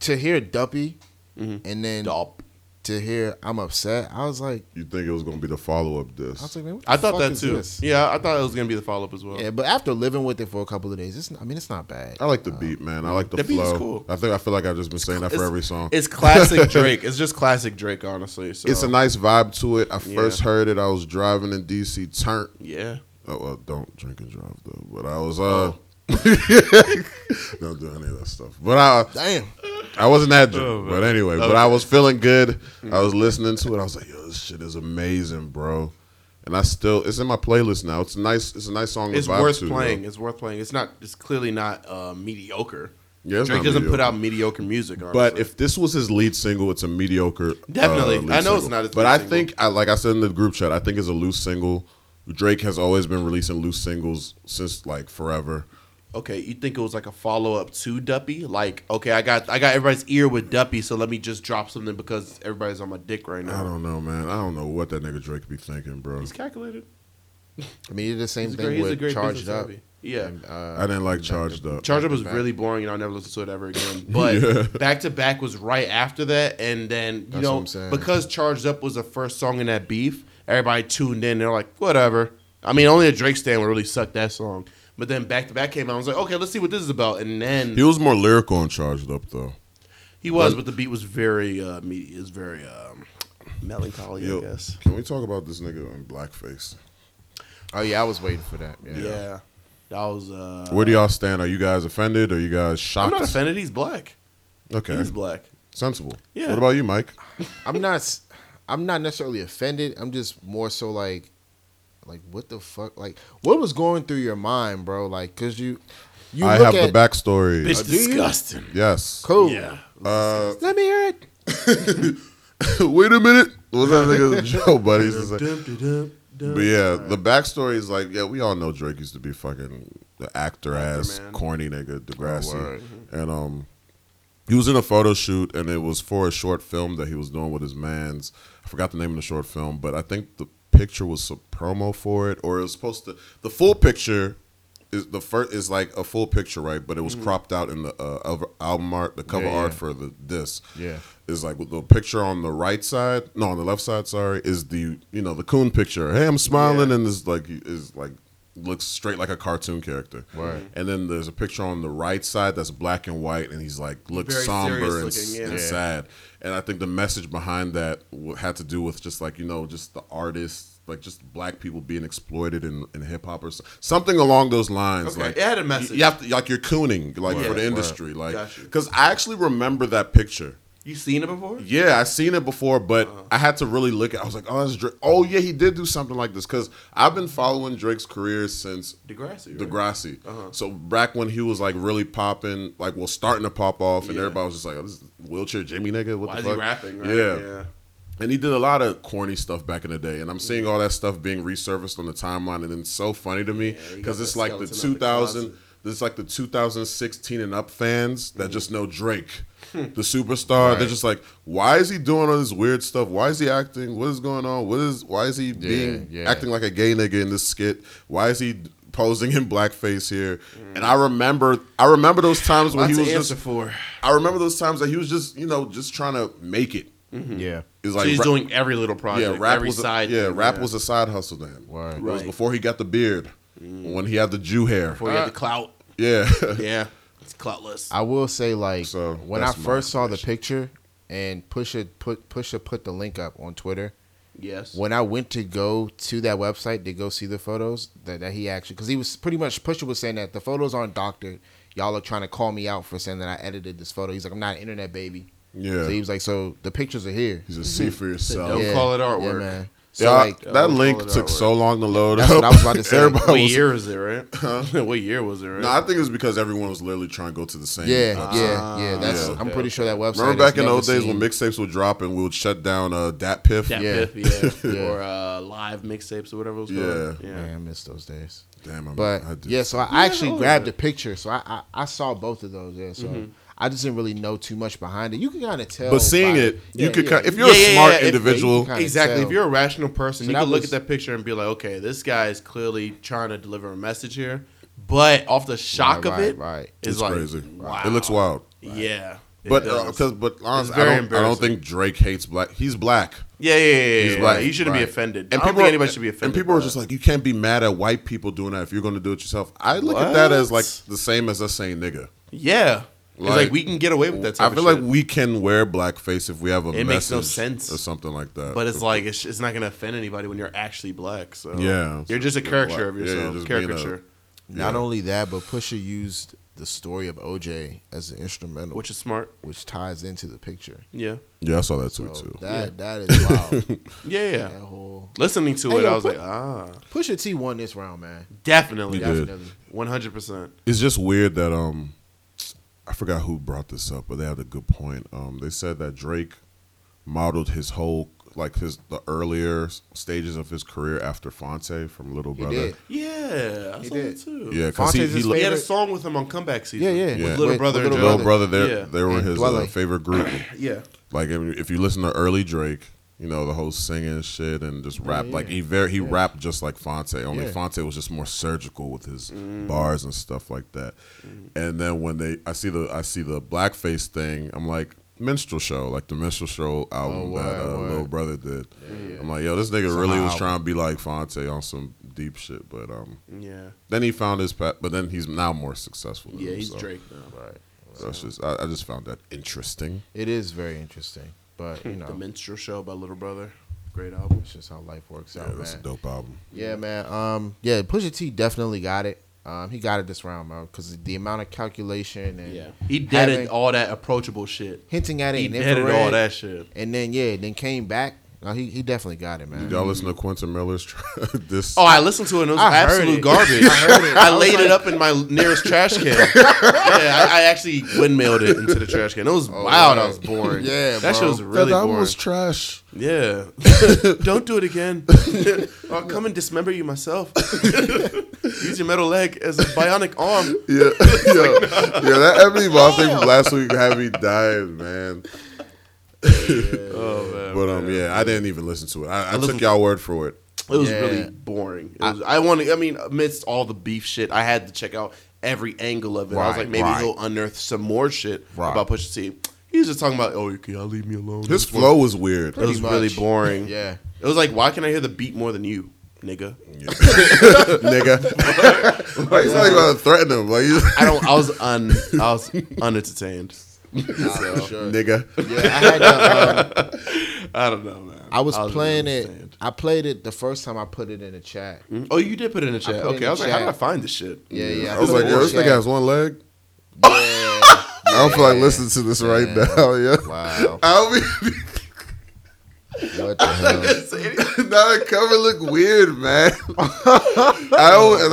Speaker 3: to hear Duppy,
Speaker 2: Mm-hmm.
Speaker 3: and then
Speaker 1: Dop.
Speaker 3: to hear I'm upset, I was like,
Speaker 2: You think it was gonna be the follow up
Speaker 3: I was
Speaker 2: disc?
Speaker 3: like, man, what the
Speaker 1: I thought
Speaker 3: fuck
Speaker 1: that
Speaker 3: is
Speaker 1: too.
Speaker 3: this?
Speaker 1: Yeah, I thought it was gonna be the follow up as well.
Speaker 3: Yeah, but after living with it for a couple of days, it's I mean, it's not bad.
Speaker 2: I like the beat, man. I like the,
Speaker 1: The beat is
Speaker 2: flow.
Speaker 1: cool.
Speaker 2: I think I feel like I've just been saying that for
Speaker 1: It's-
Speaker 2: every song.
Speaker 1: It's classic Drake. It's just classic Drake, honestly. So
Speaker 2: It's a nice vibe to it. I
Speaker 1: Yeah.
Speaker 2: first heard it. I was driving in DC. Turn.
Speaker 1: yeah.
Speaker 2: Oh, well, don't drink and drive though. But I was uh,
Speaker 1: Oh.
Speaker 2: don't do any of that stuff. But I
Speaker 3: Damn.
Speaker 2: I wasn't that drunk,
Speaker 1: Oh, man. Mm.
Speaker 2: but anyway, but I was feeling good. I was listening to it. I was like, "Yo, this shit is amazing, bro." And I still, it's in my playlist now. It's a nice. It's a nice song. to
Speaker 1: It's
Speaker 2: vibe
Speaker 1: worth
Speaker 2: to,
Speaker 1: playing.
Speaker 2: bro.
Speaker 1: It's worth playing. It's not. It's clearly not uh, mediocre.
Speaker 2: Yeah, it's
Speaker 1: Drake
Speaker 2: not
Speaker 1: doesn't put
Speaker 2: mediocre.
Speaker 1: out mediocre music. Honestly.
Speaker 2: But if this was his lead single, it's a mediocre. uh,
Speaker 1: Definitely.
Speaker 2: lead
Speaker 1: I know it's
Speaker 2: single.
Speaker 1: not his
Speaker 2: But
Speaker 1: lead
Speaker 2: I
Speaker 1: single.
Speaker 2: think, I, like I said in the group chat, I think it's a loose single. Drake has always been releasing loose singles since like forever.
Speaker 1: okay, you think it was like a follow up to Duppy? Like, okay, I got I got everybody's ear with Duppy, so let me just drop something because everybody's on my dick right
Speaker 2: I
Speaker 1: now.
Speaker 2: don't know, man. I don't know what that nigga Drake be thinking, bro.
Speaker 1: He's calculated.
Speaker 3: I mean, it's the same
Speaker 1: He's a
Speaker 3: thing
Speaker 1: great. He's a
Speaker 3: with
Speaker 1: great
Speaker 3: Charged
Speaker 1: business
Speaker 3: Up.
Speaker 1: savvy. Yeah.
Speaker 3: And, uh,
Speaker 2: I didn't like Charged Up.
Speaker 1: Charge Up was
Speaker 3: Back.
Speaker 1: really boring, and I'll never listen to it ever again. But
Speaker 2: Yeah.
Speaker 1: Back to Back was right after that, and then you
Speaker 3: That's what I'm
Speaker 1: know
Speaker 3: saying.
Speaker 1: because Charged Up was the first song in that beef, everybody tuned in. They're like, whatever. I mean, only a Drake stan would really suck that song. But then Back to Back came out. I was like, okay, let's see what this is about. And then
Speaker 2: He was more lyrical on Charged Up though.
Speaker 1: he was, but the beat was very, uh, me- is very um, melancholy,
Speaker 2: Yo,
Speaker 1: I guess.
Speaker 2: Can we talk about this nigga in blackface?
Speaker 3: oh yeah, I was waiting for that. Yeah.
Speaker 1: Yeah. that was. Uh,
Speaker 2: Where do y'all stand? Are you guys offended? Are you guys
Speaker 1: I'm
Speaker 2: shocked?
Speaker 1: not offended. He's black.
Speaker 2: Okay,
Speaker 1: He's black.
Speaker 2: sensible.
Speaker 1: Yeah.
Speaker 2: What about you, Mike?
Speaker 3: I'm not. s- I'm not necessarily offended. I'm just more so like, like what the fuck? Like, what was going through your mind, bro? Like, cause you, you
Speaker 2: I have
Speaker 3: look at
Speaker 2: the backstory.
Speaker 1: Bitch,
Speaker 3: do you?
Speaker 1: disgusting.
Speaker 2: Yes.
Speaker 3: cool.
Speaker 1: Yeah.
Speaker 2: Uh,
Speaker 3: Let me hear it.
Speaker 2: wait a minute. What was that nigga's Joe buddy? used to say? But
Speaker 1: But
Speaker 2: yeah, the backstory is like, yeah, we all know Drake used to be fucking the actor ass
Speaker 1: man.
Speaker 2: corny nigga Degrassi,
Speaker 3: Oh, word.
Speaker 2: and um, he was in a photo shoot, and it was for a short film that he was doing with his man's. I forgot the name of the short film, but I think the picture was a promo for it, or it was supposed to. The full picture is the first is like a full picture, right? But it was cropped out in the uh, al- album art, the cover
Speaker 3: Mm-hmm. Yeah, yeah.
Speaker 2: art for the this
Speaker 3: Yeah.
Speaker 2: is like the picture on the right side, no, on the left side. Sorry, is the you know the coon picture. Hey, I'm smiling, and this like is like looks straight like a cartoon character.
Speaker 3: Right.
Speaker 2: And then there's a picture on the right side that's black and white, and he's like looks
Speaker 1: Very
Speaker 2: somber and,
Speaker 1: serious
Speaker 2: s-
Speaker 1: looking, yeah.
Speaker 2: and
Speaker 1: Yeah.
Speaker 2: sad. And I think the message behind that w- had to do with just like you know just the artists. Like just black people being exploited in, in hip hop or so- something along those lines.
Speaker 1: Okay,
Speaker 2: Like
Speaker 1: it had a
Speaker 2: you-
Speaker 1: message.
Speaker 2: You, have to like you're cooning like
Speaker 1: Word,
Speaker 2: for the
Speaker 1: word.
Speaker 2: industry, like
Speaker 1: Gotcha.
Speaker 2: because I actually remember that picture.
Speaker 1: You seen it before?
Speaker 2: Yeah, I seen it before, but
Speaker 1: Uh-huh.
Speaker 2: I had to really look at. I was like, "Oh, that's Drake. Oh, yeah, he did do something like this." Because I've been following Drake's career since
Speaker 1: Degrassi. right?
Speaker 2: Degrassi.
Speaker 1: Uh-huh.
Speaker 2: So back when he was like really popping, like well, starting to pop off, and
Speaker 1: Yeah.
Speaker 2: everybody was just like, "Oh, this is wheelchair Jimmy nigga." What
Speaker 1: Why
Speaker 2: the
Speaker 1: is
Speaker 2: fuck?
Speaker 1: he rapping? Right?
Speaker 2: Yeah. and he did a lot of corny stuff back in the day, and I'm seeing all that stuff being resurfaced on the timeline, and it's so funny to me
Speaker 1: Yeah, he got
Speaker 2: because
Speaker 1: that
Speaker 2: it's like the
Speaker 1: skeleton out the
Speaker 2: 2000.
Speaker 1: closet.
Speaker 2: It's like the 2016 and up fans
Speaker 1: Mm-hmm.
Speaker 2: that just know Drake,
Speaker 1: Hmm.
Speaker 2: the superstar. They're
Speaker 3: Right.
Speaker 2: just like, why is he doing all this weird stuff? Why is he acting? What is going on? What is? Why is he being
Speaker 3: yeah.
Speaker 2: acting like a gay nigga in this skit? Why is he posing in blackface here?
Speaker 1: Mm.
Speaker 2: And I remember, I remember those times when
Speaker 1: Lots
Speaker 2: he was
Speaker 1: to
Speaker 2: just.
Speaker 1: answer for.
Speaker 2: I remember those times that he was just, you know, just trying to make it.
Speaker 3: Yeah.
Speaker 2: It's
Speaker 1: so he's
Speaker 2: ra-
Speaker 1: doing every little project,
Speaker 2: yeah, rap
Speaker 1: every
Speaker 2: was a,
Speaker 1: side.
Speaker 2: yeah,
Speaker 1: thing,
Speaker 2: rap was a side hustle to him.
Speaker 3: Right.
Speaker 2: It was
Speaker 1: Right.
Speaker 2: before he got the beard, when he had the Jew hair.
Speaker 1: before he had the clout.
Speaker 2: yeah,
Speaker 1: Yeah, it's cloutless.
Speaker 3: I will say like
Speaker 2: So,
Speaker 3: when I
Speaker 2: that's my
Speaker 3: first saw the picture, and Pusha put Pusha put the link up on Twitter.
Speaker 1: Yes.
Speaker 3: When I went to go to that website to go see the photos that, that he actually, because he was pretty much Pusha was saying that the photos aren't doctored. Y'all are trying to call me out for saying that I edited this photo. He's like, I'm not an internet baby.
Speaker 2: Yeah.
Speaker 3: So he was like, so the pictures are here.
Speaker 2: He's a see for yourself.
Speaker 1: Don't
Speaker 2: Yeah,
Speaker 3: Yeah.
Speaker 1: call it
Speaker 3: Yeah,
Speaker 1: artwork.
Speaker 3: man. So like,
Speaker 2: that
Speaker 1: don't
Speaker 2: link
Speaker 1: call it
Speaker 2: took
Speaker 1: artwork.
Speaker 2: so long to load
Speaker 3: That's
Speaker 2: up.
Speaker 3: what I was about to say.
Speaker 2: Everybody
Speaker 1: What
Speaker 2: was-
Speaker 1: year is it, right? what year was it, right?
Speaker 2: No, I think it's because everyone was literally trying to go to the same.
Speaker 3: yeah,
Speaker 2: website.
Speaker 1: Ah,
Speaker 3: yeah, yeah. That's.
Speaker 1: yeah.
Speaker 3: I'm pretty sure that website.
Speaker 2: Remember back
Speaker 3: has
Speaker 2: in the
Speaker 3: never
Speaker 2: old days when
Speaker 3: seen-
Speaker 2: mixtapes would drop and we would shut down uh, Dat Piff?
Speaker 1: That
Speaker 3: Yeah.
Speaker 1: Piff, yeah.
Speaker 3: Yeah.
Speaker 1: Or uh, live mixtapes or whatever it was called.
Speaker 2: Yeah.
Speaker 3: Man, I miss those days.
Speaker 2: Damn, I'm,
Speaker 3: But
Speaker 2: I did.
Speaker 3: yeah, so I
Speaker 1: Yeah,
Speaker 3: actually
Speaker 1: oh,
Speaker 3: grabbed
Speaker 1: yeah.
Speaker 3: a picture. So I I, I saw both of those. Yeah, so I just didn't really know too much behind it. You can kind of tell.
Speaker 2: But seeing
Speaker 3: by-
Speaker 2: it, you
Speaker 3: Yeah,
Speaker 2: could.
Speaker 3: yeah.
Speaker 2: Kind if you're
Speaker 1: Yeah,
Speaker 2: a
Speaker 1: yeah,
Speaker 2: smart
Speaker 1: yeah, if- yeah, you
Speaker 2: individual,
Speaker 3: can kinda
Speaker 1: Exactly.
Speaker 3: tell.
Speaker 1: If you're a rational person,
Speaker 3: So
Speaker 1: you
Speaker 3: that
Speaker 1: can look
Speaker 3: was-
Speaker 1: at that picture and be like, okay, this guy is clearly trying to deliver a message here. But off the shock
Speaker 3: Right,
Speaker 1: of it,
Speaker 3: right, right.
Speaker 2: it's
Speaker 1: like,
Speaker 2: crazy.
Speaker 1: Wow.
Speaker 2: It looks wild.
Speaker 1: Yeah. it
Speaker 2: But uh,
Speaker 1: does.
Speaker 2: because but honestly,
Speaker 1: very
Speaker 2: I don't, I don't
Speaker 1: embarrassing.
Speaker 2: think Drake hates black. He's black.
Speaker 1: yeah, yeah, yeah, yeah,
Speaker 2: He's
Speaker 1: yeah.
Speaker 2: black,
Speaker 1: You shouldn't
Speaker 2: right.
Speaker 1: be offended. And I don't think anybody should be offended.
Speaker 2: And people are
Speaker 1: by
Speaker 2: just
Speaker 1: that.
Speaker 2: like, you can't be mad at white people doing that if you're going to do it yourself. I look at that as like
Speaker 1: What?
Speaker 2: the same as us saying nigga.
Speaker 1: yeah. It's like,
Speaker 2: Like,
Speaker 1: we can get away with that. Type
Speaker 2: I feel like we can wear blackface if we have a
Speaker 1: It makes
Speaker 2: message
Speaker 1: no sense.
Speaker 2: or something like that.
Speaker 1: but it's like it's, it's not going to offend anybody when you're actually black. So
Speaker 2: Yeah.
Speaker 1: you're just a caricature of
Speaker 2: Yeah, you're
Speaker 1: yourself.
Speaker 2: just being a-
Speaker 1: caricature,
Speaker 3: Not only that, but Pusha used the story of OJ as an instrumental,
Speaker 1: which is smart.
Speaker 3: which ties into the picture.
Speaker 1: Yeah,
Speaker 2: yeah, I saw that tweet
Speaker 3: So
Speaker 2: too.
Speaker 3: that that is wild.
Speaker 1: yeah, yeah.
Speaker 3: that whole
Speaker 1: Listening to
Speaker 3: Hey,
Speaker 1: it,
Speaker 3: yo,
Speaker 1: I was
Speaker 3: put-
Speaker 1: like, ah,
Speaker 3: Pusha T won this round, man.
Speaker 1: definitely,
Speaker 2: You did.
Speaker 3: Definitely.
Speaker 1: one hundred percent.
Speaker 2: It's just weird that um, I forgot who brought this up, but they had a good point. Um, they said that Drake modeled his whole like his the earlier s- stages of his career after Fonte from Little
Speaker 3: He
Speaker 2: Brother.
Speaker 3: did.
Speaker 1: Yeah, I
Speaker 3: He
Speaker 1: saw
Speaker 3: did.
Speaker 1: that too.
Speaker 2: Yeah, because he,
Speaker 3: Fonte's
Speaker 2: he
Speaker 3: his
Speaker 2: lo-
Speaker 1: He had a
Speaker 3: Favorite-
Speaker 1: song with him on comeback season.
Speaker 3: Yeah, yeah.
Speaker 1: With
Speaker 2: Yeah.
Speaker 1: Little
Speaker 3: With-
Speaker 1: Brother,
Speaker 3: with
Speaker 1: and
Speaker 2: Little
Speaker 1: Jay.
Speaker 2: Brother, they
Speaker 1: Yeah.
Speaker 2: they were
Speaker 3: And
Speaker 2: his uh,
Speaker 3: Dwele.
Speaker 2: favorite group.
Speaker 1: yeah,
Speaker 2: like I mean, if you listen to early Drake, you know the whole singing shit and just rap.
Speaker 3: yeah.
Speaker 2: Like he very he rapped just like Fonte. Only
Speaker 3: Yeah. Mm.
Speaker 2: Fonte was just more surgical with his bars and stuff like that. And then when they, I see the I see the blackface thing. I'm like minstrel show, like the minstrel show album
Speaker 3: Oh, word,
Speaker 2: that uh,
Speaker 3: word.
Speaker 2: Little Brother did. I'm like, yo, this nigga really was
Speaker 3: album. Mm.
Speaker 2: trying to be like Fonte on some deep shit, but um.
Speaker 1: yeah,
Speaker 2: Then he found his path, but then he's now more successful. Than
Speaker 1: yeah.
Speaker 2: him,
Speaker 1: He's
Speaker 2: so-
Speaker 1: Drake now.
Speaker 3: Right.
Speaker 2: so it's just, I, I just found that interesting.
Speaker 3: It is very interesting, but you
Speaker 1: The
Speaker 3: know,
Speaker 1: Minstrel Show by Little Brother, great album.
Speaker 3: it's just how life works
Speaker 2: Yeah,
Speaker 3: out,
Speaker 2: that's a
Speaker 3: man.
Speaker 2: dope album.
Speaker 3: Yeah, man. Um, yeah, Pusha T definitely got it. Um, he got it this round, bro, because the amount of calculation and
Speaker 1: Yeah, he did
Speaker 3: having-
Speaker 1: it all that approachable shit.
Speaker 3: hinting at it,
Speaker 1: He
Speaker 3: in
Speaker 1: did it
Speaker 3: infrared,
Speaker 1: all that shit.
Speaker 3: and then yeah, then came back. No, he he definitely got it, man.
Speaker 2: Did y'all listen to Quentin Miller's tr- this?
Speaker 1: Oh, I listened to it. and It was
Speaker 3: I heard
Speaker 1: absolute
Speaker 3: it.
Speaker 1: garbage.
Speaker 3: I heard it.
Speaker 1: I,
Speaker 3: I was
Speaker 1: laid it
Speaker 3: like-
Speaker 1: up in my nearest trash can. yeah, I, I actually windmilled it into the trash can. It was wild. I
Speaker 3: wow.
Speaker 1: was boring.
Speaker 3: Oh, Yeah,
Speaker 1: that shit
Speaker 3: bro.
Speaker 1: was really
Speaker 2: that
Speaker 1: boring.
Speaker 2: was trash.
Speaker 1: Yeah, don't do it again. I'll come and dismember you myself. Use your metal leg as a bionic arm.
Speaker 2: Yeah, yeah, yeah. That Ebony Ball thing from last week had me dying, man.
Speaker 1: Oh man,
Speaker 2: But um, yeah, I didn't even listen to it. I, I
Speaker 1: listened-
Speaker 2: took y'all word for it.
Speaker 1: it was
Speaker 3: Yeah.
Speaker 1: really boring. It was, I wanted. I mean, amidst all the beef shit, I had to check out every angle of it. I was
Speaker 3: Right,
Speaker 1: like, maybe
Speaker 3: right.
Speaker 1: he'll unearth some more shit
Speaker 3: Right.
Speaker 1: about Pusha T. He was just talking about, oh, can y'all leave me alone?
Speaker 2: His
Speaker 1: This one-
Speaker 2: flow was weird.
Speaker 1: It was
Speaker 3: Pretty
Speaker 1: really
Speaker 3: much.
Speaker 1: boring.
Speaker 3: Yeah.
Speaker 1: It was like, why can I hear the beat more than you, nigga?
Speaker 2: nigga. like, it's like about to threaten him. Like, you-
Speaker 1: I don't. I was un. I was unentertained.
Speaker 3: Nah, for sure.
Speaker 2: nigga.
Speaker 3: Yeah, I had to, um,
Speaker 1: I don't know, man.
Speaker 3: I was playing
Speaker 1: really
Speaker 3: it.
Speaker 1: unentertained.
Speaker 3: I played it the first time I put it in the chat.
Speaker 1: Oh, you did put it in the chat.
Speaker 3: put it in
Speaker 1: Okay,
Speaker 3: the
Speaker 1: I was like, how
Speaker 3: chat.
Speaker 1: did I find this shit?
Speaker 3: Yeah, yeah.
Speaker 2: I was
Speaker 3: put
Speaker 2: like,
Speaker 3: it
Speaker 2: yo,
Speaker 3: in
Speaker 2: this
Speaker 3: the
Speaker 2: nigga
Speaker 3: chat.
Speaker 2: has one leg.
Speaker 3: Yeah.
Speaker 2: I don't feel like
Speaker 3: Yeah.
Speaker 2: listening to this right
Speaker 3: Yeah.
Speaker 2: now. Yeah,
Speaker 3: Wow.
Speaker 2: I'll be.
Speaker 3: What the hell?
Speaker 2: now the cover look weird, man. I don't, no, no, no,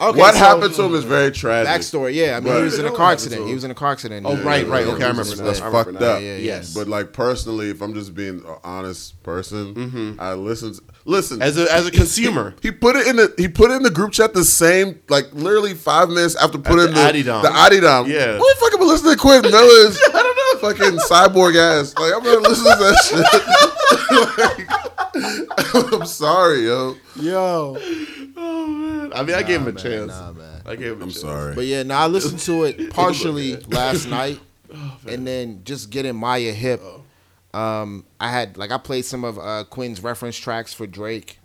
Speaker 2: no.
Speaker 3: Okay,
Speaker 2: what
Speaker 3: so-
Speaker 2: happened to him is very tragic.
Speaker 3: Backstory, yeah. I mean,
Speaker 2: Right.
Speaker 3: he was in a car accident. He was in a car accident.
Speaker 1: Oh, right, right.
Speaker 2: yeah,
Speaker 1: Okay, I
Speaker 2: yeah,
Speaker 1: remember
Speaker 2: that's-
Speaker 1: now.
Speaker 2: that's
Speaker 1: I remember
Speaker 2: fucked
Speaker 1: now.
Speaker 2: up.
Speaker 3: Yeah, yeah.
Speaker 1: Yes,
Speaker 2: But like personally, if I'm just being an honest person, I listen. To, listen,
Speaker 1: Mm-hmm. as a as a consumer,
Speaker 2: he put it in the he put it in the group chat the same like literally five minutes after putting
Speaker 1: After
Speaker 2: in the
Speaker 1: Adidom.
Speaker 2: The Adidom.
Speaker 1: Yeah.
Speaker 2: Who the fuck am I listening to Quentin Miller's? I don't know. Fucking cyborg ass. Like I'm gonna listen to that shit. Like, I'm sorry, yo.
Speaker 3: Yo.
Speaker 1: oh man. I mean, I gave him a chance.
Speaker 3: Nah, man.
Speaker 1: I gave him. a
Speaker 2: I'm
Speaker 1: chance.
Speaker 2: sorry.
Speaker 3: But yeah, now I listened to it partially last night, and then just getting Maya hip. Um, I had like I played some of uh, Quinn's reference tracks for Drake,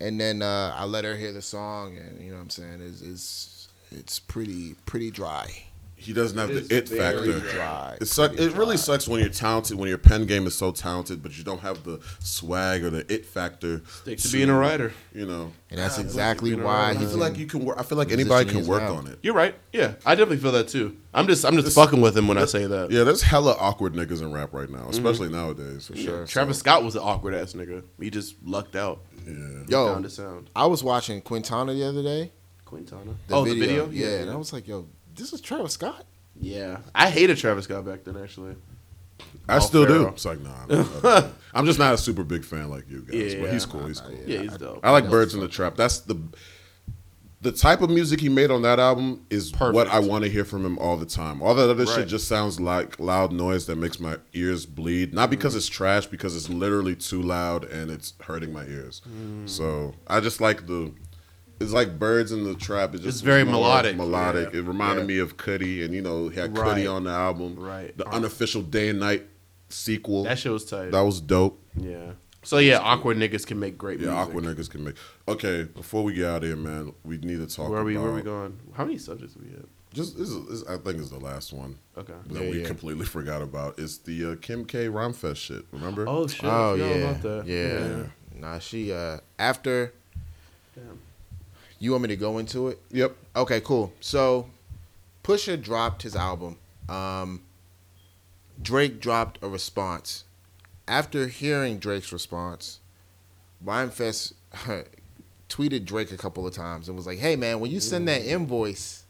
Speaker 3: and then uh, I let her hear the song, and you know what I'm saying it's it's, it's pretty pretty dry.
Speaker 2: He doesn't have
Speaker 1: It's
Speaker 2: the it
Speaker 1: very
Speaker 2: factor.
Speaker 5: dry,
Speaker 2: It suck,
Speaker 5: pretty
Speaker 2: It really
Speaker 5: dry.
Speaker 2: sucks when you're talented, when your pen game is so talented, but you don't have the swag or the it factor.
Speaker 1: Stick to being a writer.
Speaker 2: You know,
Speaker 3: And that's exactly
Speaker 1: been
Speaker 2: I
Speaker 3: why he's
Speaker 2: feel like you can work. I feel like
Speaker 3: Position
Speaker 2: anybody can
Speaker 3: is
Speaker 2: work
Speaker 3: now.
Speaker 2: on it.
Speaker 1: You're right. Yeah, I definitely feel that too. I'm just I'm just fucking with him when I say that.
Speaker 2: Yeah, there's hella awkward niggas in rap right now, especially nowadays. For sure.
Speaker 1: Mm-hmm. Travis Scott was an awkward ass nigga. He just lucked out.
Speaker 2: Yeah.
Speaker 3: Yo.
Speaker 1: found the sound.
Speaker 3: I was watching Quintana the other day.
Speaker 1: Quintana.
Speaker 3: The
Speaker 1: oh,
Speaker 3: video.
Speaker 1: the video.
Speaker 3: Yeah, and I was like, yo, this is Travis Scott.
Speaker 1: yeah. I hated Travis Scott back then. Actually,
Speaker 2: I still do.
Speaker 1: Pharaoh.
Speaker 2: It's like nah. nah, nah. I'm just not a super big fan like you guys, but
Speaker 1: Yeah.
Speaker 2: he's cool. He's cool.
Speaker 1: yeah, he's dope.
Speaker 2: I like Birds in the Trap. That's the the type of music he made on that album is what
Speaker 1: Perfect.
Speaker 2: I want to hear from him all the time. All that other shit
Speaker 1: Right.
Speaker 2: just sounds like loud noise that makes my ears bleed. Not
Speaker 1: Mm-hmm.
Speaker 2: because it's trash, because it's literally too loud and it's hurting my ears.
Speaker 1: Mm.
Speaker 2: So I just like the. It's like birds in the trap. It just
Speaker 1: It's very
Speaker 2: was more
Speaker 1: melodic.
Speaker 2: Melodic.
Speaker 1: Yeah.
Speaker 2: It reminded
Speaker 1: Yeah.
Speaker 2: me of Cudi, and you know he had
Speaker 1: Right.
Speaker 2: Cudi on the album.
Speaker 1: Right.
Speaker 2: The unofficial day and night sequel.
Speaker 1: That shit was tight.
Speaker 2: that was dope.
Speaker 1: yeah. So yeah, awkward niggas can make great
Speaker 2: Yeah,
Speaker 1: music.
Speaker 2: awkward niggas can make. Okay, before we get out of here, man, we need to talk.
Speaker 1: Where are we? Where are we
Speaker 2: about-
Speaker 1: going? How many subjects do we have?
Speaker 2: Just this is, this- I think is the last one
Speaker 1: Okay.
Speaker 2: that
Speaker 3: Yeah,
Speaker 2: we
Speaker 3: yeah.
Speaker 2: completely forgot about. It's the uh, Kim K Romfest shit. Remember?
Speaker 1: Oh shit!
Speaker 3: oh
Speaker 1: I forgot
Speaker 3: yeah,
Speaker 1: about that.
Speaker 3: yeah. Nah, she uh after.
Speaker 1: Damn.
Speaker 3: You want me to go into it?
Speaker 2: yep.
Speaker 3: Okay, cool. So, Pusha dropped his album. Um, Drake dropped a response. After hearing Drake's response, Rhymefest tweeted Drake a couple of times and was like, "Hey man, when you send that invoice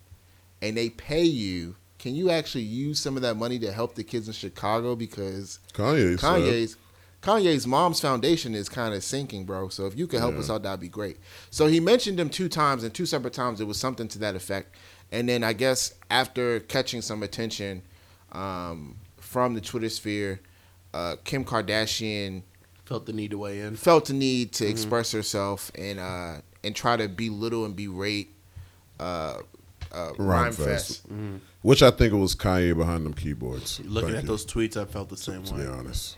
Speaker 3: and they pay you, can you actually use some of that money to help the kids in Chicago because
Speaker 2: Kanye. Kanye.
Speaker 3: Kanye's Kanye's mom's foundation is kind of sinking, bro. So if you could help
Speaker 2: Yeah.
Speaker 3: us out, that'd be great. So he mentioned him two times, and two separate times it was something to that effect. And then I guess after catching some attention um, from the Twitter sphere, uh, Kim Kardashian
Speaker 1: Felt the need to weigh in.
Speaker 3: felt the need
Speaker 5: Mm-hmm.
Speaker 3: to express herself and uh, and try to belittle and berate uh, uh, Rhyme Fest.
Speaker 2: Which I think it was Kanye behind them keyboards.
Speaker 1: Looking
Speaker 2: Thank
Speaker 1: at
Speaker 2: you,
Speaker 1: those tweets, I felt the same
Speaker 2: To
Speaker 1: way.
Speaker 2: be honest,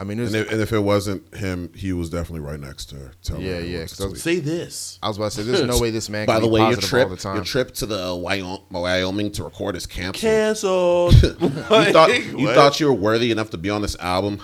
Speaker 3: I mean,
Speaker 2: and
Speaker 3: there's,
Speaker 2: if, and if it wasn't him, he was definitely right next to her. Telling
Speaker 3: Yeah,
Speaker 2: her
Speaker 3: yeah,
Speaker 2: what to
Speaker 3: 'cause I was-
Speaker 2: tweet.
Speaker 1: Say this.
Speaker 3: I was about to say, there's no way this man.
Speaker 5: By
Speaker 3: can
Speaker 5: the
Speaker 3: be
Speaker 5: way, your
Speaker 3: positive all
Speaker 5: trip,
Speaker 3: the time.
Speaker 5: your trip to the uh, Wyom- Wyoming to record is canceled.
Speaker 1: Canceled.
Speaker 5: you thought you thought you were worthy enough to be on this album?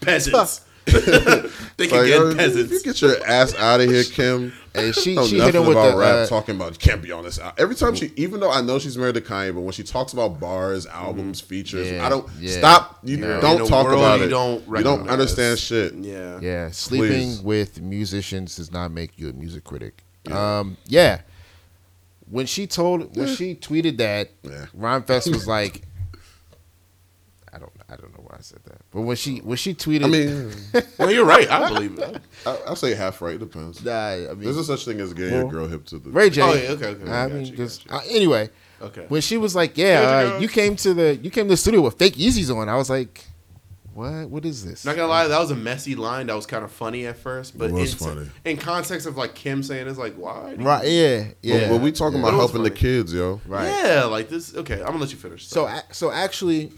Speaker 1: peasants. Think
Speaker 2: Like, yo,
Speaker 1: again,
Speaker 2: if you- if you
Speaker 1: peasants.
Speaker 2: get your ass out of here, Kim.
Speaker 3: And she-
Speaker 2: You know
Speaker 3: she hit
Speaker 2: nothing
Speaker 3: him with
Speaker 2: about
Speaker 3: the,
Speaker 2: rap
Speaker 3: uh,
Speaker 2: talking about can't be on this. al-" Every time she, even though I know she's married to Kanye, but when she talks about bars, albums, features,
Speaker 3: Yeah,
Speaker 2: I don't
Speaker 3: yeah.
Speaker 2: stop. You
Speaker 1: Yeah. In
Speaker 2: don't
Speaker 1: the
Speaker 2: talk
Speaker 1: world,
Speaker 2: about
Speaker 1: you
Speaker 2: it.
Speaker 1: don't
Speaker 2: you don't
Speaker 1: recognize.
Speaker 2: understand shit.
Speaker 1: Yeah.
Speaker 3: Yeah, sleeping
Speaker 2: Please.
Speaker 3: with musicians does not make you a music critic. Um, yeah. When she told, when she tweeted that,
Speaker 2: Yeah.
Speaker 3: Ron Fest was like, I don't, I don't know why I said that, but when she, when she tweeted,
Speaker 2: I mean,
Speaker 1: Well, you're right. I believe it.
Speaker 2: I, I'll say half right. Depends.
Speaker 3: nah, I mean,
Speaker 2: There's no such thing as gay or
Speaker 3: Well,
Speaker 2: girl hip to the.
Speaker 3: Ray J.
Speaker 1: Oh, yeah, okay, okay,
Speaker 3: I
Speaker 1: gotcha,
Speaker 3: mean,
Speaker 1: gotcha.
Speaker 3: just uh, anyway.
Speaker 1: Okay.
Speaker 3: When she was like, "Yeah,
Speaker 1: Gotcha,
Speaker 3: uh, you came to the, you came to the studio with fake Yeezys on," I was like, "What? What is this?"
Speaker 1: Not gonna lie, that was a messy line that was kind of funny at first, but
Speaker 2: It was
Speaker 1: in,
Speaker 2: funny.
Speaker 1: in context of like Kim saying it's like why?
Speaker 3: right? Yeah,
Speaker 2: But-
Speaker 3: yeah.
Speaker 2: but we talking about
Speaker 1: That was
Speaker 2: helping the
Speaker 1: funny.
Speaker 2: kids, yo.
Speaker 3: right.
Speaker 1: Yeah, like this. Okay, I'm gonna let you finish.
Speaker 3: So a- so actually,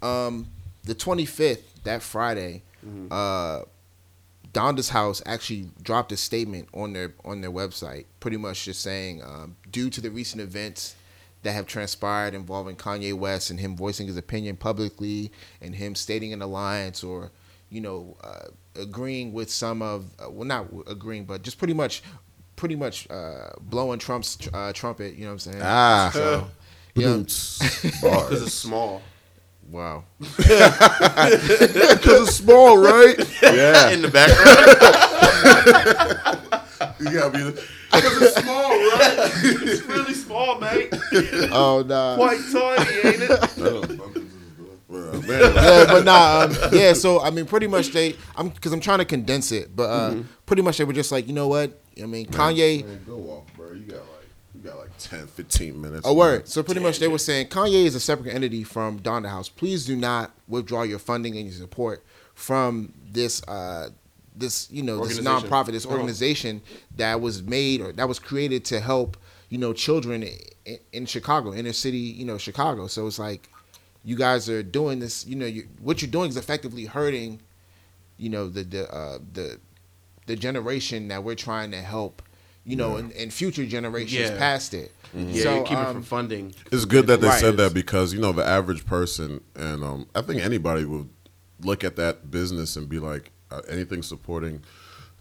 Speaker 3: um, the twenty fifth that Friday, uh, Donda's house actually dropped a statement on their on their website, pretty much just saying, um, due to the recent events that have transpired involving Kanye West and him voicing his opinion publicly and him stating an alliance or you know uh, agreeing with some of uh, well not agreeing but just pretty much pretty much uh, blowing Trump's uh, trumpet. You know what I'm saying?
Speaker 2: Ah.
Speaker 3: So, you know-
Speaker 1: because it's small
Speaker 3: wow.
Speaker 2: Because it's small, right? yeah.
Speaker 1: in the background.
Speaker 2: You gotta be. Because it's small, right?
Speaker 1: it's really small, mate.
Speaker 3: Oh nah.
Speaker 1: Quite tiny, ain't it?
Speaker 2: Well, man,
Speaker 3: yeah, but nah, um, yeah. So I mean, pretty much they, I'm because I'm trying to condense it, but uh, pretty much they were just like, you know what? I mean, Kanye.
Speaker 2: Man, go off, bro. You got like you got like 10, 15 minutes.
Speaker 3: A Oh, word. So pretty much they were saying Kanye is a separate entity from Donda House. Please do not withdraw your funding and your support from this uh this you know this
Speaker 1: Organization.
Speaker 3: nonprofit, this
Speaker 1: Oh.
Speaker 3: organization that was made or that was created to help you know children in, in Chicago, inner city, you know Chicago. So it's like you guys are doing this. You know you, what you're doing is effectively hurting you know the the uh, the the generation that we're trying to help you know, and, and future generations
Speaker 1: Yeah. Mm-hmm.
Speaker 3: past it.
Speaker 1: Yeah,
Speaker 3: So,
Speaker 1: you keep it
Speaker 3: um,
Speaker 1: from funding.
Speaker 2: It's good that they
Speaker 1: Right.
Speaker 2: said that because you know the average person, and um, I think anybody would look at that business and be like, uh, anything supporting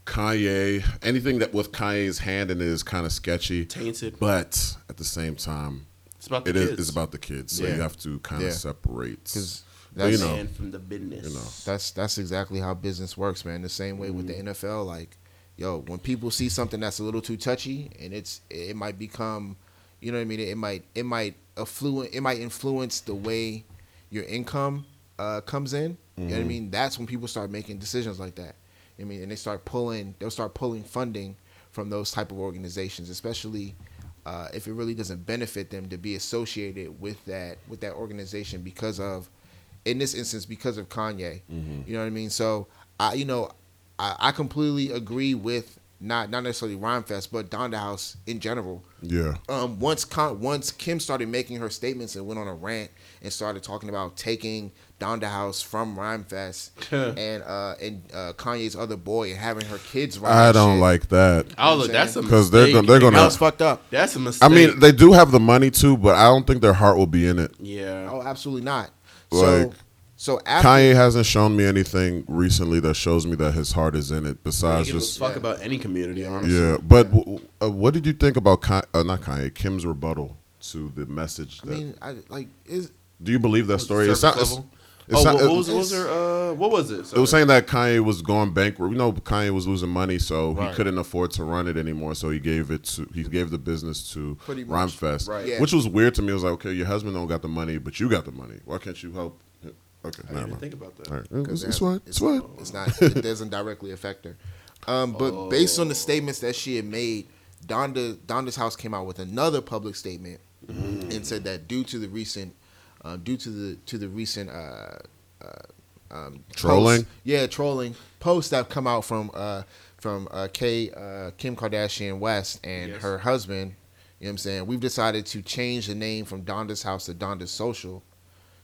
Speaker 2: Kanye, anything that with Kanye's hand in it is kind of sketchy,
Speaker 1: Tainted.
Speaker 2: But at the same time,
Speaker 1: It's about the
Speaker 2: it is
Speaker 1: kids.
Speaker 2: it's about the kids, so
Speaker 3: Yeah.
Speaker 2: you have to kind of
Speaker 3: Yeah.
Speaker 2: separate.
Speaker 3: 'Cause
Speaker 2: But, you
Speaker 3: that's-
Speaker 2: know,
Speaker 1: Man from the business.
Speaker 3: That's that's exactly how business works, man. The same way with the NFL, like, yo, when people see something that's a little too touchy, and it's it might become, you know what I mean? It might it might affluent it might influence the way your income uh, comes in. You know what I mean? That's when people start making decisions like that. I mean, and they start pulling they'll start pulling funding from those type of organizations, especially uh, if it really doesn't benefit them to be associated with that with that organization because of in this instance because of Kanye. You know what I mean? So I, you know, I, I completely agree with not not necessarily Rhymefest, but Donda House in general.
Speaker 2: yeah,
Speaker 3: Um, once Con- once Kim started making her statements and went on a rant and started talking about taking Donda House from Rhymefest and uh, and uh, Kanye's other boy and having her kids. rhyme
Speaker 2: I
Speaker 3: and
Speaker 2: don't
Speaker 3: shit.
Speaker 2: like that.
Speaker 1: I was like, Oh, that's a
Speaker 2: Because they're
Speaker 1: mistake.
Speaker 2: gonna- they're gonna-
Speaker 1: That
Speaker 3: That
Speaker 1: was
Speaker 3: was
Speaker 1: fuck-
Speaker 3: fucked up.
Speaker 1: That's a mistake.
Speaker 2: I mean, they do have the money too, but I don't think their heart will be in it.
Speaker 1: yeah.
Speaker 3: Oh, absolutely not.
Speaker 2: Like,
Speaker 3: so so after
Speaker 2: Kanye hasn't shown me anything recently that shows me that his heart is in it.
Speaker 1: I
Speaker 2: Besides
Speaker 1: give a
Speaker 2: just
Speaker 1: fuck about any community, honestly. Oh,
Speaker 2: Yeah, but w- w- uh, what did you think about Ki- uh, not Kanye Kim's rebuttal to the message?
Speaker 3: I
Speaker 2: That,
Speaker 3: mean, I like is
Speaker 2: do you believe that story? It's not.
Speaker 1: surface
Speaker 2: It's,
Speaker 1: level?
Speaker 2: it's
Speaker 1: oh,
Speaker 2: not-
Speaker 1: what, what was,
Speaker 2: it,
Speaker 1: what was her? Uh, what was it?
Speaker 2: it was
Speaker 1: Sorry.
Speaker 2: saying that Kanye was going bankrupt. You know, Kanye was losing money, so
Speaker 3: Right.
Speaker 2: he couldn't afford to run it anymore. So he gave it to he gave the business to
Speaker 3: Pretty much,
Speaker 2: Rhymefest,
Speaker 1: right.
Speaker 3: Yeah.
Speaker 2: which was weird to me. It was like, okay, your husband don't got the money, but you got the money. Why can't you help? him? Okay,
Speaker 1: I
Speaker 2: never
Speaker 1: didn't
Speaker 2: mind.
Speaker 1: think about that.
Speaker 2: All right, it's,
Speaker 3: Because
Speaker 2: it's fine. It's fine.
Speaker 3: It's not. It doesn't directly affect her. Um, but based on the statements that she had made, Donda Donda's house came out with another public statement and said that due to the recent, uh, due to the to the recent uh, um,
Speaker 2: Trolling.
Speaker 3: posts- yeah, trolling posts that come out from uh, from uh, K uh, Kim Kardashian West and
Speaker 1: Yes.
Speaker 3: her husband. You know what I'm saying? We've decided to change the name from Donda's House to Donda's Social.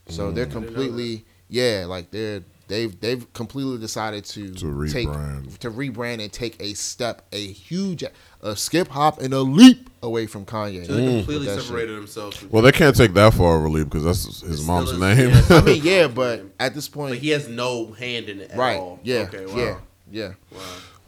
Speaker 3: So they're
Speaker 2: Mm.
Speaker 3: completely yeah, like they're they've they've completely decided to
Speaker 2: To
Speaker 3: take
Speaker 2: rebrand.
Speaker 3: to rebrand and take a step, a huge a skip hop and a leap away from Kanye.
Speaker 1: So
Speaker 2: Mm.
Speaker 1: they completely
Speaker 3: With that shit.
Speaker 1: separated themselves. From
Speaker 2: Well, they can't take that far of a leap because that's his
Speaker 1: It's
Speaker 2: mom's
Speaker 1: still his-
Speaker 2: name.
Speaker 1: yeah.
Speaker 3: I mean, yeah, but at this point
Speaker 1: but he has no hand in it at
Speaker 3: right.
Speaker 1: all.
Speaker 3: Yeah.
Speaker 1: Okay. Wow.
Speaker 3: Yeah. Yeah.
Speaker 1: Wow.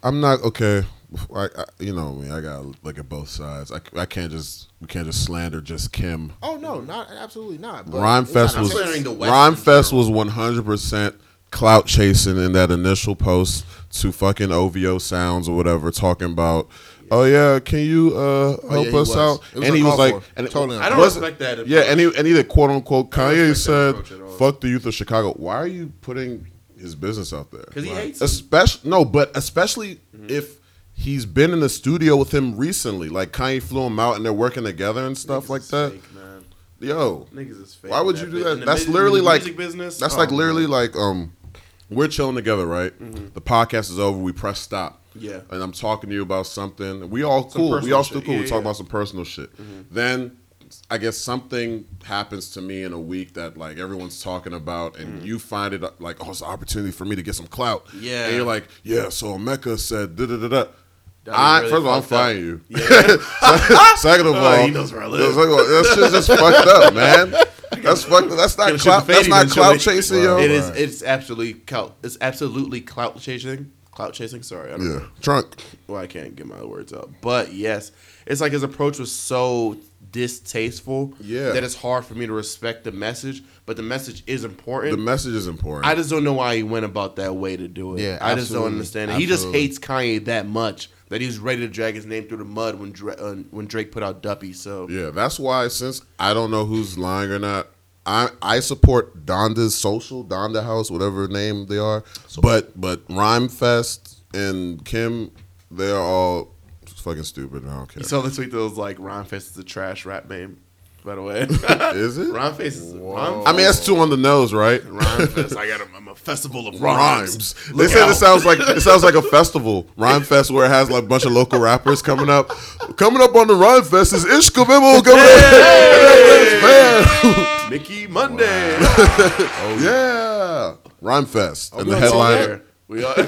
Speaker 2: I'm not okay. I, I, you know me. I gotta look at both sides. I, I can't just we can't just slander just Kim.
Speaker 3: Oh no, not absolutely not. but
Speaker 2: Rhyme
Speaker 3: it's not
Speaker 2: Fest
Speaker 1: I'm
Speaker 2: was
Speaker 1: slandering the West
Speaker 2: Rhyme
Speaker 1: in
Speaker 2: Fest
Speaker 1: general.
Speaker 2: was 100 percent clout chasing in that initial post to fucking OVO sounds or whatever, talking about, oh yeah, can you uh, help
Speaker 3: Oh, yeah, he
Speaker 2: us
Speaker 3: was.
Speaker 2: out?
Speaker 3: It was
Speaker 2: and he was
Speaker 3: uncalled
Speaker 2: like,
Speaker 3: for.
Speaker 2: and
Speaker 3: Totally
Speaker 1: I don't
Speaker 2: wasn't-
Speaker 1: respect that
Speaker 2: Yeah,
Speaker 1: approach.
Speaker 2: and he and he did quote unquote.
Speaker 1: I don't
Speaker 2: Kanye
Speaker 1: respect that
Speaker 2: said,
Speaker 1: approach at all.
Speaker 2: "Fuck the youth of Chicago." Why are you putting his business out there?
Speaker 1: 'Cause he hates him. Mm-hmm.
Speaker 2: especially no, but especially if he's been in the studio with him recently. Like Kanye flew him out and they're working together and stuff
Speaker 1: Niggas
Speaker 2: like
Speaker 1: is
Speaker 2: that.
Speaker 1: Fake, man.
Speaker 2: Yo,
Speaker 1: Niggas is fake.
Speaker 2: why would
Speaker 1: in
Speaker 2: you do
Speaker 1: bit- in
Speaker 2: that?
Speaker 1: the
Speaker 2: That's
Speaker 1: mu- in
Speaker 2: literally
Speaker 1: the
Speaker 2: like
Speaker 1: music business.
Speaker 2: That's
Speaker 1: Oh, Mm-hmm.
Speaker 2: like
Speaker 1: man.
Speaker 2: literally like um, we're chilling together, right? The podcast is over. We press stop.
Speaker 1: Yeah. Oh,
Speaker 2: and I'm talking to you about something. We all cool. We
Speaker 1: personal
Speaker 2: all still
Speaker 1: shit.
Speaker 2: cool.
Speaker 1: Yeah, yeah,
Speaker 2: we
Speaker 1: Mm-hmm.
Speaker 2: talk
Speaker 1: yeah.
Speaker 2: about some personal shit. Then I guess something happens to me in a week that like everyone's talking about, and
Speaker 1: Mm-hmm.
Speaker 2: you find it uh, like oh, it's an opportunity for me to get some clout.
Speaker 1: Yeah.
Speaker 2: and you're like, yeah. So Mecca said da da da da.
Speaker 1: That'd be
Speaker 2: I
Speaker 1: really
Speaker 2: first of all, I'm
Speaker 1: fucked up.
Speaker 2: firing you. Second of all,
Speaker 1: Oh, he knows where I live.
Speaker 2: Second of all, that shit's just fucked up, man. That's fucked. up. That's not
Speaker 1: Gotta shoot
Speaker 2: clout.
Speaker 1: the
Speaker 2: That's
Speaker 1: fade
Speaker 2: not
Speaker 1: eventually.
Speaker 2: clout chasing, yo.
Speaker 1: It is. It's absolutely clout. It's absolutely clout chasing. Clout chasing. Sorry, I don't
Speaker 2: Yeah,
Speaker 1: know.
Speaker 2: trunk.
Speaker 1: Well, I can't get my words out, but yes, it's like his approach was so distasteful.
Speaker 2: Yeah.
Speaker 1: that it's hard for me to respect the message. But the message is important.
Speaker 2: The message is important.
Speaker 1: I just don't know why he went about that way to do it.
Speaker 3: Yeah,
Speaker 1: I just don't
Speaker 3: absolutely.
Speaker 1: understand it. He just
Speaker 3: Absolutely.
Speaker 1: hates Kanye that much that he's ready to drag his name through the mud when Dra- uh, when Drake put out Duppy. So
Speaker 2: yeah, that's why since I don't know who's lying or not, I I support Donda's social, Donda House, whatever name they are. But but Rhyme Fest and Kim, they're all fucking stupid. and I don't care.
Speaker 1: you saw this week that was like Ron Fest is a trash rap name. By the way,
Speaker 2: is it?
Speaker 1: Ron Fest is. Ron
Speaker 2: I mean, that's two on the nose, right?
Speaker 1: Rhyme Fest. I got a, I'm a festival of rhymes.
Speaker 2: rhymes. They said
Speaker 1: out.
Speaker 2: it sounds like it sounds like a festival, rhyme fest, where it has like a bunch of local rappers coming up. Coming up on the rhyme fest is Ishka Bimbo coming up.
Speaker 1: Mickey Monday.
Speaker 2: Oh, yeah, rhyme fest and the
Speaker 1: It's all
Speaker 2: headliner.
Speaker 1: there. We are.
Speaker 2: Hey,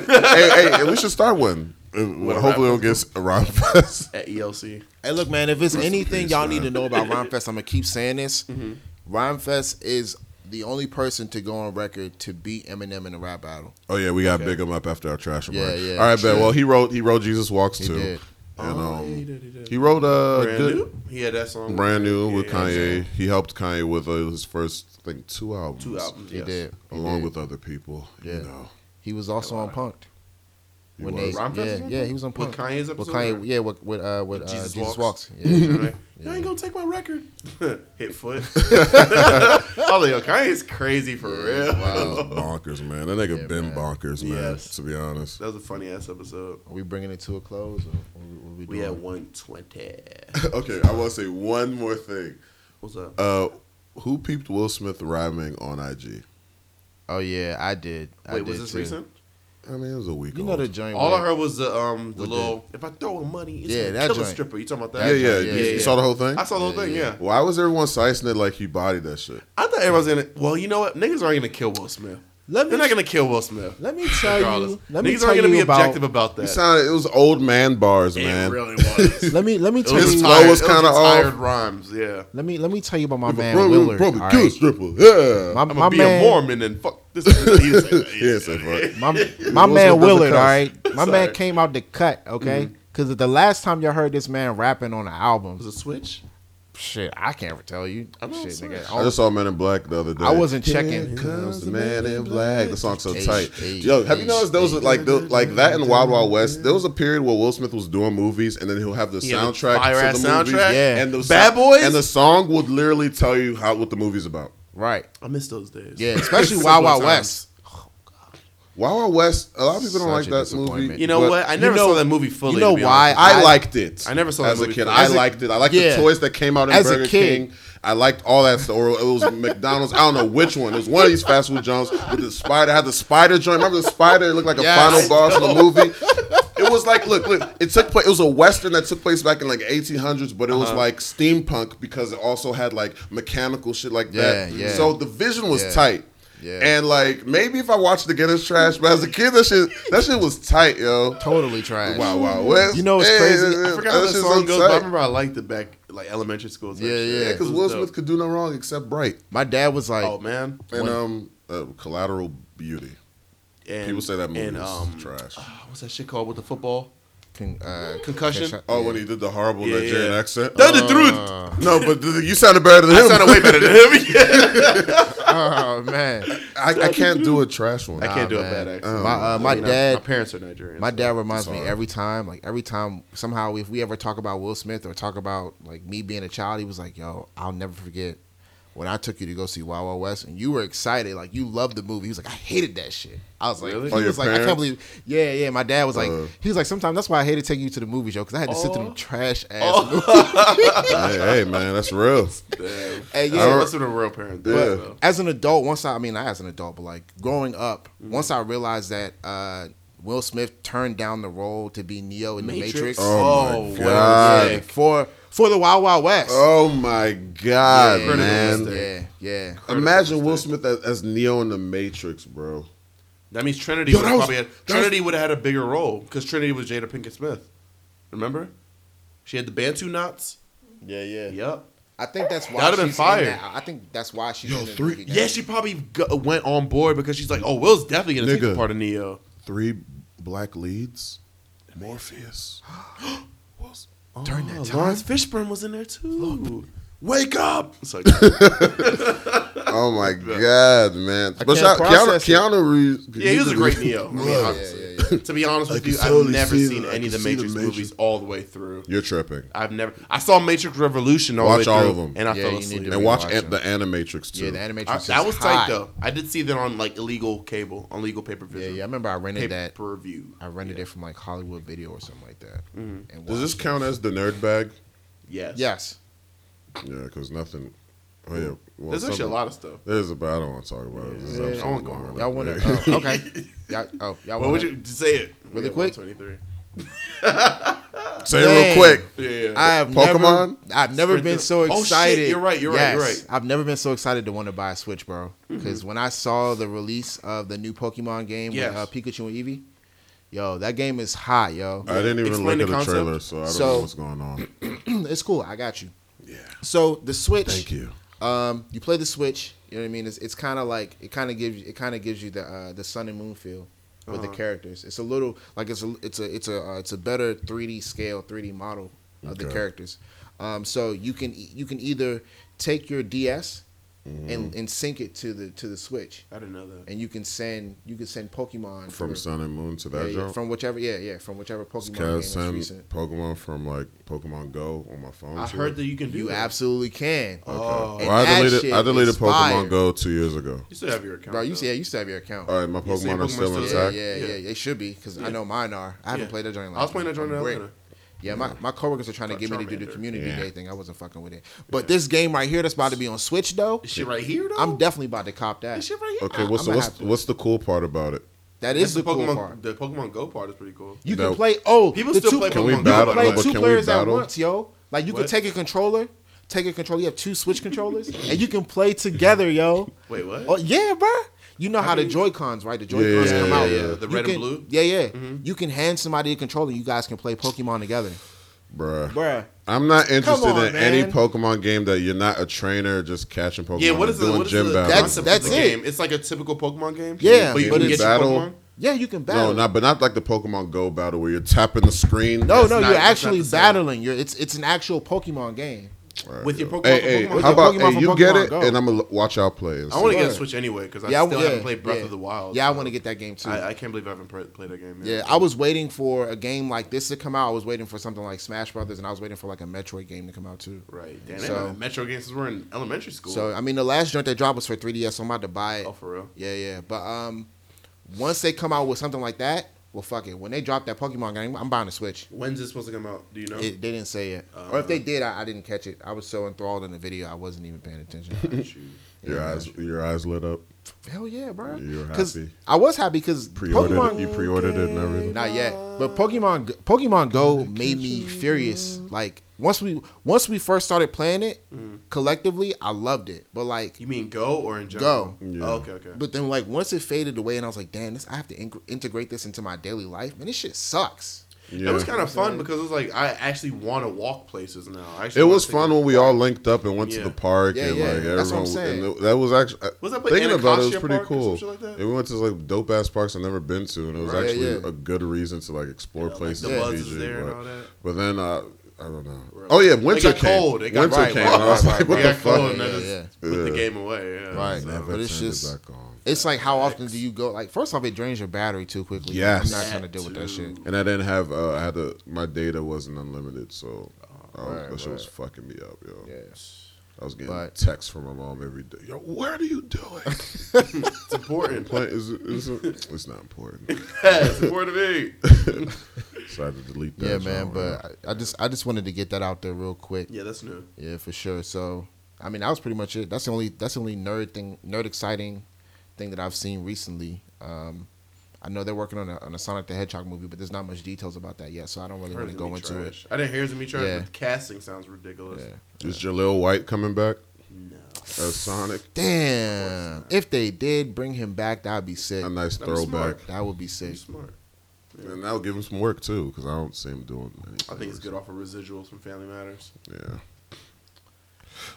Speaker 2: hey, and we should start one. Well, hopefully, it don't get around fest.
Speaker 1: at E ELC.
Speaker 3: Hey, look, man, if it's anything y'all need to know about Rhymefest, I'm gonna keep saying this. Rhymefest is the only person to go on record to beat Eminem in a rap battle.
Speaker 2: Oh yeah, we got big him up after our trash.
Speaker 3: Yeah,
Speaker 2: remark.
Speaker 3: yeah,
Speaker 2: All right,
Speaker 3: sure.
Speaker 2: man. Well, he wrote he wrote Jesus Walks too,
Speaker 3: did.
Speaker 2: and
Speaker 1: yeah, he
Speaker 2: um,
Speaker 1: did, he did.
Speaker 2: he wrote uh
Speaker 1: Brand
Speaker 2: good-
Speaker 1: new. He had that song.
Speaker 2: brand new with
Speaker 1: Yeah, yeah,
Speaker 2: Kanye.
Speaker 1: yeah.
Speaker 2: He helped Kanye with uh, his first, I think, two albums,
Speaker 1: Two albums.
Speaker 3: He
Speaker 1: yes.
Speaker 3: did. He
Speaker 2: along
Speaker 3: did.
Speaker 2: with other people.
Speaker 3: Yeah.
Speaker 2: You know.
Speaker 3: He was also on Punked.
Speaker 2: He
Speaker 3: When
Speaker 2: was.
Speaker 3: they,
Speaker 1: Rhymefest was
Speaker 3: yeah,
Speaker 1: on
Speaker 3: yeah,
Speaker 1: Punk'd?
Speaker 3: he was on
Speaker 1: With
Speaker 3: Punk'd.
Speaker 1: Kanye's
Speaker 3: With
Speaker 1: episode
Speaker 3: Kanye,
Speaker 1: or-
Speaker 3: yeah, with with uh, with uh,
Speaker 1: Jesus
Speaker 3: Jesus,
Speaker 1: Walks?
Speaker 3: Walks. Yeah.
Speaker 1: Right? You ain't gonna take my record. Hit foot. I was like, yo, Kanye's crazy for real.
Speaker 2: bonkers, man. That nigga been bonkers, man.
Speaker 1: Yes.
Speaker 2: To be honest,
Speaker 1: That was a funny ass episode.
Speaker 3: Are we bringing it to a close? Or what we, what we
Speaker 1: We
Speaker 3: doing?
Speaker 1: had 120.
Speaker 2: okay. I want to say one more thing.
Speaker 1: What's up?
Speaker 2: Uh, who peeped Will Smith rhyming on IG?
Speaker 3: Oh yeah, I did. I
Speaker 1: Wait,
Speaker 3: did
Speaker 1: was this
Speaker 3: too.
Speaker 1: recent?
Speaker 2: I mean, it was a week.
Speaker 3: You know
Speaker 2: old.
Speaker 3: the joint.
Speaker 1: All
Speaker 3: where-
Speaker 1: I heard was the um the
Speaker 3: With
Speaker 1: little if I throw her money, it's
Speaker 3: Yeah,
Speaker 1: yeah,
Speaker 3: that
Speaker 1: gonna kill a
Speaker 3: joint.
Speaker 1: stripper. You talking about
Speaker 2: yeah,
Speaker 1: that?
Speaker 2: yeah,
Speaker 1: yeah,
Speaker 2: You, you
Speaker 1: yeah.
Speaker 2: saw the whole thing.
Speaker 1: I saw the whole thing. Yeah.
Speaker 2: Why was everyone sizing it like he bodied that shit?
Speaker 1: I thought everyone's gonna. Well, you know what? Niggas aren't gonna kill Will Smith.
Speaker 3: Let
Speaker 1: They're
Speaker 3: me
Speaker 1: not gonna kill Will Smith.
Speaker 3: let me tell
Speaker 1: Regardless,
Speaker 3: you. Let me
Speaker 1: niggas
Speaker 3: tell
Speaker 1: aren't gonna
Speaker 3: you
Speaker 1: be
Speaker 3: about,
Speaker 1: objective about
Speaker 2: He
Speaker 1: that.
Speaker 2: sounded it was old man bars,
Speaker 4: It
Speaker 2: man.
Speaker 4: really was.
Speaker 3: Let me let me
Speaker 1: It
Speaker 3: tell
Speaker 2: His
Speaker 3: you.
Speaker 1: just
Speaker 2: flow
Speaker 1: tired-
Speaker 2: was
Speaker 1: it just
Speaker 2: kinda off.
Speaker 1: tired rhymes. Yeah.
Speaker 3: Let me let me tell you about my man
Speaker 2: Probably-
Speaker 3: Willard.
Speaker 2: probably
Speaker 3: all
Speaker 2: kill
Speaker 3: right?
Speaker 2: a stripper. Yeah.
Speaker 3: My,
Speaker 1: I'm
Speaker 3: my
Speaker 1: gonna be
Speaker 3: man,
Speaker 1: a Mormon and fuck this. He was like,
Speaker 2: yeah, say fuck.
Speaker 3: my, my
Speaker 2: Will's
Speaker 3: man
Speaker 2: with the
Speaker 3: Willard.
Speaker 2: cuss.
Speaker 3: All right, my
Speaker 1: Sorry.
Speaker 3: man came out the cut. Okay, because the last time y'all heard this man rapping on the
Speaker 1: was
Speaker 3: album,
Speaker 1: a switch.
Speaker 3: shit, I can't tell you.
Speaker 1: I'm not
Speaker 3: shit,
Speaker 1: sure.
Speaker 3: nigga.
Speaker 2: I just saw Men in Black the other day.
Speaker 3: I wasn't checking.
Speaker 2: Here comes the Man in Black. The song's so
Speaker 3: Hey,
Speaker 2: tight.
Speaker 3: hey,
Speaker 2: Yo, have you
Speaker 3: hey,
Speaker 2: noticed those
Speaker 3: hey.
Speaker 2: like the, like that in Wild Wild West? There was a period where Will Smith was doing movies, and then he'll have the
Speaker 1: Yeah, the
Speaker 2: soundtrack
Speaker 1: fire-ass
Speaker 2: to the movies,
Speaker 1: soundtrack.
Speaker 3: Yeah.
Speaker 2: and the
Speaker 1: Bad
Speaker 2: song-
Speaker 1: Boys?
Speaker 2: and the song would literally tell you how what the movie's about.
Speaker 3: right?
Speaker 1: I miss those days.
Speaker 3: Yeah, especially Wild Wild West.
Speaker 2: Wild Wild West. A lot of people don't
Speaker 3: Such
Speaker 2: like
Speaker 3: a
Speaker 2: that
Speaker 3: disappointment.
Speaker 2: movie.
Speaker 1: You know
Speaker 2: but
Speaker 1: what? I never
Speaker 3: know-
Speaker 1: saw that movie fully.
Speaker 3: you know
Speaker 1: to be honest
Speaker 3: why
Speaker 1: with
Speaker 2: I
Speaker 1: you.
Speaker 2: liked it.
Speaker 1: I never saw that
Speaker 2: as a
Speaker 1: movie
Speaker 2: kid.
Speaker 1: before.
Speaker 2: I
Speaker 1: As a-
Speaker 2: liked it. I liked
Speaker 3: yeah.
Speaker 2: the toys that came out in
Speaker 3: As a
Speaker 2: Burger
Speaker 3: kid.
Speaker 2: King. I liked all that stuff. Or it was McDonald's. I don't know which one. It was one of these fast food joints with the spider. Had the spider joint. Remember the spider? It looked like a
Speaker 3: Yes.
Speaker 2: final boss in the movie. It was like look, look. It took place. It was a western that took place back in like 1800s, but it was like steampunk because it also had like mechanical shit like that.
Speaker 3: Yeah, yeah.
Speaker 2: So the vision was
Speaker 3: Yeah.
Speaker 2: tight.
Speaker 3: Yeah.
Speaker 2: And like maybe if I watched the Guinness trash, but as a kid that shit that shit was tight, yo.
Speaker 3: Totally trash.
Speaker 2: Wow, wow, West.
Speaker 3: You know what's
Speaker 2: Hey,
Speaker 3: crazy?
Speaker 1: I
Speaker 2: hey,
Speaker 1: forgot
Speaker 2: hey,
Speaker 1: how that
Speaker 2: shit's
Speaker 1: song
Speaker 2: so
Speaker 1: goes, but I
Speaker 2: tight.
Speaker 1: remember I liked it back like elementary school. and
Speaker 3: Yeah,
Speaker 1: shit.
Speaker 3: yeah.
Speaker 2: Yeah, because
Speaker 1: It was
Speaker 2: Will
Speaker 1: dope.
Speaker 2: Smith could do no wrong except right.
Speaker 3: My dad was like,
Speaker 1: Oh man,
Speaker 2: And um, uh, Collateral Beauty.
Speaker 1: and,
Speaker 2: People say that movie
Speaker 1: and,
Speaker 2: is
Speaker 1: um,
Speaker 2: trash.
Speaker 1: ah, what's that shit called with the football?
Speaker 3: Con- uh,
Speaker 1: Concussion?
Speaker 2: Oh, when he did the horrible
Speaker 1: Yeah,
Speaker 2: Nigerian
Speaker 1: yeah.
Speaker 2: accent. Uh,
Speaker 1: Tell the truth.
Speaker 2: no, but th- you sounded better than
Speaker 1: I
Speaker 2: him.
Speaker 1: sounded way better than him. Yeah.
Speaker 3: oh man.
Speaker 2: I, I can't do a trash one.
Speaker 1: I can't do a
Speaker 3: man.
Speaker 1: bad accent.
Speaker 2: Um,
Speaker 3: My uh, my
Speaker 1: I mean,
Speaker 3: dad
Speaker 1: My parents are Nigerian.
Speaker 3: My
Speaker 1: so-
Speaker 3: dad reminds me every time, like every time somehow if we ever talk about Will Smith or talk about like me being a child, he was like, "Yo, I'll never forget when I took you to go see Wild Wild West and you were excited, like you loved the movie." He was like, "I hated that shit." I was like,
Speaker 1: Really?
Speaker 3: "He
Speaker 2: Oh, your
Speaker 3: was like, I can't
Speaker 2: parents?
Speaker 3: believe." Yeah, yeah. My dad was like,
Speaker 2: Uh.
Speaker 3: he was like, "Sometimes that's why I hated taking you to the movies, yo, because I had to sit
Speaker 1: Oh.
Speaker 3: through trash ass."
Speaker 2: hey, hey, man, that's real.
Speaker 1: Damn.
Speaker 3: Hey, yeah.
Speaker 1: Yeah, that's what a real parent does.
Speaker 2: Yeah.
Speaker 1: though.
Speaker 3: as an adult, once I, I mean, not as an adult, but like growing up, once I realized that uh, Will Smith turned down the role to be Neo in
Speaker 1: Matrix.
Speaker 3: the Matrix.
Speaker 2: Oh,
Speaker 1: Oh,
Speaker 2: my god.
Speaker 3: Yeah, for for the Wild Wild West.
Speaker 2: Oh my god,
Speaker 1: Yeah.
Speaker 2: man.
Speaker 1: Critical
Speaker 3: yeah, yeah.
Speaker 2: Imagine
Speaker 1: mistake.
Speaker 2: Will Smith as, as Neo in the Matrix, bro.
Speaker 1: That means Trinity
Speaker 2: Yo,
Speaker 1: would
Speaker 2: that was-
Speaker 1: probably had,
Speaker 2: that
Speaker 1: Trinity would have had a bigger role because Trinity was Jada Pinkett Smith. Remember, she had the Bantu knots.
Speaker 3: Yeah, yeah.
Speaker 1: Yep.
Speaker 3: I think that's why
Speaker 1: That'd've
Speaker 3: she's
Speaker 1: been
Speaker 3: in
Speaker 1: fire.
Speaker 3: that. I think that's why she's in the
Speaker 2: three-
Speaker 3: movie now.
Speaker 1: Yeah, she probably go- went on board because she's like, "Oh, Will's definitely gonna take
Speaker 2: Nigga.
Speaker 1: the part of Neo."
Speaker 2: Three black leads. Morpheus.
Speaker 1: During that time, Oh, Lawrence Fishburne was in there too. Wake up! It's like,
Speaker 2: Oh my god, man! But
Speaker 3: can't
Speaker 2: shout- Keanu,
Speaker 3: process it.
Speaker 2: Keanu Reeves.
Speaker 1: yeah, he was a great Neo. I mean,
Speaker 2: Look,
Speaker 1: obviously. To be honest with
Speaker 2: can
Speaker 1: you, I've
Speaker 2: totally
Speaker 1: never
Speaker 2: see
Speaker 1: seen
Speaker 2: that. I
Speaker 1: any of the
Speaker 2: can see the
Speaker 1: Matrix
Speaker 2: Matrix.
Speaker 1: movies all the way through.
Speaker 2: You're tripping.
Speaker 1: I've never. I saw Matrix Revolution all
Speaker 2: Watch
Speaker 1: the way
Speaker 2: all
Speaker 1: through,
Speaker 2: of 'em.
Speaker 1: and I
Speaker 3: Yeah,
Speaker 1: fell
Speaker 3: you need
Speaker 1: asleep.
Speaker 3: to
Speaker 2: And watch
Speaker 3: Rewatch
Speaker 2: Ant-
Speaker 3: it.
Speaker 2: the Animatrix too.
Speaker 3: Yeah, the animation.
Speaker 1: I, that was tight though. I did see that on like illegal cable, on legal pay per view.
Speaker 3: Yeah, yeah. I remember I rented
Speaker 1: Pay
Speaker 3: that.
Speaker 1: per view.
Speaker 3: I rented it from like Hollywood Video or something like that. And
Speaker 2: Does this
Speaker 3: watched it.
Speaker 2: count as the nerd bag?
Speaker 1: Yes.
Speaker 3: Yes.
Speaker 2: Yeah, because nothing. Oh yeah. Well,
Speaker 1: There's actually a
Speaker 2: something-
Speaker 1: lot of stuff.
Speaker 2: There's a, but I don't want to talk about it. This is episode
Speaker 1: I won't go
Speaker 2: long.
Speaker 1: on.
Speaker 3: Y'all want to? Oh, okay. Y'all, oh, y'all
Speaker 1: What
Speaker 3: want
Speaker 1: would
Speaker 3: to?
Speaker 1: you say it
Speaker 3: Really quick?
Speaker 1: Twenty three.
Speaker 2: Say
Speaker 3: Dang.
Speaker 2: it real quick.
Speaker 1: Yeah. yeah.
Speaker 3: I have
Speaker 2: Pokemon?
Speaker 3: never, I've never
Speaker 1: Sprint
Speaker 3: been
Speaker 1: the-
Speaker 3: so
Speaker 1: Oh, shit,
Speaker 3: excited.
Speaker 1: you're right, you're right, you're right.
Speaker 3: I've never been so excited to want to buy a Switch,
Speaker 2: Mm-hmm.
Speaker 3: bro. Because when I saw the release of the new Pokemon game
Speaker 1: Yes.
Speaker 3: with uh, Pikachu and Eevee, yo, that game is hot, yo.
Speaker 2: I didn't even
Speaker 1: Explain
Speaker 2: look at
Speaker 1: the
Speaker 2: the
Speaker 1: concept.
Speaker 2: trailer, so I don't
Speaker 3: So-
Speaker 2: know what's going on.
Speaker 3: it's cool. I got you. Yeah. So the Switch.
Speaker 2: Thank you.
Speaker 3: Um, you play the Switch. You know what I mean? It's, it's kind of like it kind of gives you it kind of gives you the uh, the sun and moon feel with
Speaker 2: Uh-huh.
Speaker 3: the characters. It's a little like it's a it's a it's a uh, it's a better 3D scale 3D model of the
Speaker 2: Okay.
Speaker 3: characters. Um, so you can e- you can either take your DS
Speaker 2: Mm-hmm.
Speaker 3: and, and sync it to the to the Switch,
Speaker 1: I didn't know that.
Speaker 3: and you can send you can send Pokemon
Speaker 2: Uh-huh. From
Speaker 3: to-
Speaker 2: Sun and Moon to
Speaker 3: yeah,
Speaker 2: that
Speaker 3: yeah,
Speaker 2: joke.
Speaker 3: from whichever yeah yeah from whichever Pokemon game
Speaker 2: Can I
Speaker 3: was
Speaker 2: send
Speaker 3: recent.
Speaker 2: Pokemon from like Pokemon Go on my phone?
Speaker 1: I
Speaker 2: to
Speaker 1: heard
Speaker 2: it?
Speaker 1: that you can do
Speaker 3: You
Speaker 1: that.
Speaker 3: absolutely can.
Speaker 1: Oh.
Speaker 2: Well, I
Speaker 3: And that
Speaker 2: deleted
Speaker 3: shit
Speaker 2: I deleted
Speaker 3: is fire.
Speaker 2: Pokemon Go two years ago.
Speaker 1: You still have your account.
Speaker 3: Bro, you
Speaker 1: though.
Speaker 3: see, yeah, you still have your account.
Speaker 2: All right, my
Speaker 1: You see
Speaker 2: Pokemon are
Speaker 1: Pokemon
Speaker 2: still
Speaker 1: still
Speaker 3: yeah,
Speaker 1: Zach?
Speaker 2: intact.
Speaker 3: yeah, yeah, They should be because I
Speaker 1: Yeah.
Speaker 3: know mine are. I haven't
Speaker 1: Yeah.
Speaker 3: played that during.
Speaker 1: I was playing that during
Speaker 3: fucking break.
Speaker 1: Atlanta.
Speaker 3: Yeah, my, my coworkers are trying to
Speaker 1: Got
Speaker 3: get me to do the
Speaker 1: Charmander.
Speaker 3: community
Speaker 5: Yeah.
Speaker 3: day thing. I wasn't fucking with it. But this game right here that's about to be on Switch though,
Speaker 1: This shit right here though.
Speaker 3: I'm definitely about to cop that.
Speaker 1: This shit right here.
Speaker 2: Okay,
Speaker 3: I-
Speaker 2: what's
Speaker 3: I
Speaker 2: the,
Speaker 3: might
Speaker 2: what's
Speaker 3: have to.
Speaker 2: what's the cool part about it?
Speaker 3: That
Speaker 1: That's
Speaker 3: is the,
Speaker 1: Pokemon.
Speaker 3: cool part.
Speaker 1: The Pokemon Go part is pretty cool.
Speaker 3: You
Speaker 2: No.
Speaker 3: can play. Oh,
Speaker 1: People
Speaker 3: the
Speaker 1: still
Speaker 3: two,
Speaker 1: play
Speaker 2: Can we
Speaker 1: Pokemon
Speaker 2: battle?
Speaker 1: Go.
Speaker 3: You can
Speaker 2: but
Speaker 3: play two
Speaker 2: can we
Speaker 3: players at
Speaker 2: battle?
Speaker 3: once, yo. Like you can
Speaker 1: What?
Speaker 3: take a controller, take a controller. You have two Switch controllers, and you can play together, yo.
Speaker 1: Wait, what?
Speaker 3: Oh yeah, bro. You know how the
Speaker 1: mean-
Speaker 3: Joy Cons, right? The Joy Cons
Speaker 2: yeah,
Speaker 3: come
Speaker 2: yeah,
Speaker 3: out.
Speaker 2: yeah.
Speaker 1: The
Speaker 3: You
Speaker 1: red and
Speaker 3: can-
Speaker 1: blue? Mm-hmm.
Speaker 3: Yeah, yeah. You can hand somebody a controller. You guys can play Pokemon together,
Speaker 2: Bruh.
Speaker 3: Bruh.
Speaker 2: I'm not interested
Speaker 3: on,
Speaker 2: in any
Speaker 3: man.
Speaker 2: Pokemon game that you're not a trainer just catching Pokemon
Speaker 1: Yeah, what is
Speaker 2: and
Speaker 1: the,
Speaker 2: doing
Speaker 1: what is
Speaker 2: gym
Speaker 1: the
Speaker 2: battles.
Speaker 3: That's-
Speaker 1: concept
Speaker 3: that's
Speaker 1: of the
Speaker 3: it.
Speaker 1: game? It's like a typical Pokemon game.
Speaker 3: Yeah,
Speaker 1: but you
Speaker 3: but
Speaker 1: can
Speaker 3: it's-
Speaker 1: get your
Speaker 2: battle-
Speaker 1: Pokemon.
Speaker 3: Yeah, you can battle.
Speaker 2: no, not but not like the Pokemon Go battle where you're tapping the screen.
Speaker 3: no,
Speaker 1: that's
Speaker 3: no.
Speaker 1: not-
Speaker 3: You're
Speaker 1: that's not
Speaker 3: actually
Speaker 1: the same.
Speaker 3: battling. You're it's it's an actual Pokemon game.
Speaker 2: Alright,
Speaker 1: with your
Speaker 2: yo.
Speaker 1: Pokemon-
Speaker 2: Hey,
Speaker 1: from Pokemon
Speaker 2: hey, how
Speaker 3: Go.
Speaker 2: about
Speaker 3: Pokemon
Speaker 2: hey,
Speaker 3: from
Speaker 2: you get
Speaker 3: Pokemon
Speaker 2: it,
Speaker 3: Go.
Speaker 2: and I'm gonna watch y'all play. and
Speaker 1: I want to
Speaker 2: see.
Speaker 1: get a
Speaker 3: Sure.
Speaker 1: Switch anyway because I
Speaker 3: Yeah, I
Speaker 1: still
Speaker 3: w-
Speaker 1: haven't
Speaker 3: yeah,
Speaker 1: played Breath
Speaker 3: yeah.
Speaker 1: of the Wild.
Speaker 3: Yeah, I
Speaker 1: so
Speaker 3: want to get that game too.
Speaker 1: I, I can't believe I haven't pr- played that game yet.
Speaker 3: Yeah, I was waiting for a game like this to come out. I was waiting for something like Smash Brothers, and I was waiting for like a Metroid game to come out too.
Speaker 1: Right. Damn,
Speaker 3: So-
Speaker 1: so, Metro games were in elementary school.
Speaker 3: So I mean, the last joint they dropped was for 3DS. So I'm about to buy it.
Speaker 1: oh, for real.
Speaker 3: Yeah, yeah. But um, once they come out with something like that, well, fuck it. When they drop that Pokemon game, I'm buying a Switch.
Speaker 1: When's it supposed to come out? Do you know?
Speaker 3: It, they didn't say it,
Speaker 2: Uh,
Speaker 3: or if they did, I, I didn't catch it. I was so enthralled in the video, I wasn't even paying attention.
Speaker 1: Shoot.
Speaker 2: your eyes your eyes lit up.
Speaker 3: Hell yeah, bro!
Speaker 2: You were happy.
Speaker 3: I was happy because
Speaker 2: Pre-ordered
Speaker 3: Pokemon
Speaker 2: it. You pre-ordered it and everything.
Speaker 3: Not yet, but Pokemon Pokemon Go made me furious. Like once we once we first started playing it
Speaker 2: Mm.
Speaker 3: collectively, I loved it. But like,
Speaker 1: You mean go or in general?
Speaker 3: Go.
Speaker 2: Yeah.
Speaker 1: Oh, okay, okay.
Speaker 3: but then like once it faded away, and I was like, damn, this I have to in- integrate this into my daily life. Man, this shit sucks.
Speaker 2: Yeah.
Speaker 1: It was kind of fun because it was like I actually want to walk places now. I actually
Speaker 2: It
Speaker 1: wanna
Speaker 2: was
Speaker 1: take
Speaker 2: fun
Speaker 1: a-
Speaker 2: when we all linked up and went
Speaker 1: Yeah.
Speaker 2: to the park
Speaker 3: Yeah,
Speaker 2: and
Speaker 3: yeah,
Speaker 2: like everyone.
Speaker 3: that's what I'm saying.
Speaker 2: and that was actually
Speaker 1: Was that, like,
Speaker 2: thinking about it, it was
Speaker 1: Anacostia
Speaker 2: pretty
Speaker 1: Park or some
Speaker 2: cool.
Speaker 1: shit like that?
Speaker 2: And we went to like dope ass parks I've never been to, and it was
Speaker 3: Right. Yeah,
Speaker 2: actually
Speaker 3: yeah.
Speaker 2: a good reason to like explore
Speaker 1: like,
Speaker 2: places.
Speaker 1: the
Speaker 2: in
Speaker 1: buzz is
Speaker 2: Fiji,
Speaker 1: there and
Speaker 2: but,
Speaker 1: all that.
Speaker 2: but then uh, I don't know.
Speaker 1: Right.
Speaker 2: Oh yeah,
Speaker 1: It
Speaker 2: winter
Speaker 1: got
Speaker 2: came.
Speaker 1: cold. It got-
Speaker 2: winter
Speaker 1: right,
Speaker 2: came.
Speaker 1: right,
Speaker 2: and I was
Speaker 3: right,
Speaker 2: like,
Speaker 3: right,
Speaker 2: what
Speaker 1: It
Speaker 2: the
Speaker 1: got cold and
Speaker 2: fuck?
Speaker 1: then
Speaker 3: Yeah,
Speaker 1: it's-
Speaker 2: yeah.
Speaker 1: put the
Speaker 2: Yeah.
Speaker 1: game away. Yeah.
Speaker 3: Right.
Speaker 1: So-
Speaker 2: Never
Speaker 3: But it's
Speaker 2: turned it
Speaker 3: just-
Speaker 2: back on.
Speaker 3: It's like how often do you go? Like first off, it drains your battery too quickly.
Speaker 2: Yes.
Speaker 3: I'm not trying to deal with that shit.
Speaker 2: And I didn't have uh, I had to, my data wasn't unlimited, so
Speaker 1: Oh,
Speaker 2: I was,
Speaker 3: Right,
Speaker 2: that shit was
Speaker 3: right.
Speaker 2: fucking me up, yo.
Speaker 3: Yes.
Speaker 2: I was getting
Speaker 3: But-
Speaker 2: texts from my mom every day. Yo, what are you doing?
Speaker 1: It's important.
Speaker 2: Play- is it- is it- it's not important.
Speaker 1: it's important to me.
Speaker 2: So I had to delete that.
Speaker 3: Yeah, man.
Speaker 2: genre.
Speaker 3: But I, I just I just wanted to get that out there real quick.
Speaker 1: Yeah, that's new.
Speaker 3: Yeah, for sure. So, I mean, that was pretty much it. That's the only that's the only nerd thing, nerd exciting thing that I've seen recently. Um, I know they're working on a, on a Sonic the Hedgehog movie, but there's not much details about that yet, so I don't really want
Speaker 1: Heard
Speaker 3: to
Speaker 1: it's
Speaker 3: go
Speaker 1: gonna be
Speaker 3: into it.
Speaker 1: trash. I didn't hear it's gonna be trash.
Speaker 3: Yeah.
Speaker 1: But the casting sounds ridiculous.
Speaker 3: Yeah.
Speaker 2: is Jaleel White coming back
Speaker 1: No.
Speaker 2: as Sonic?
Speaker 3: Damn! If they did bring him back, that'd be sick.
Speaker 2: A nice
Speaker 1: That'd be
Speaker 2: throwback,
Speaker 1: smart.
Speaker 3: That would be
Speaker 1: He's
Speaker 3: sick.
Speaker 1: smart.
Speaker 2: and that'll give him some work too, because I don't see him doing anything.
Speaker 1: I think it's good
Speaker 2: recently.
Speaker 1: off of residuals from Family Matters.
Speaker 2: Yeah.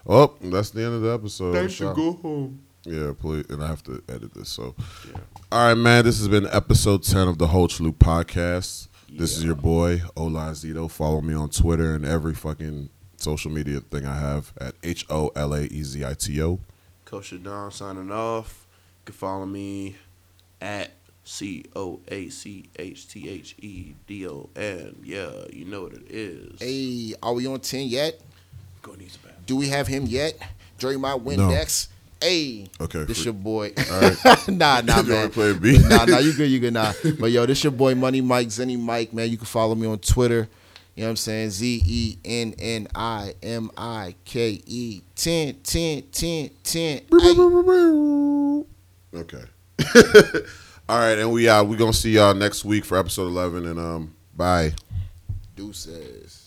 Speaker 2: Oh, that's the end of the episode.
Speaker 3: sure.
Speaker 1: go home.
Speaker 2: Yeah, please. And I have to edit this. So,
Speaker 1: Yeah.
Speaker 2: all right, man. This has been episode ten of the Hoach Loop podcast. This is your boy Ola Zito. Follow me on Twitter and every fucking social media thing I have at H O L A E Z I T O.
Speaker 1: Coach Don signing off. You can follow me at C O A C H T H E D O N. Yeah, you know what it is.
Speaker 3: Hey, are we on ten yet?
Speaker 1: Go need some bath.
Speaker 3: Do we have him yet? Dre might win
Speaker 2: No.
Speaker 3: next. Hey,
Speaker 2: Okay,
Speaker 3: this
Speaker 2: freak.
Speaker 3: your boy.
Speaker 2: right.
Speaker 3: nah, nah,
Speaker 2: You
Speaker 3: man.
Speaker 2: wanna play a beat?
Speaker 3: nah, nah, you good, you good, nah. But yo, this your boy Money Mike, Zenny Mike, man. You can follow me on Twitter. You know what I'm saying? Z E N N I M I K E 10 10 10 10. Ay.
Speaker 2: Okay. all right, and uh, we out. We gonna see y'all next week for episode eleven. And um, bye.
Speaker 3: Deuces.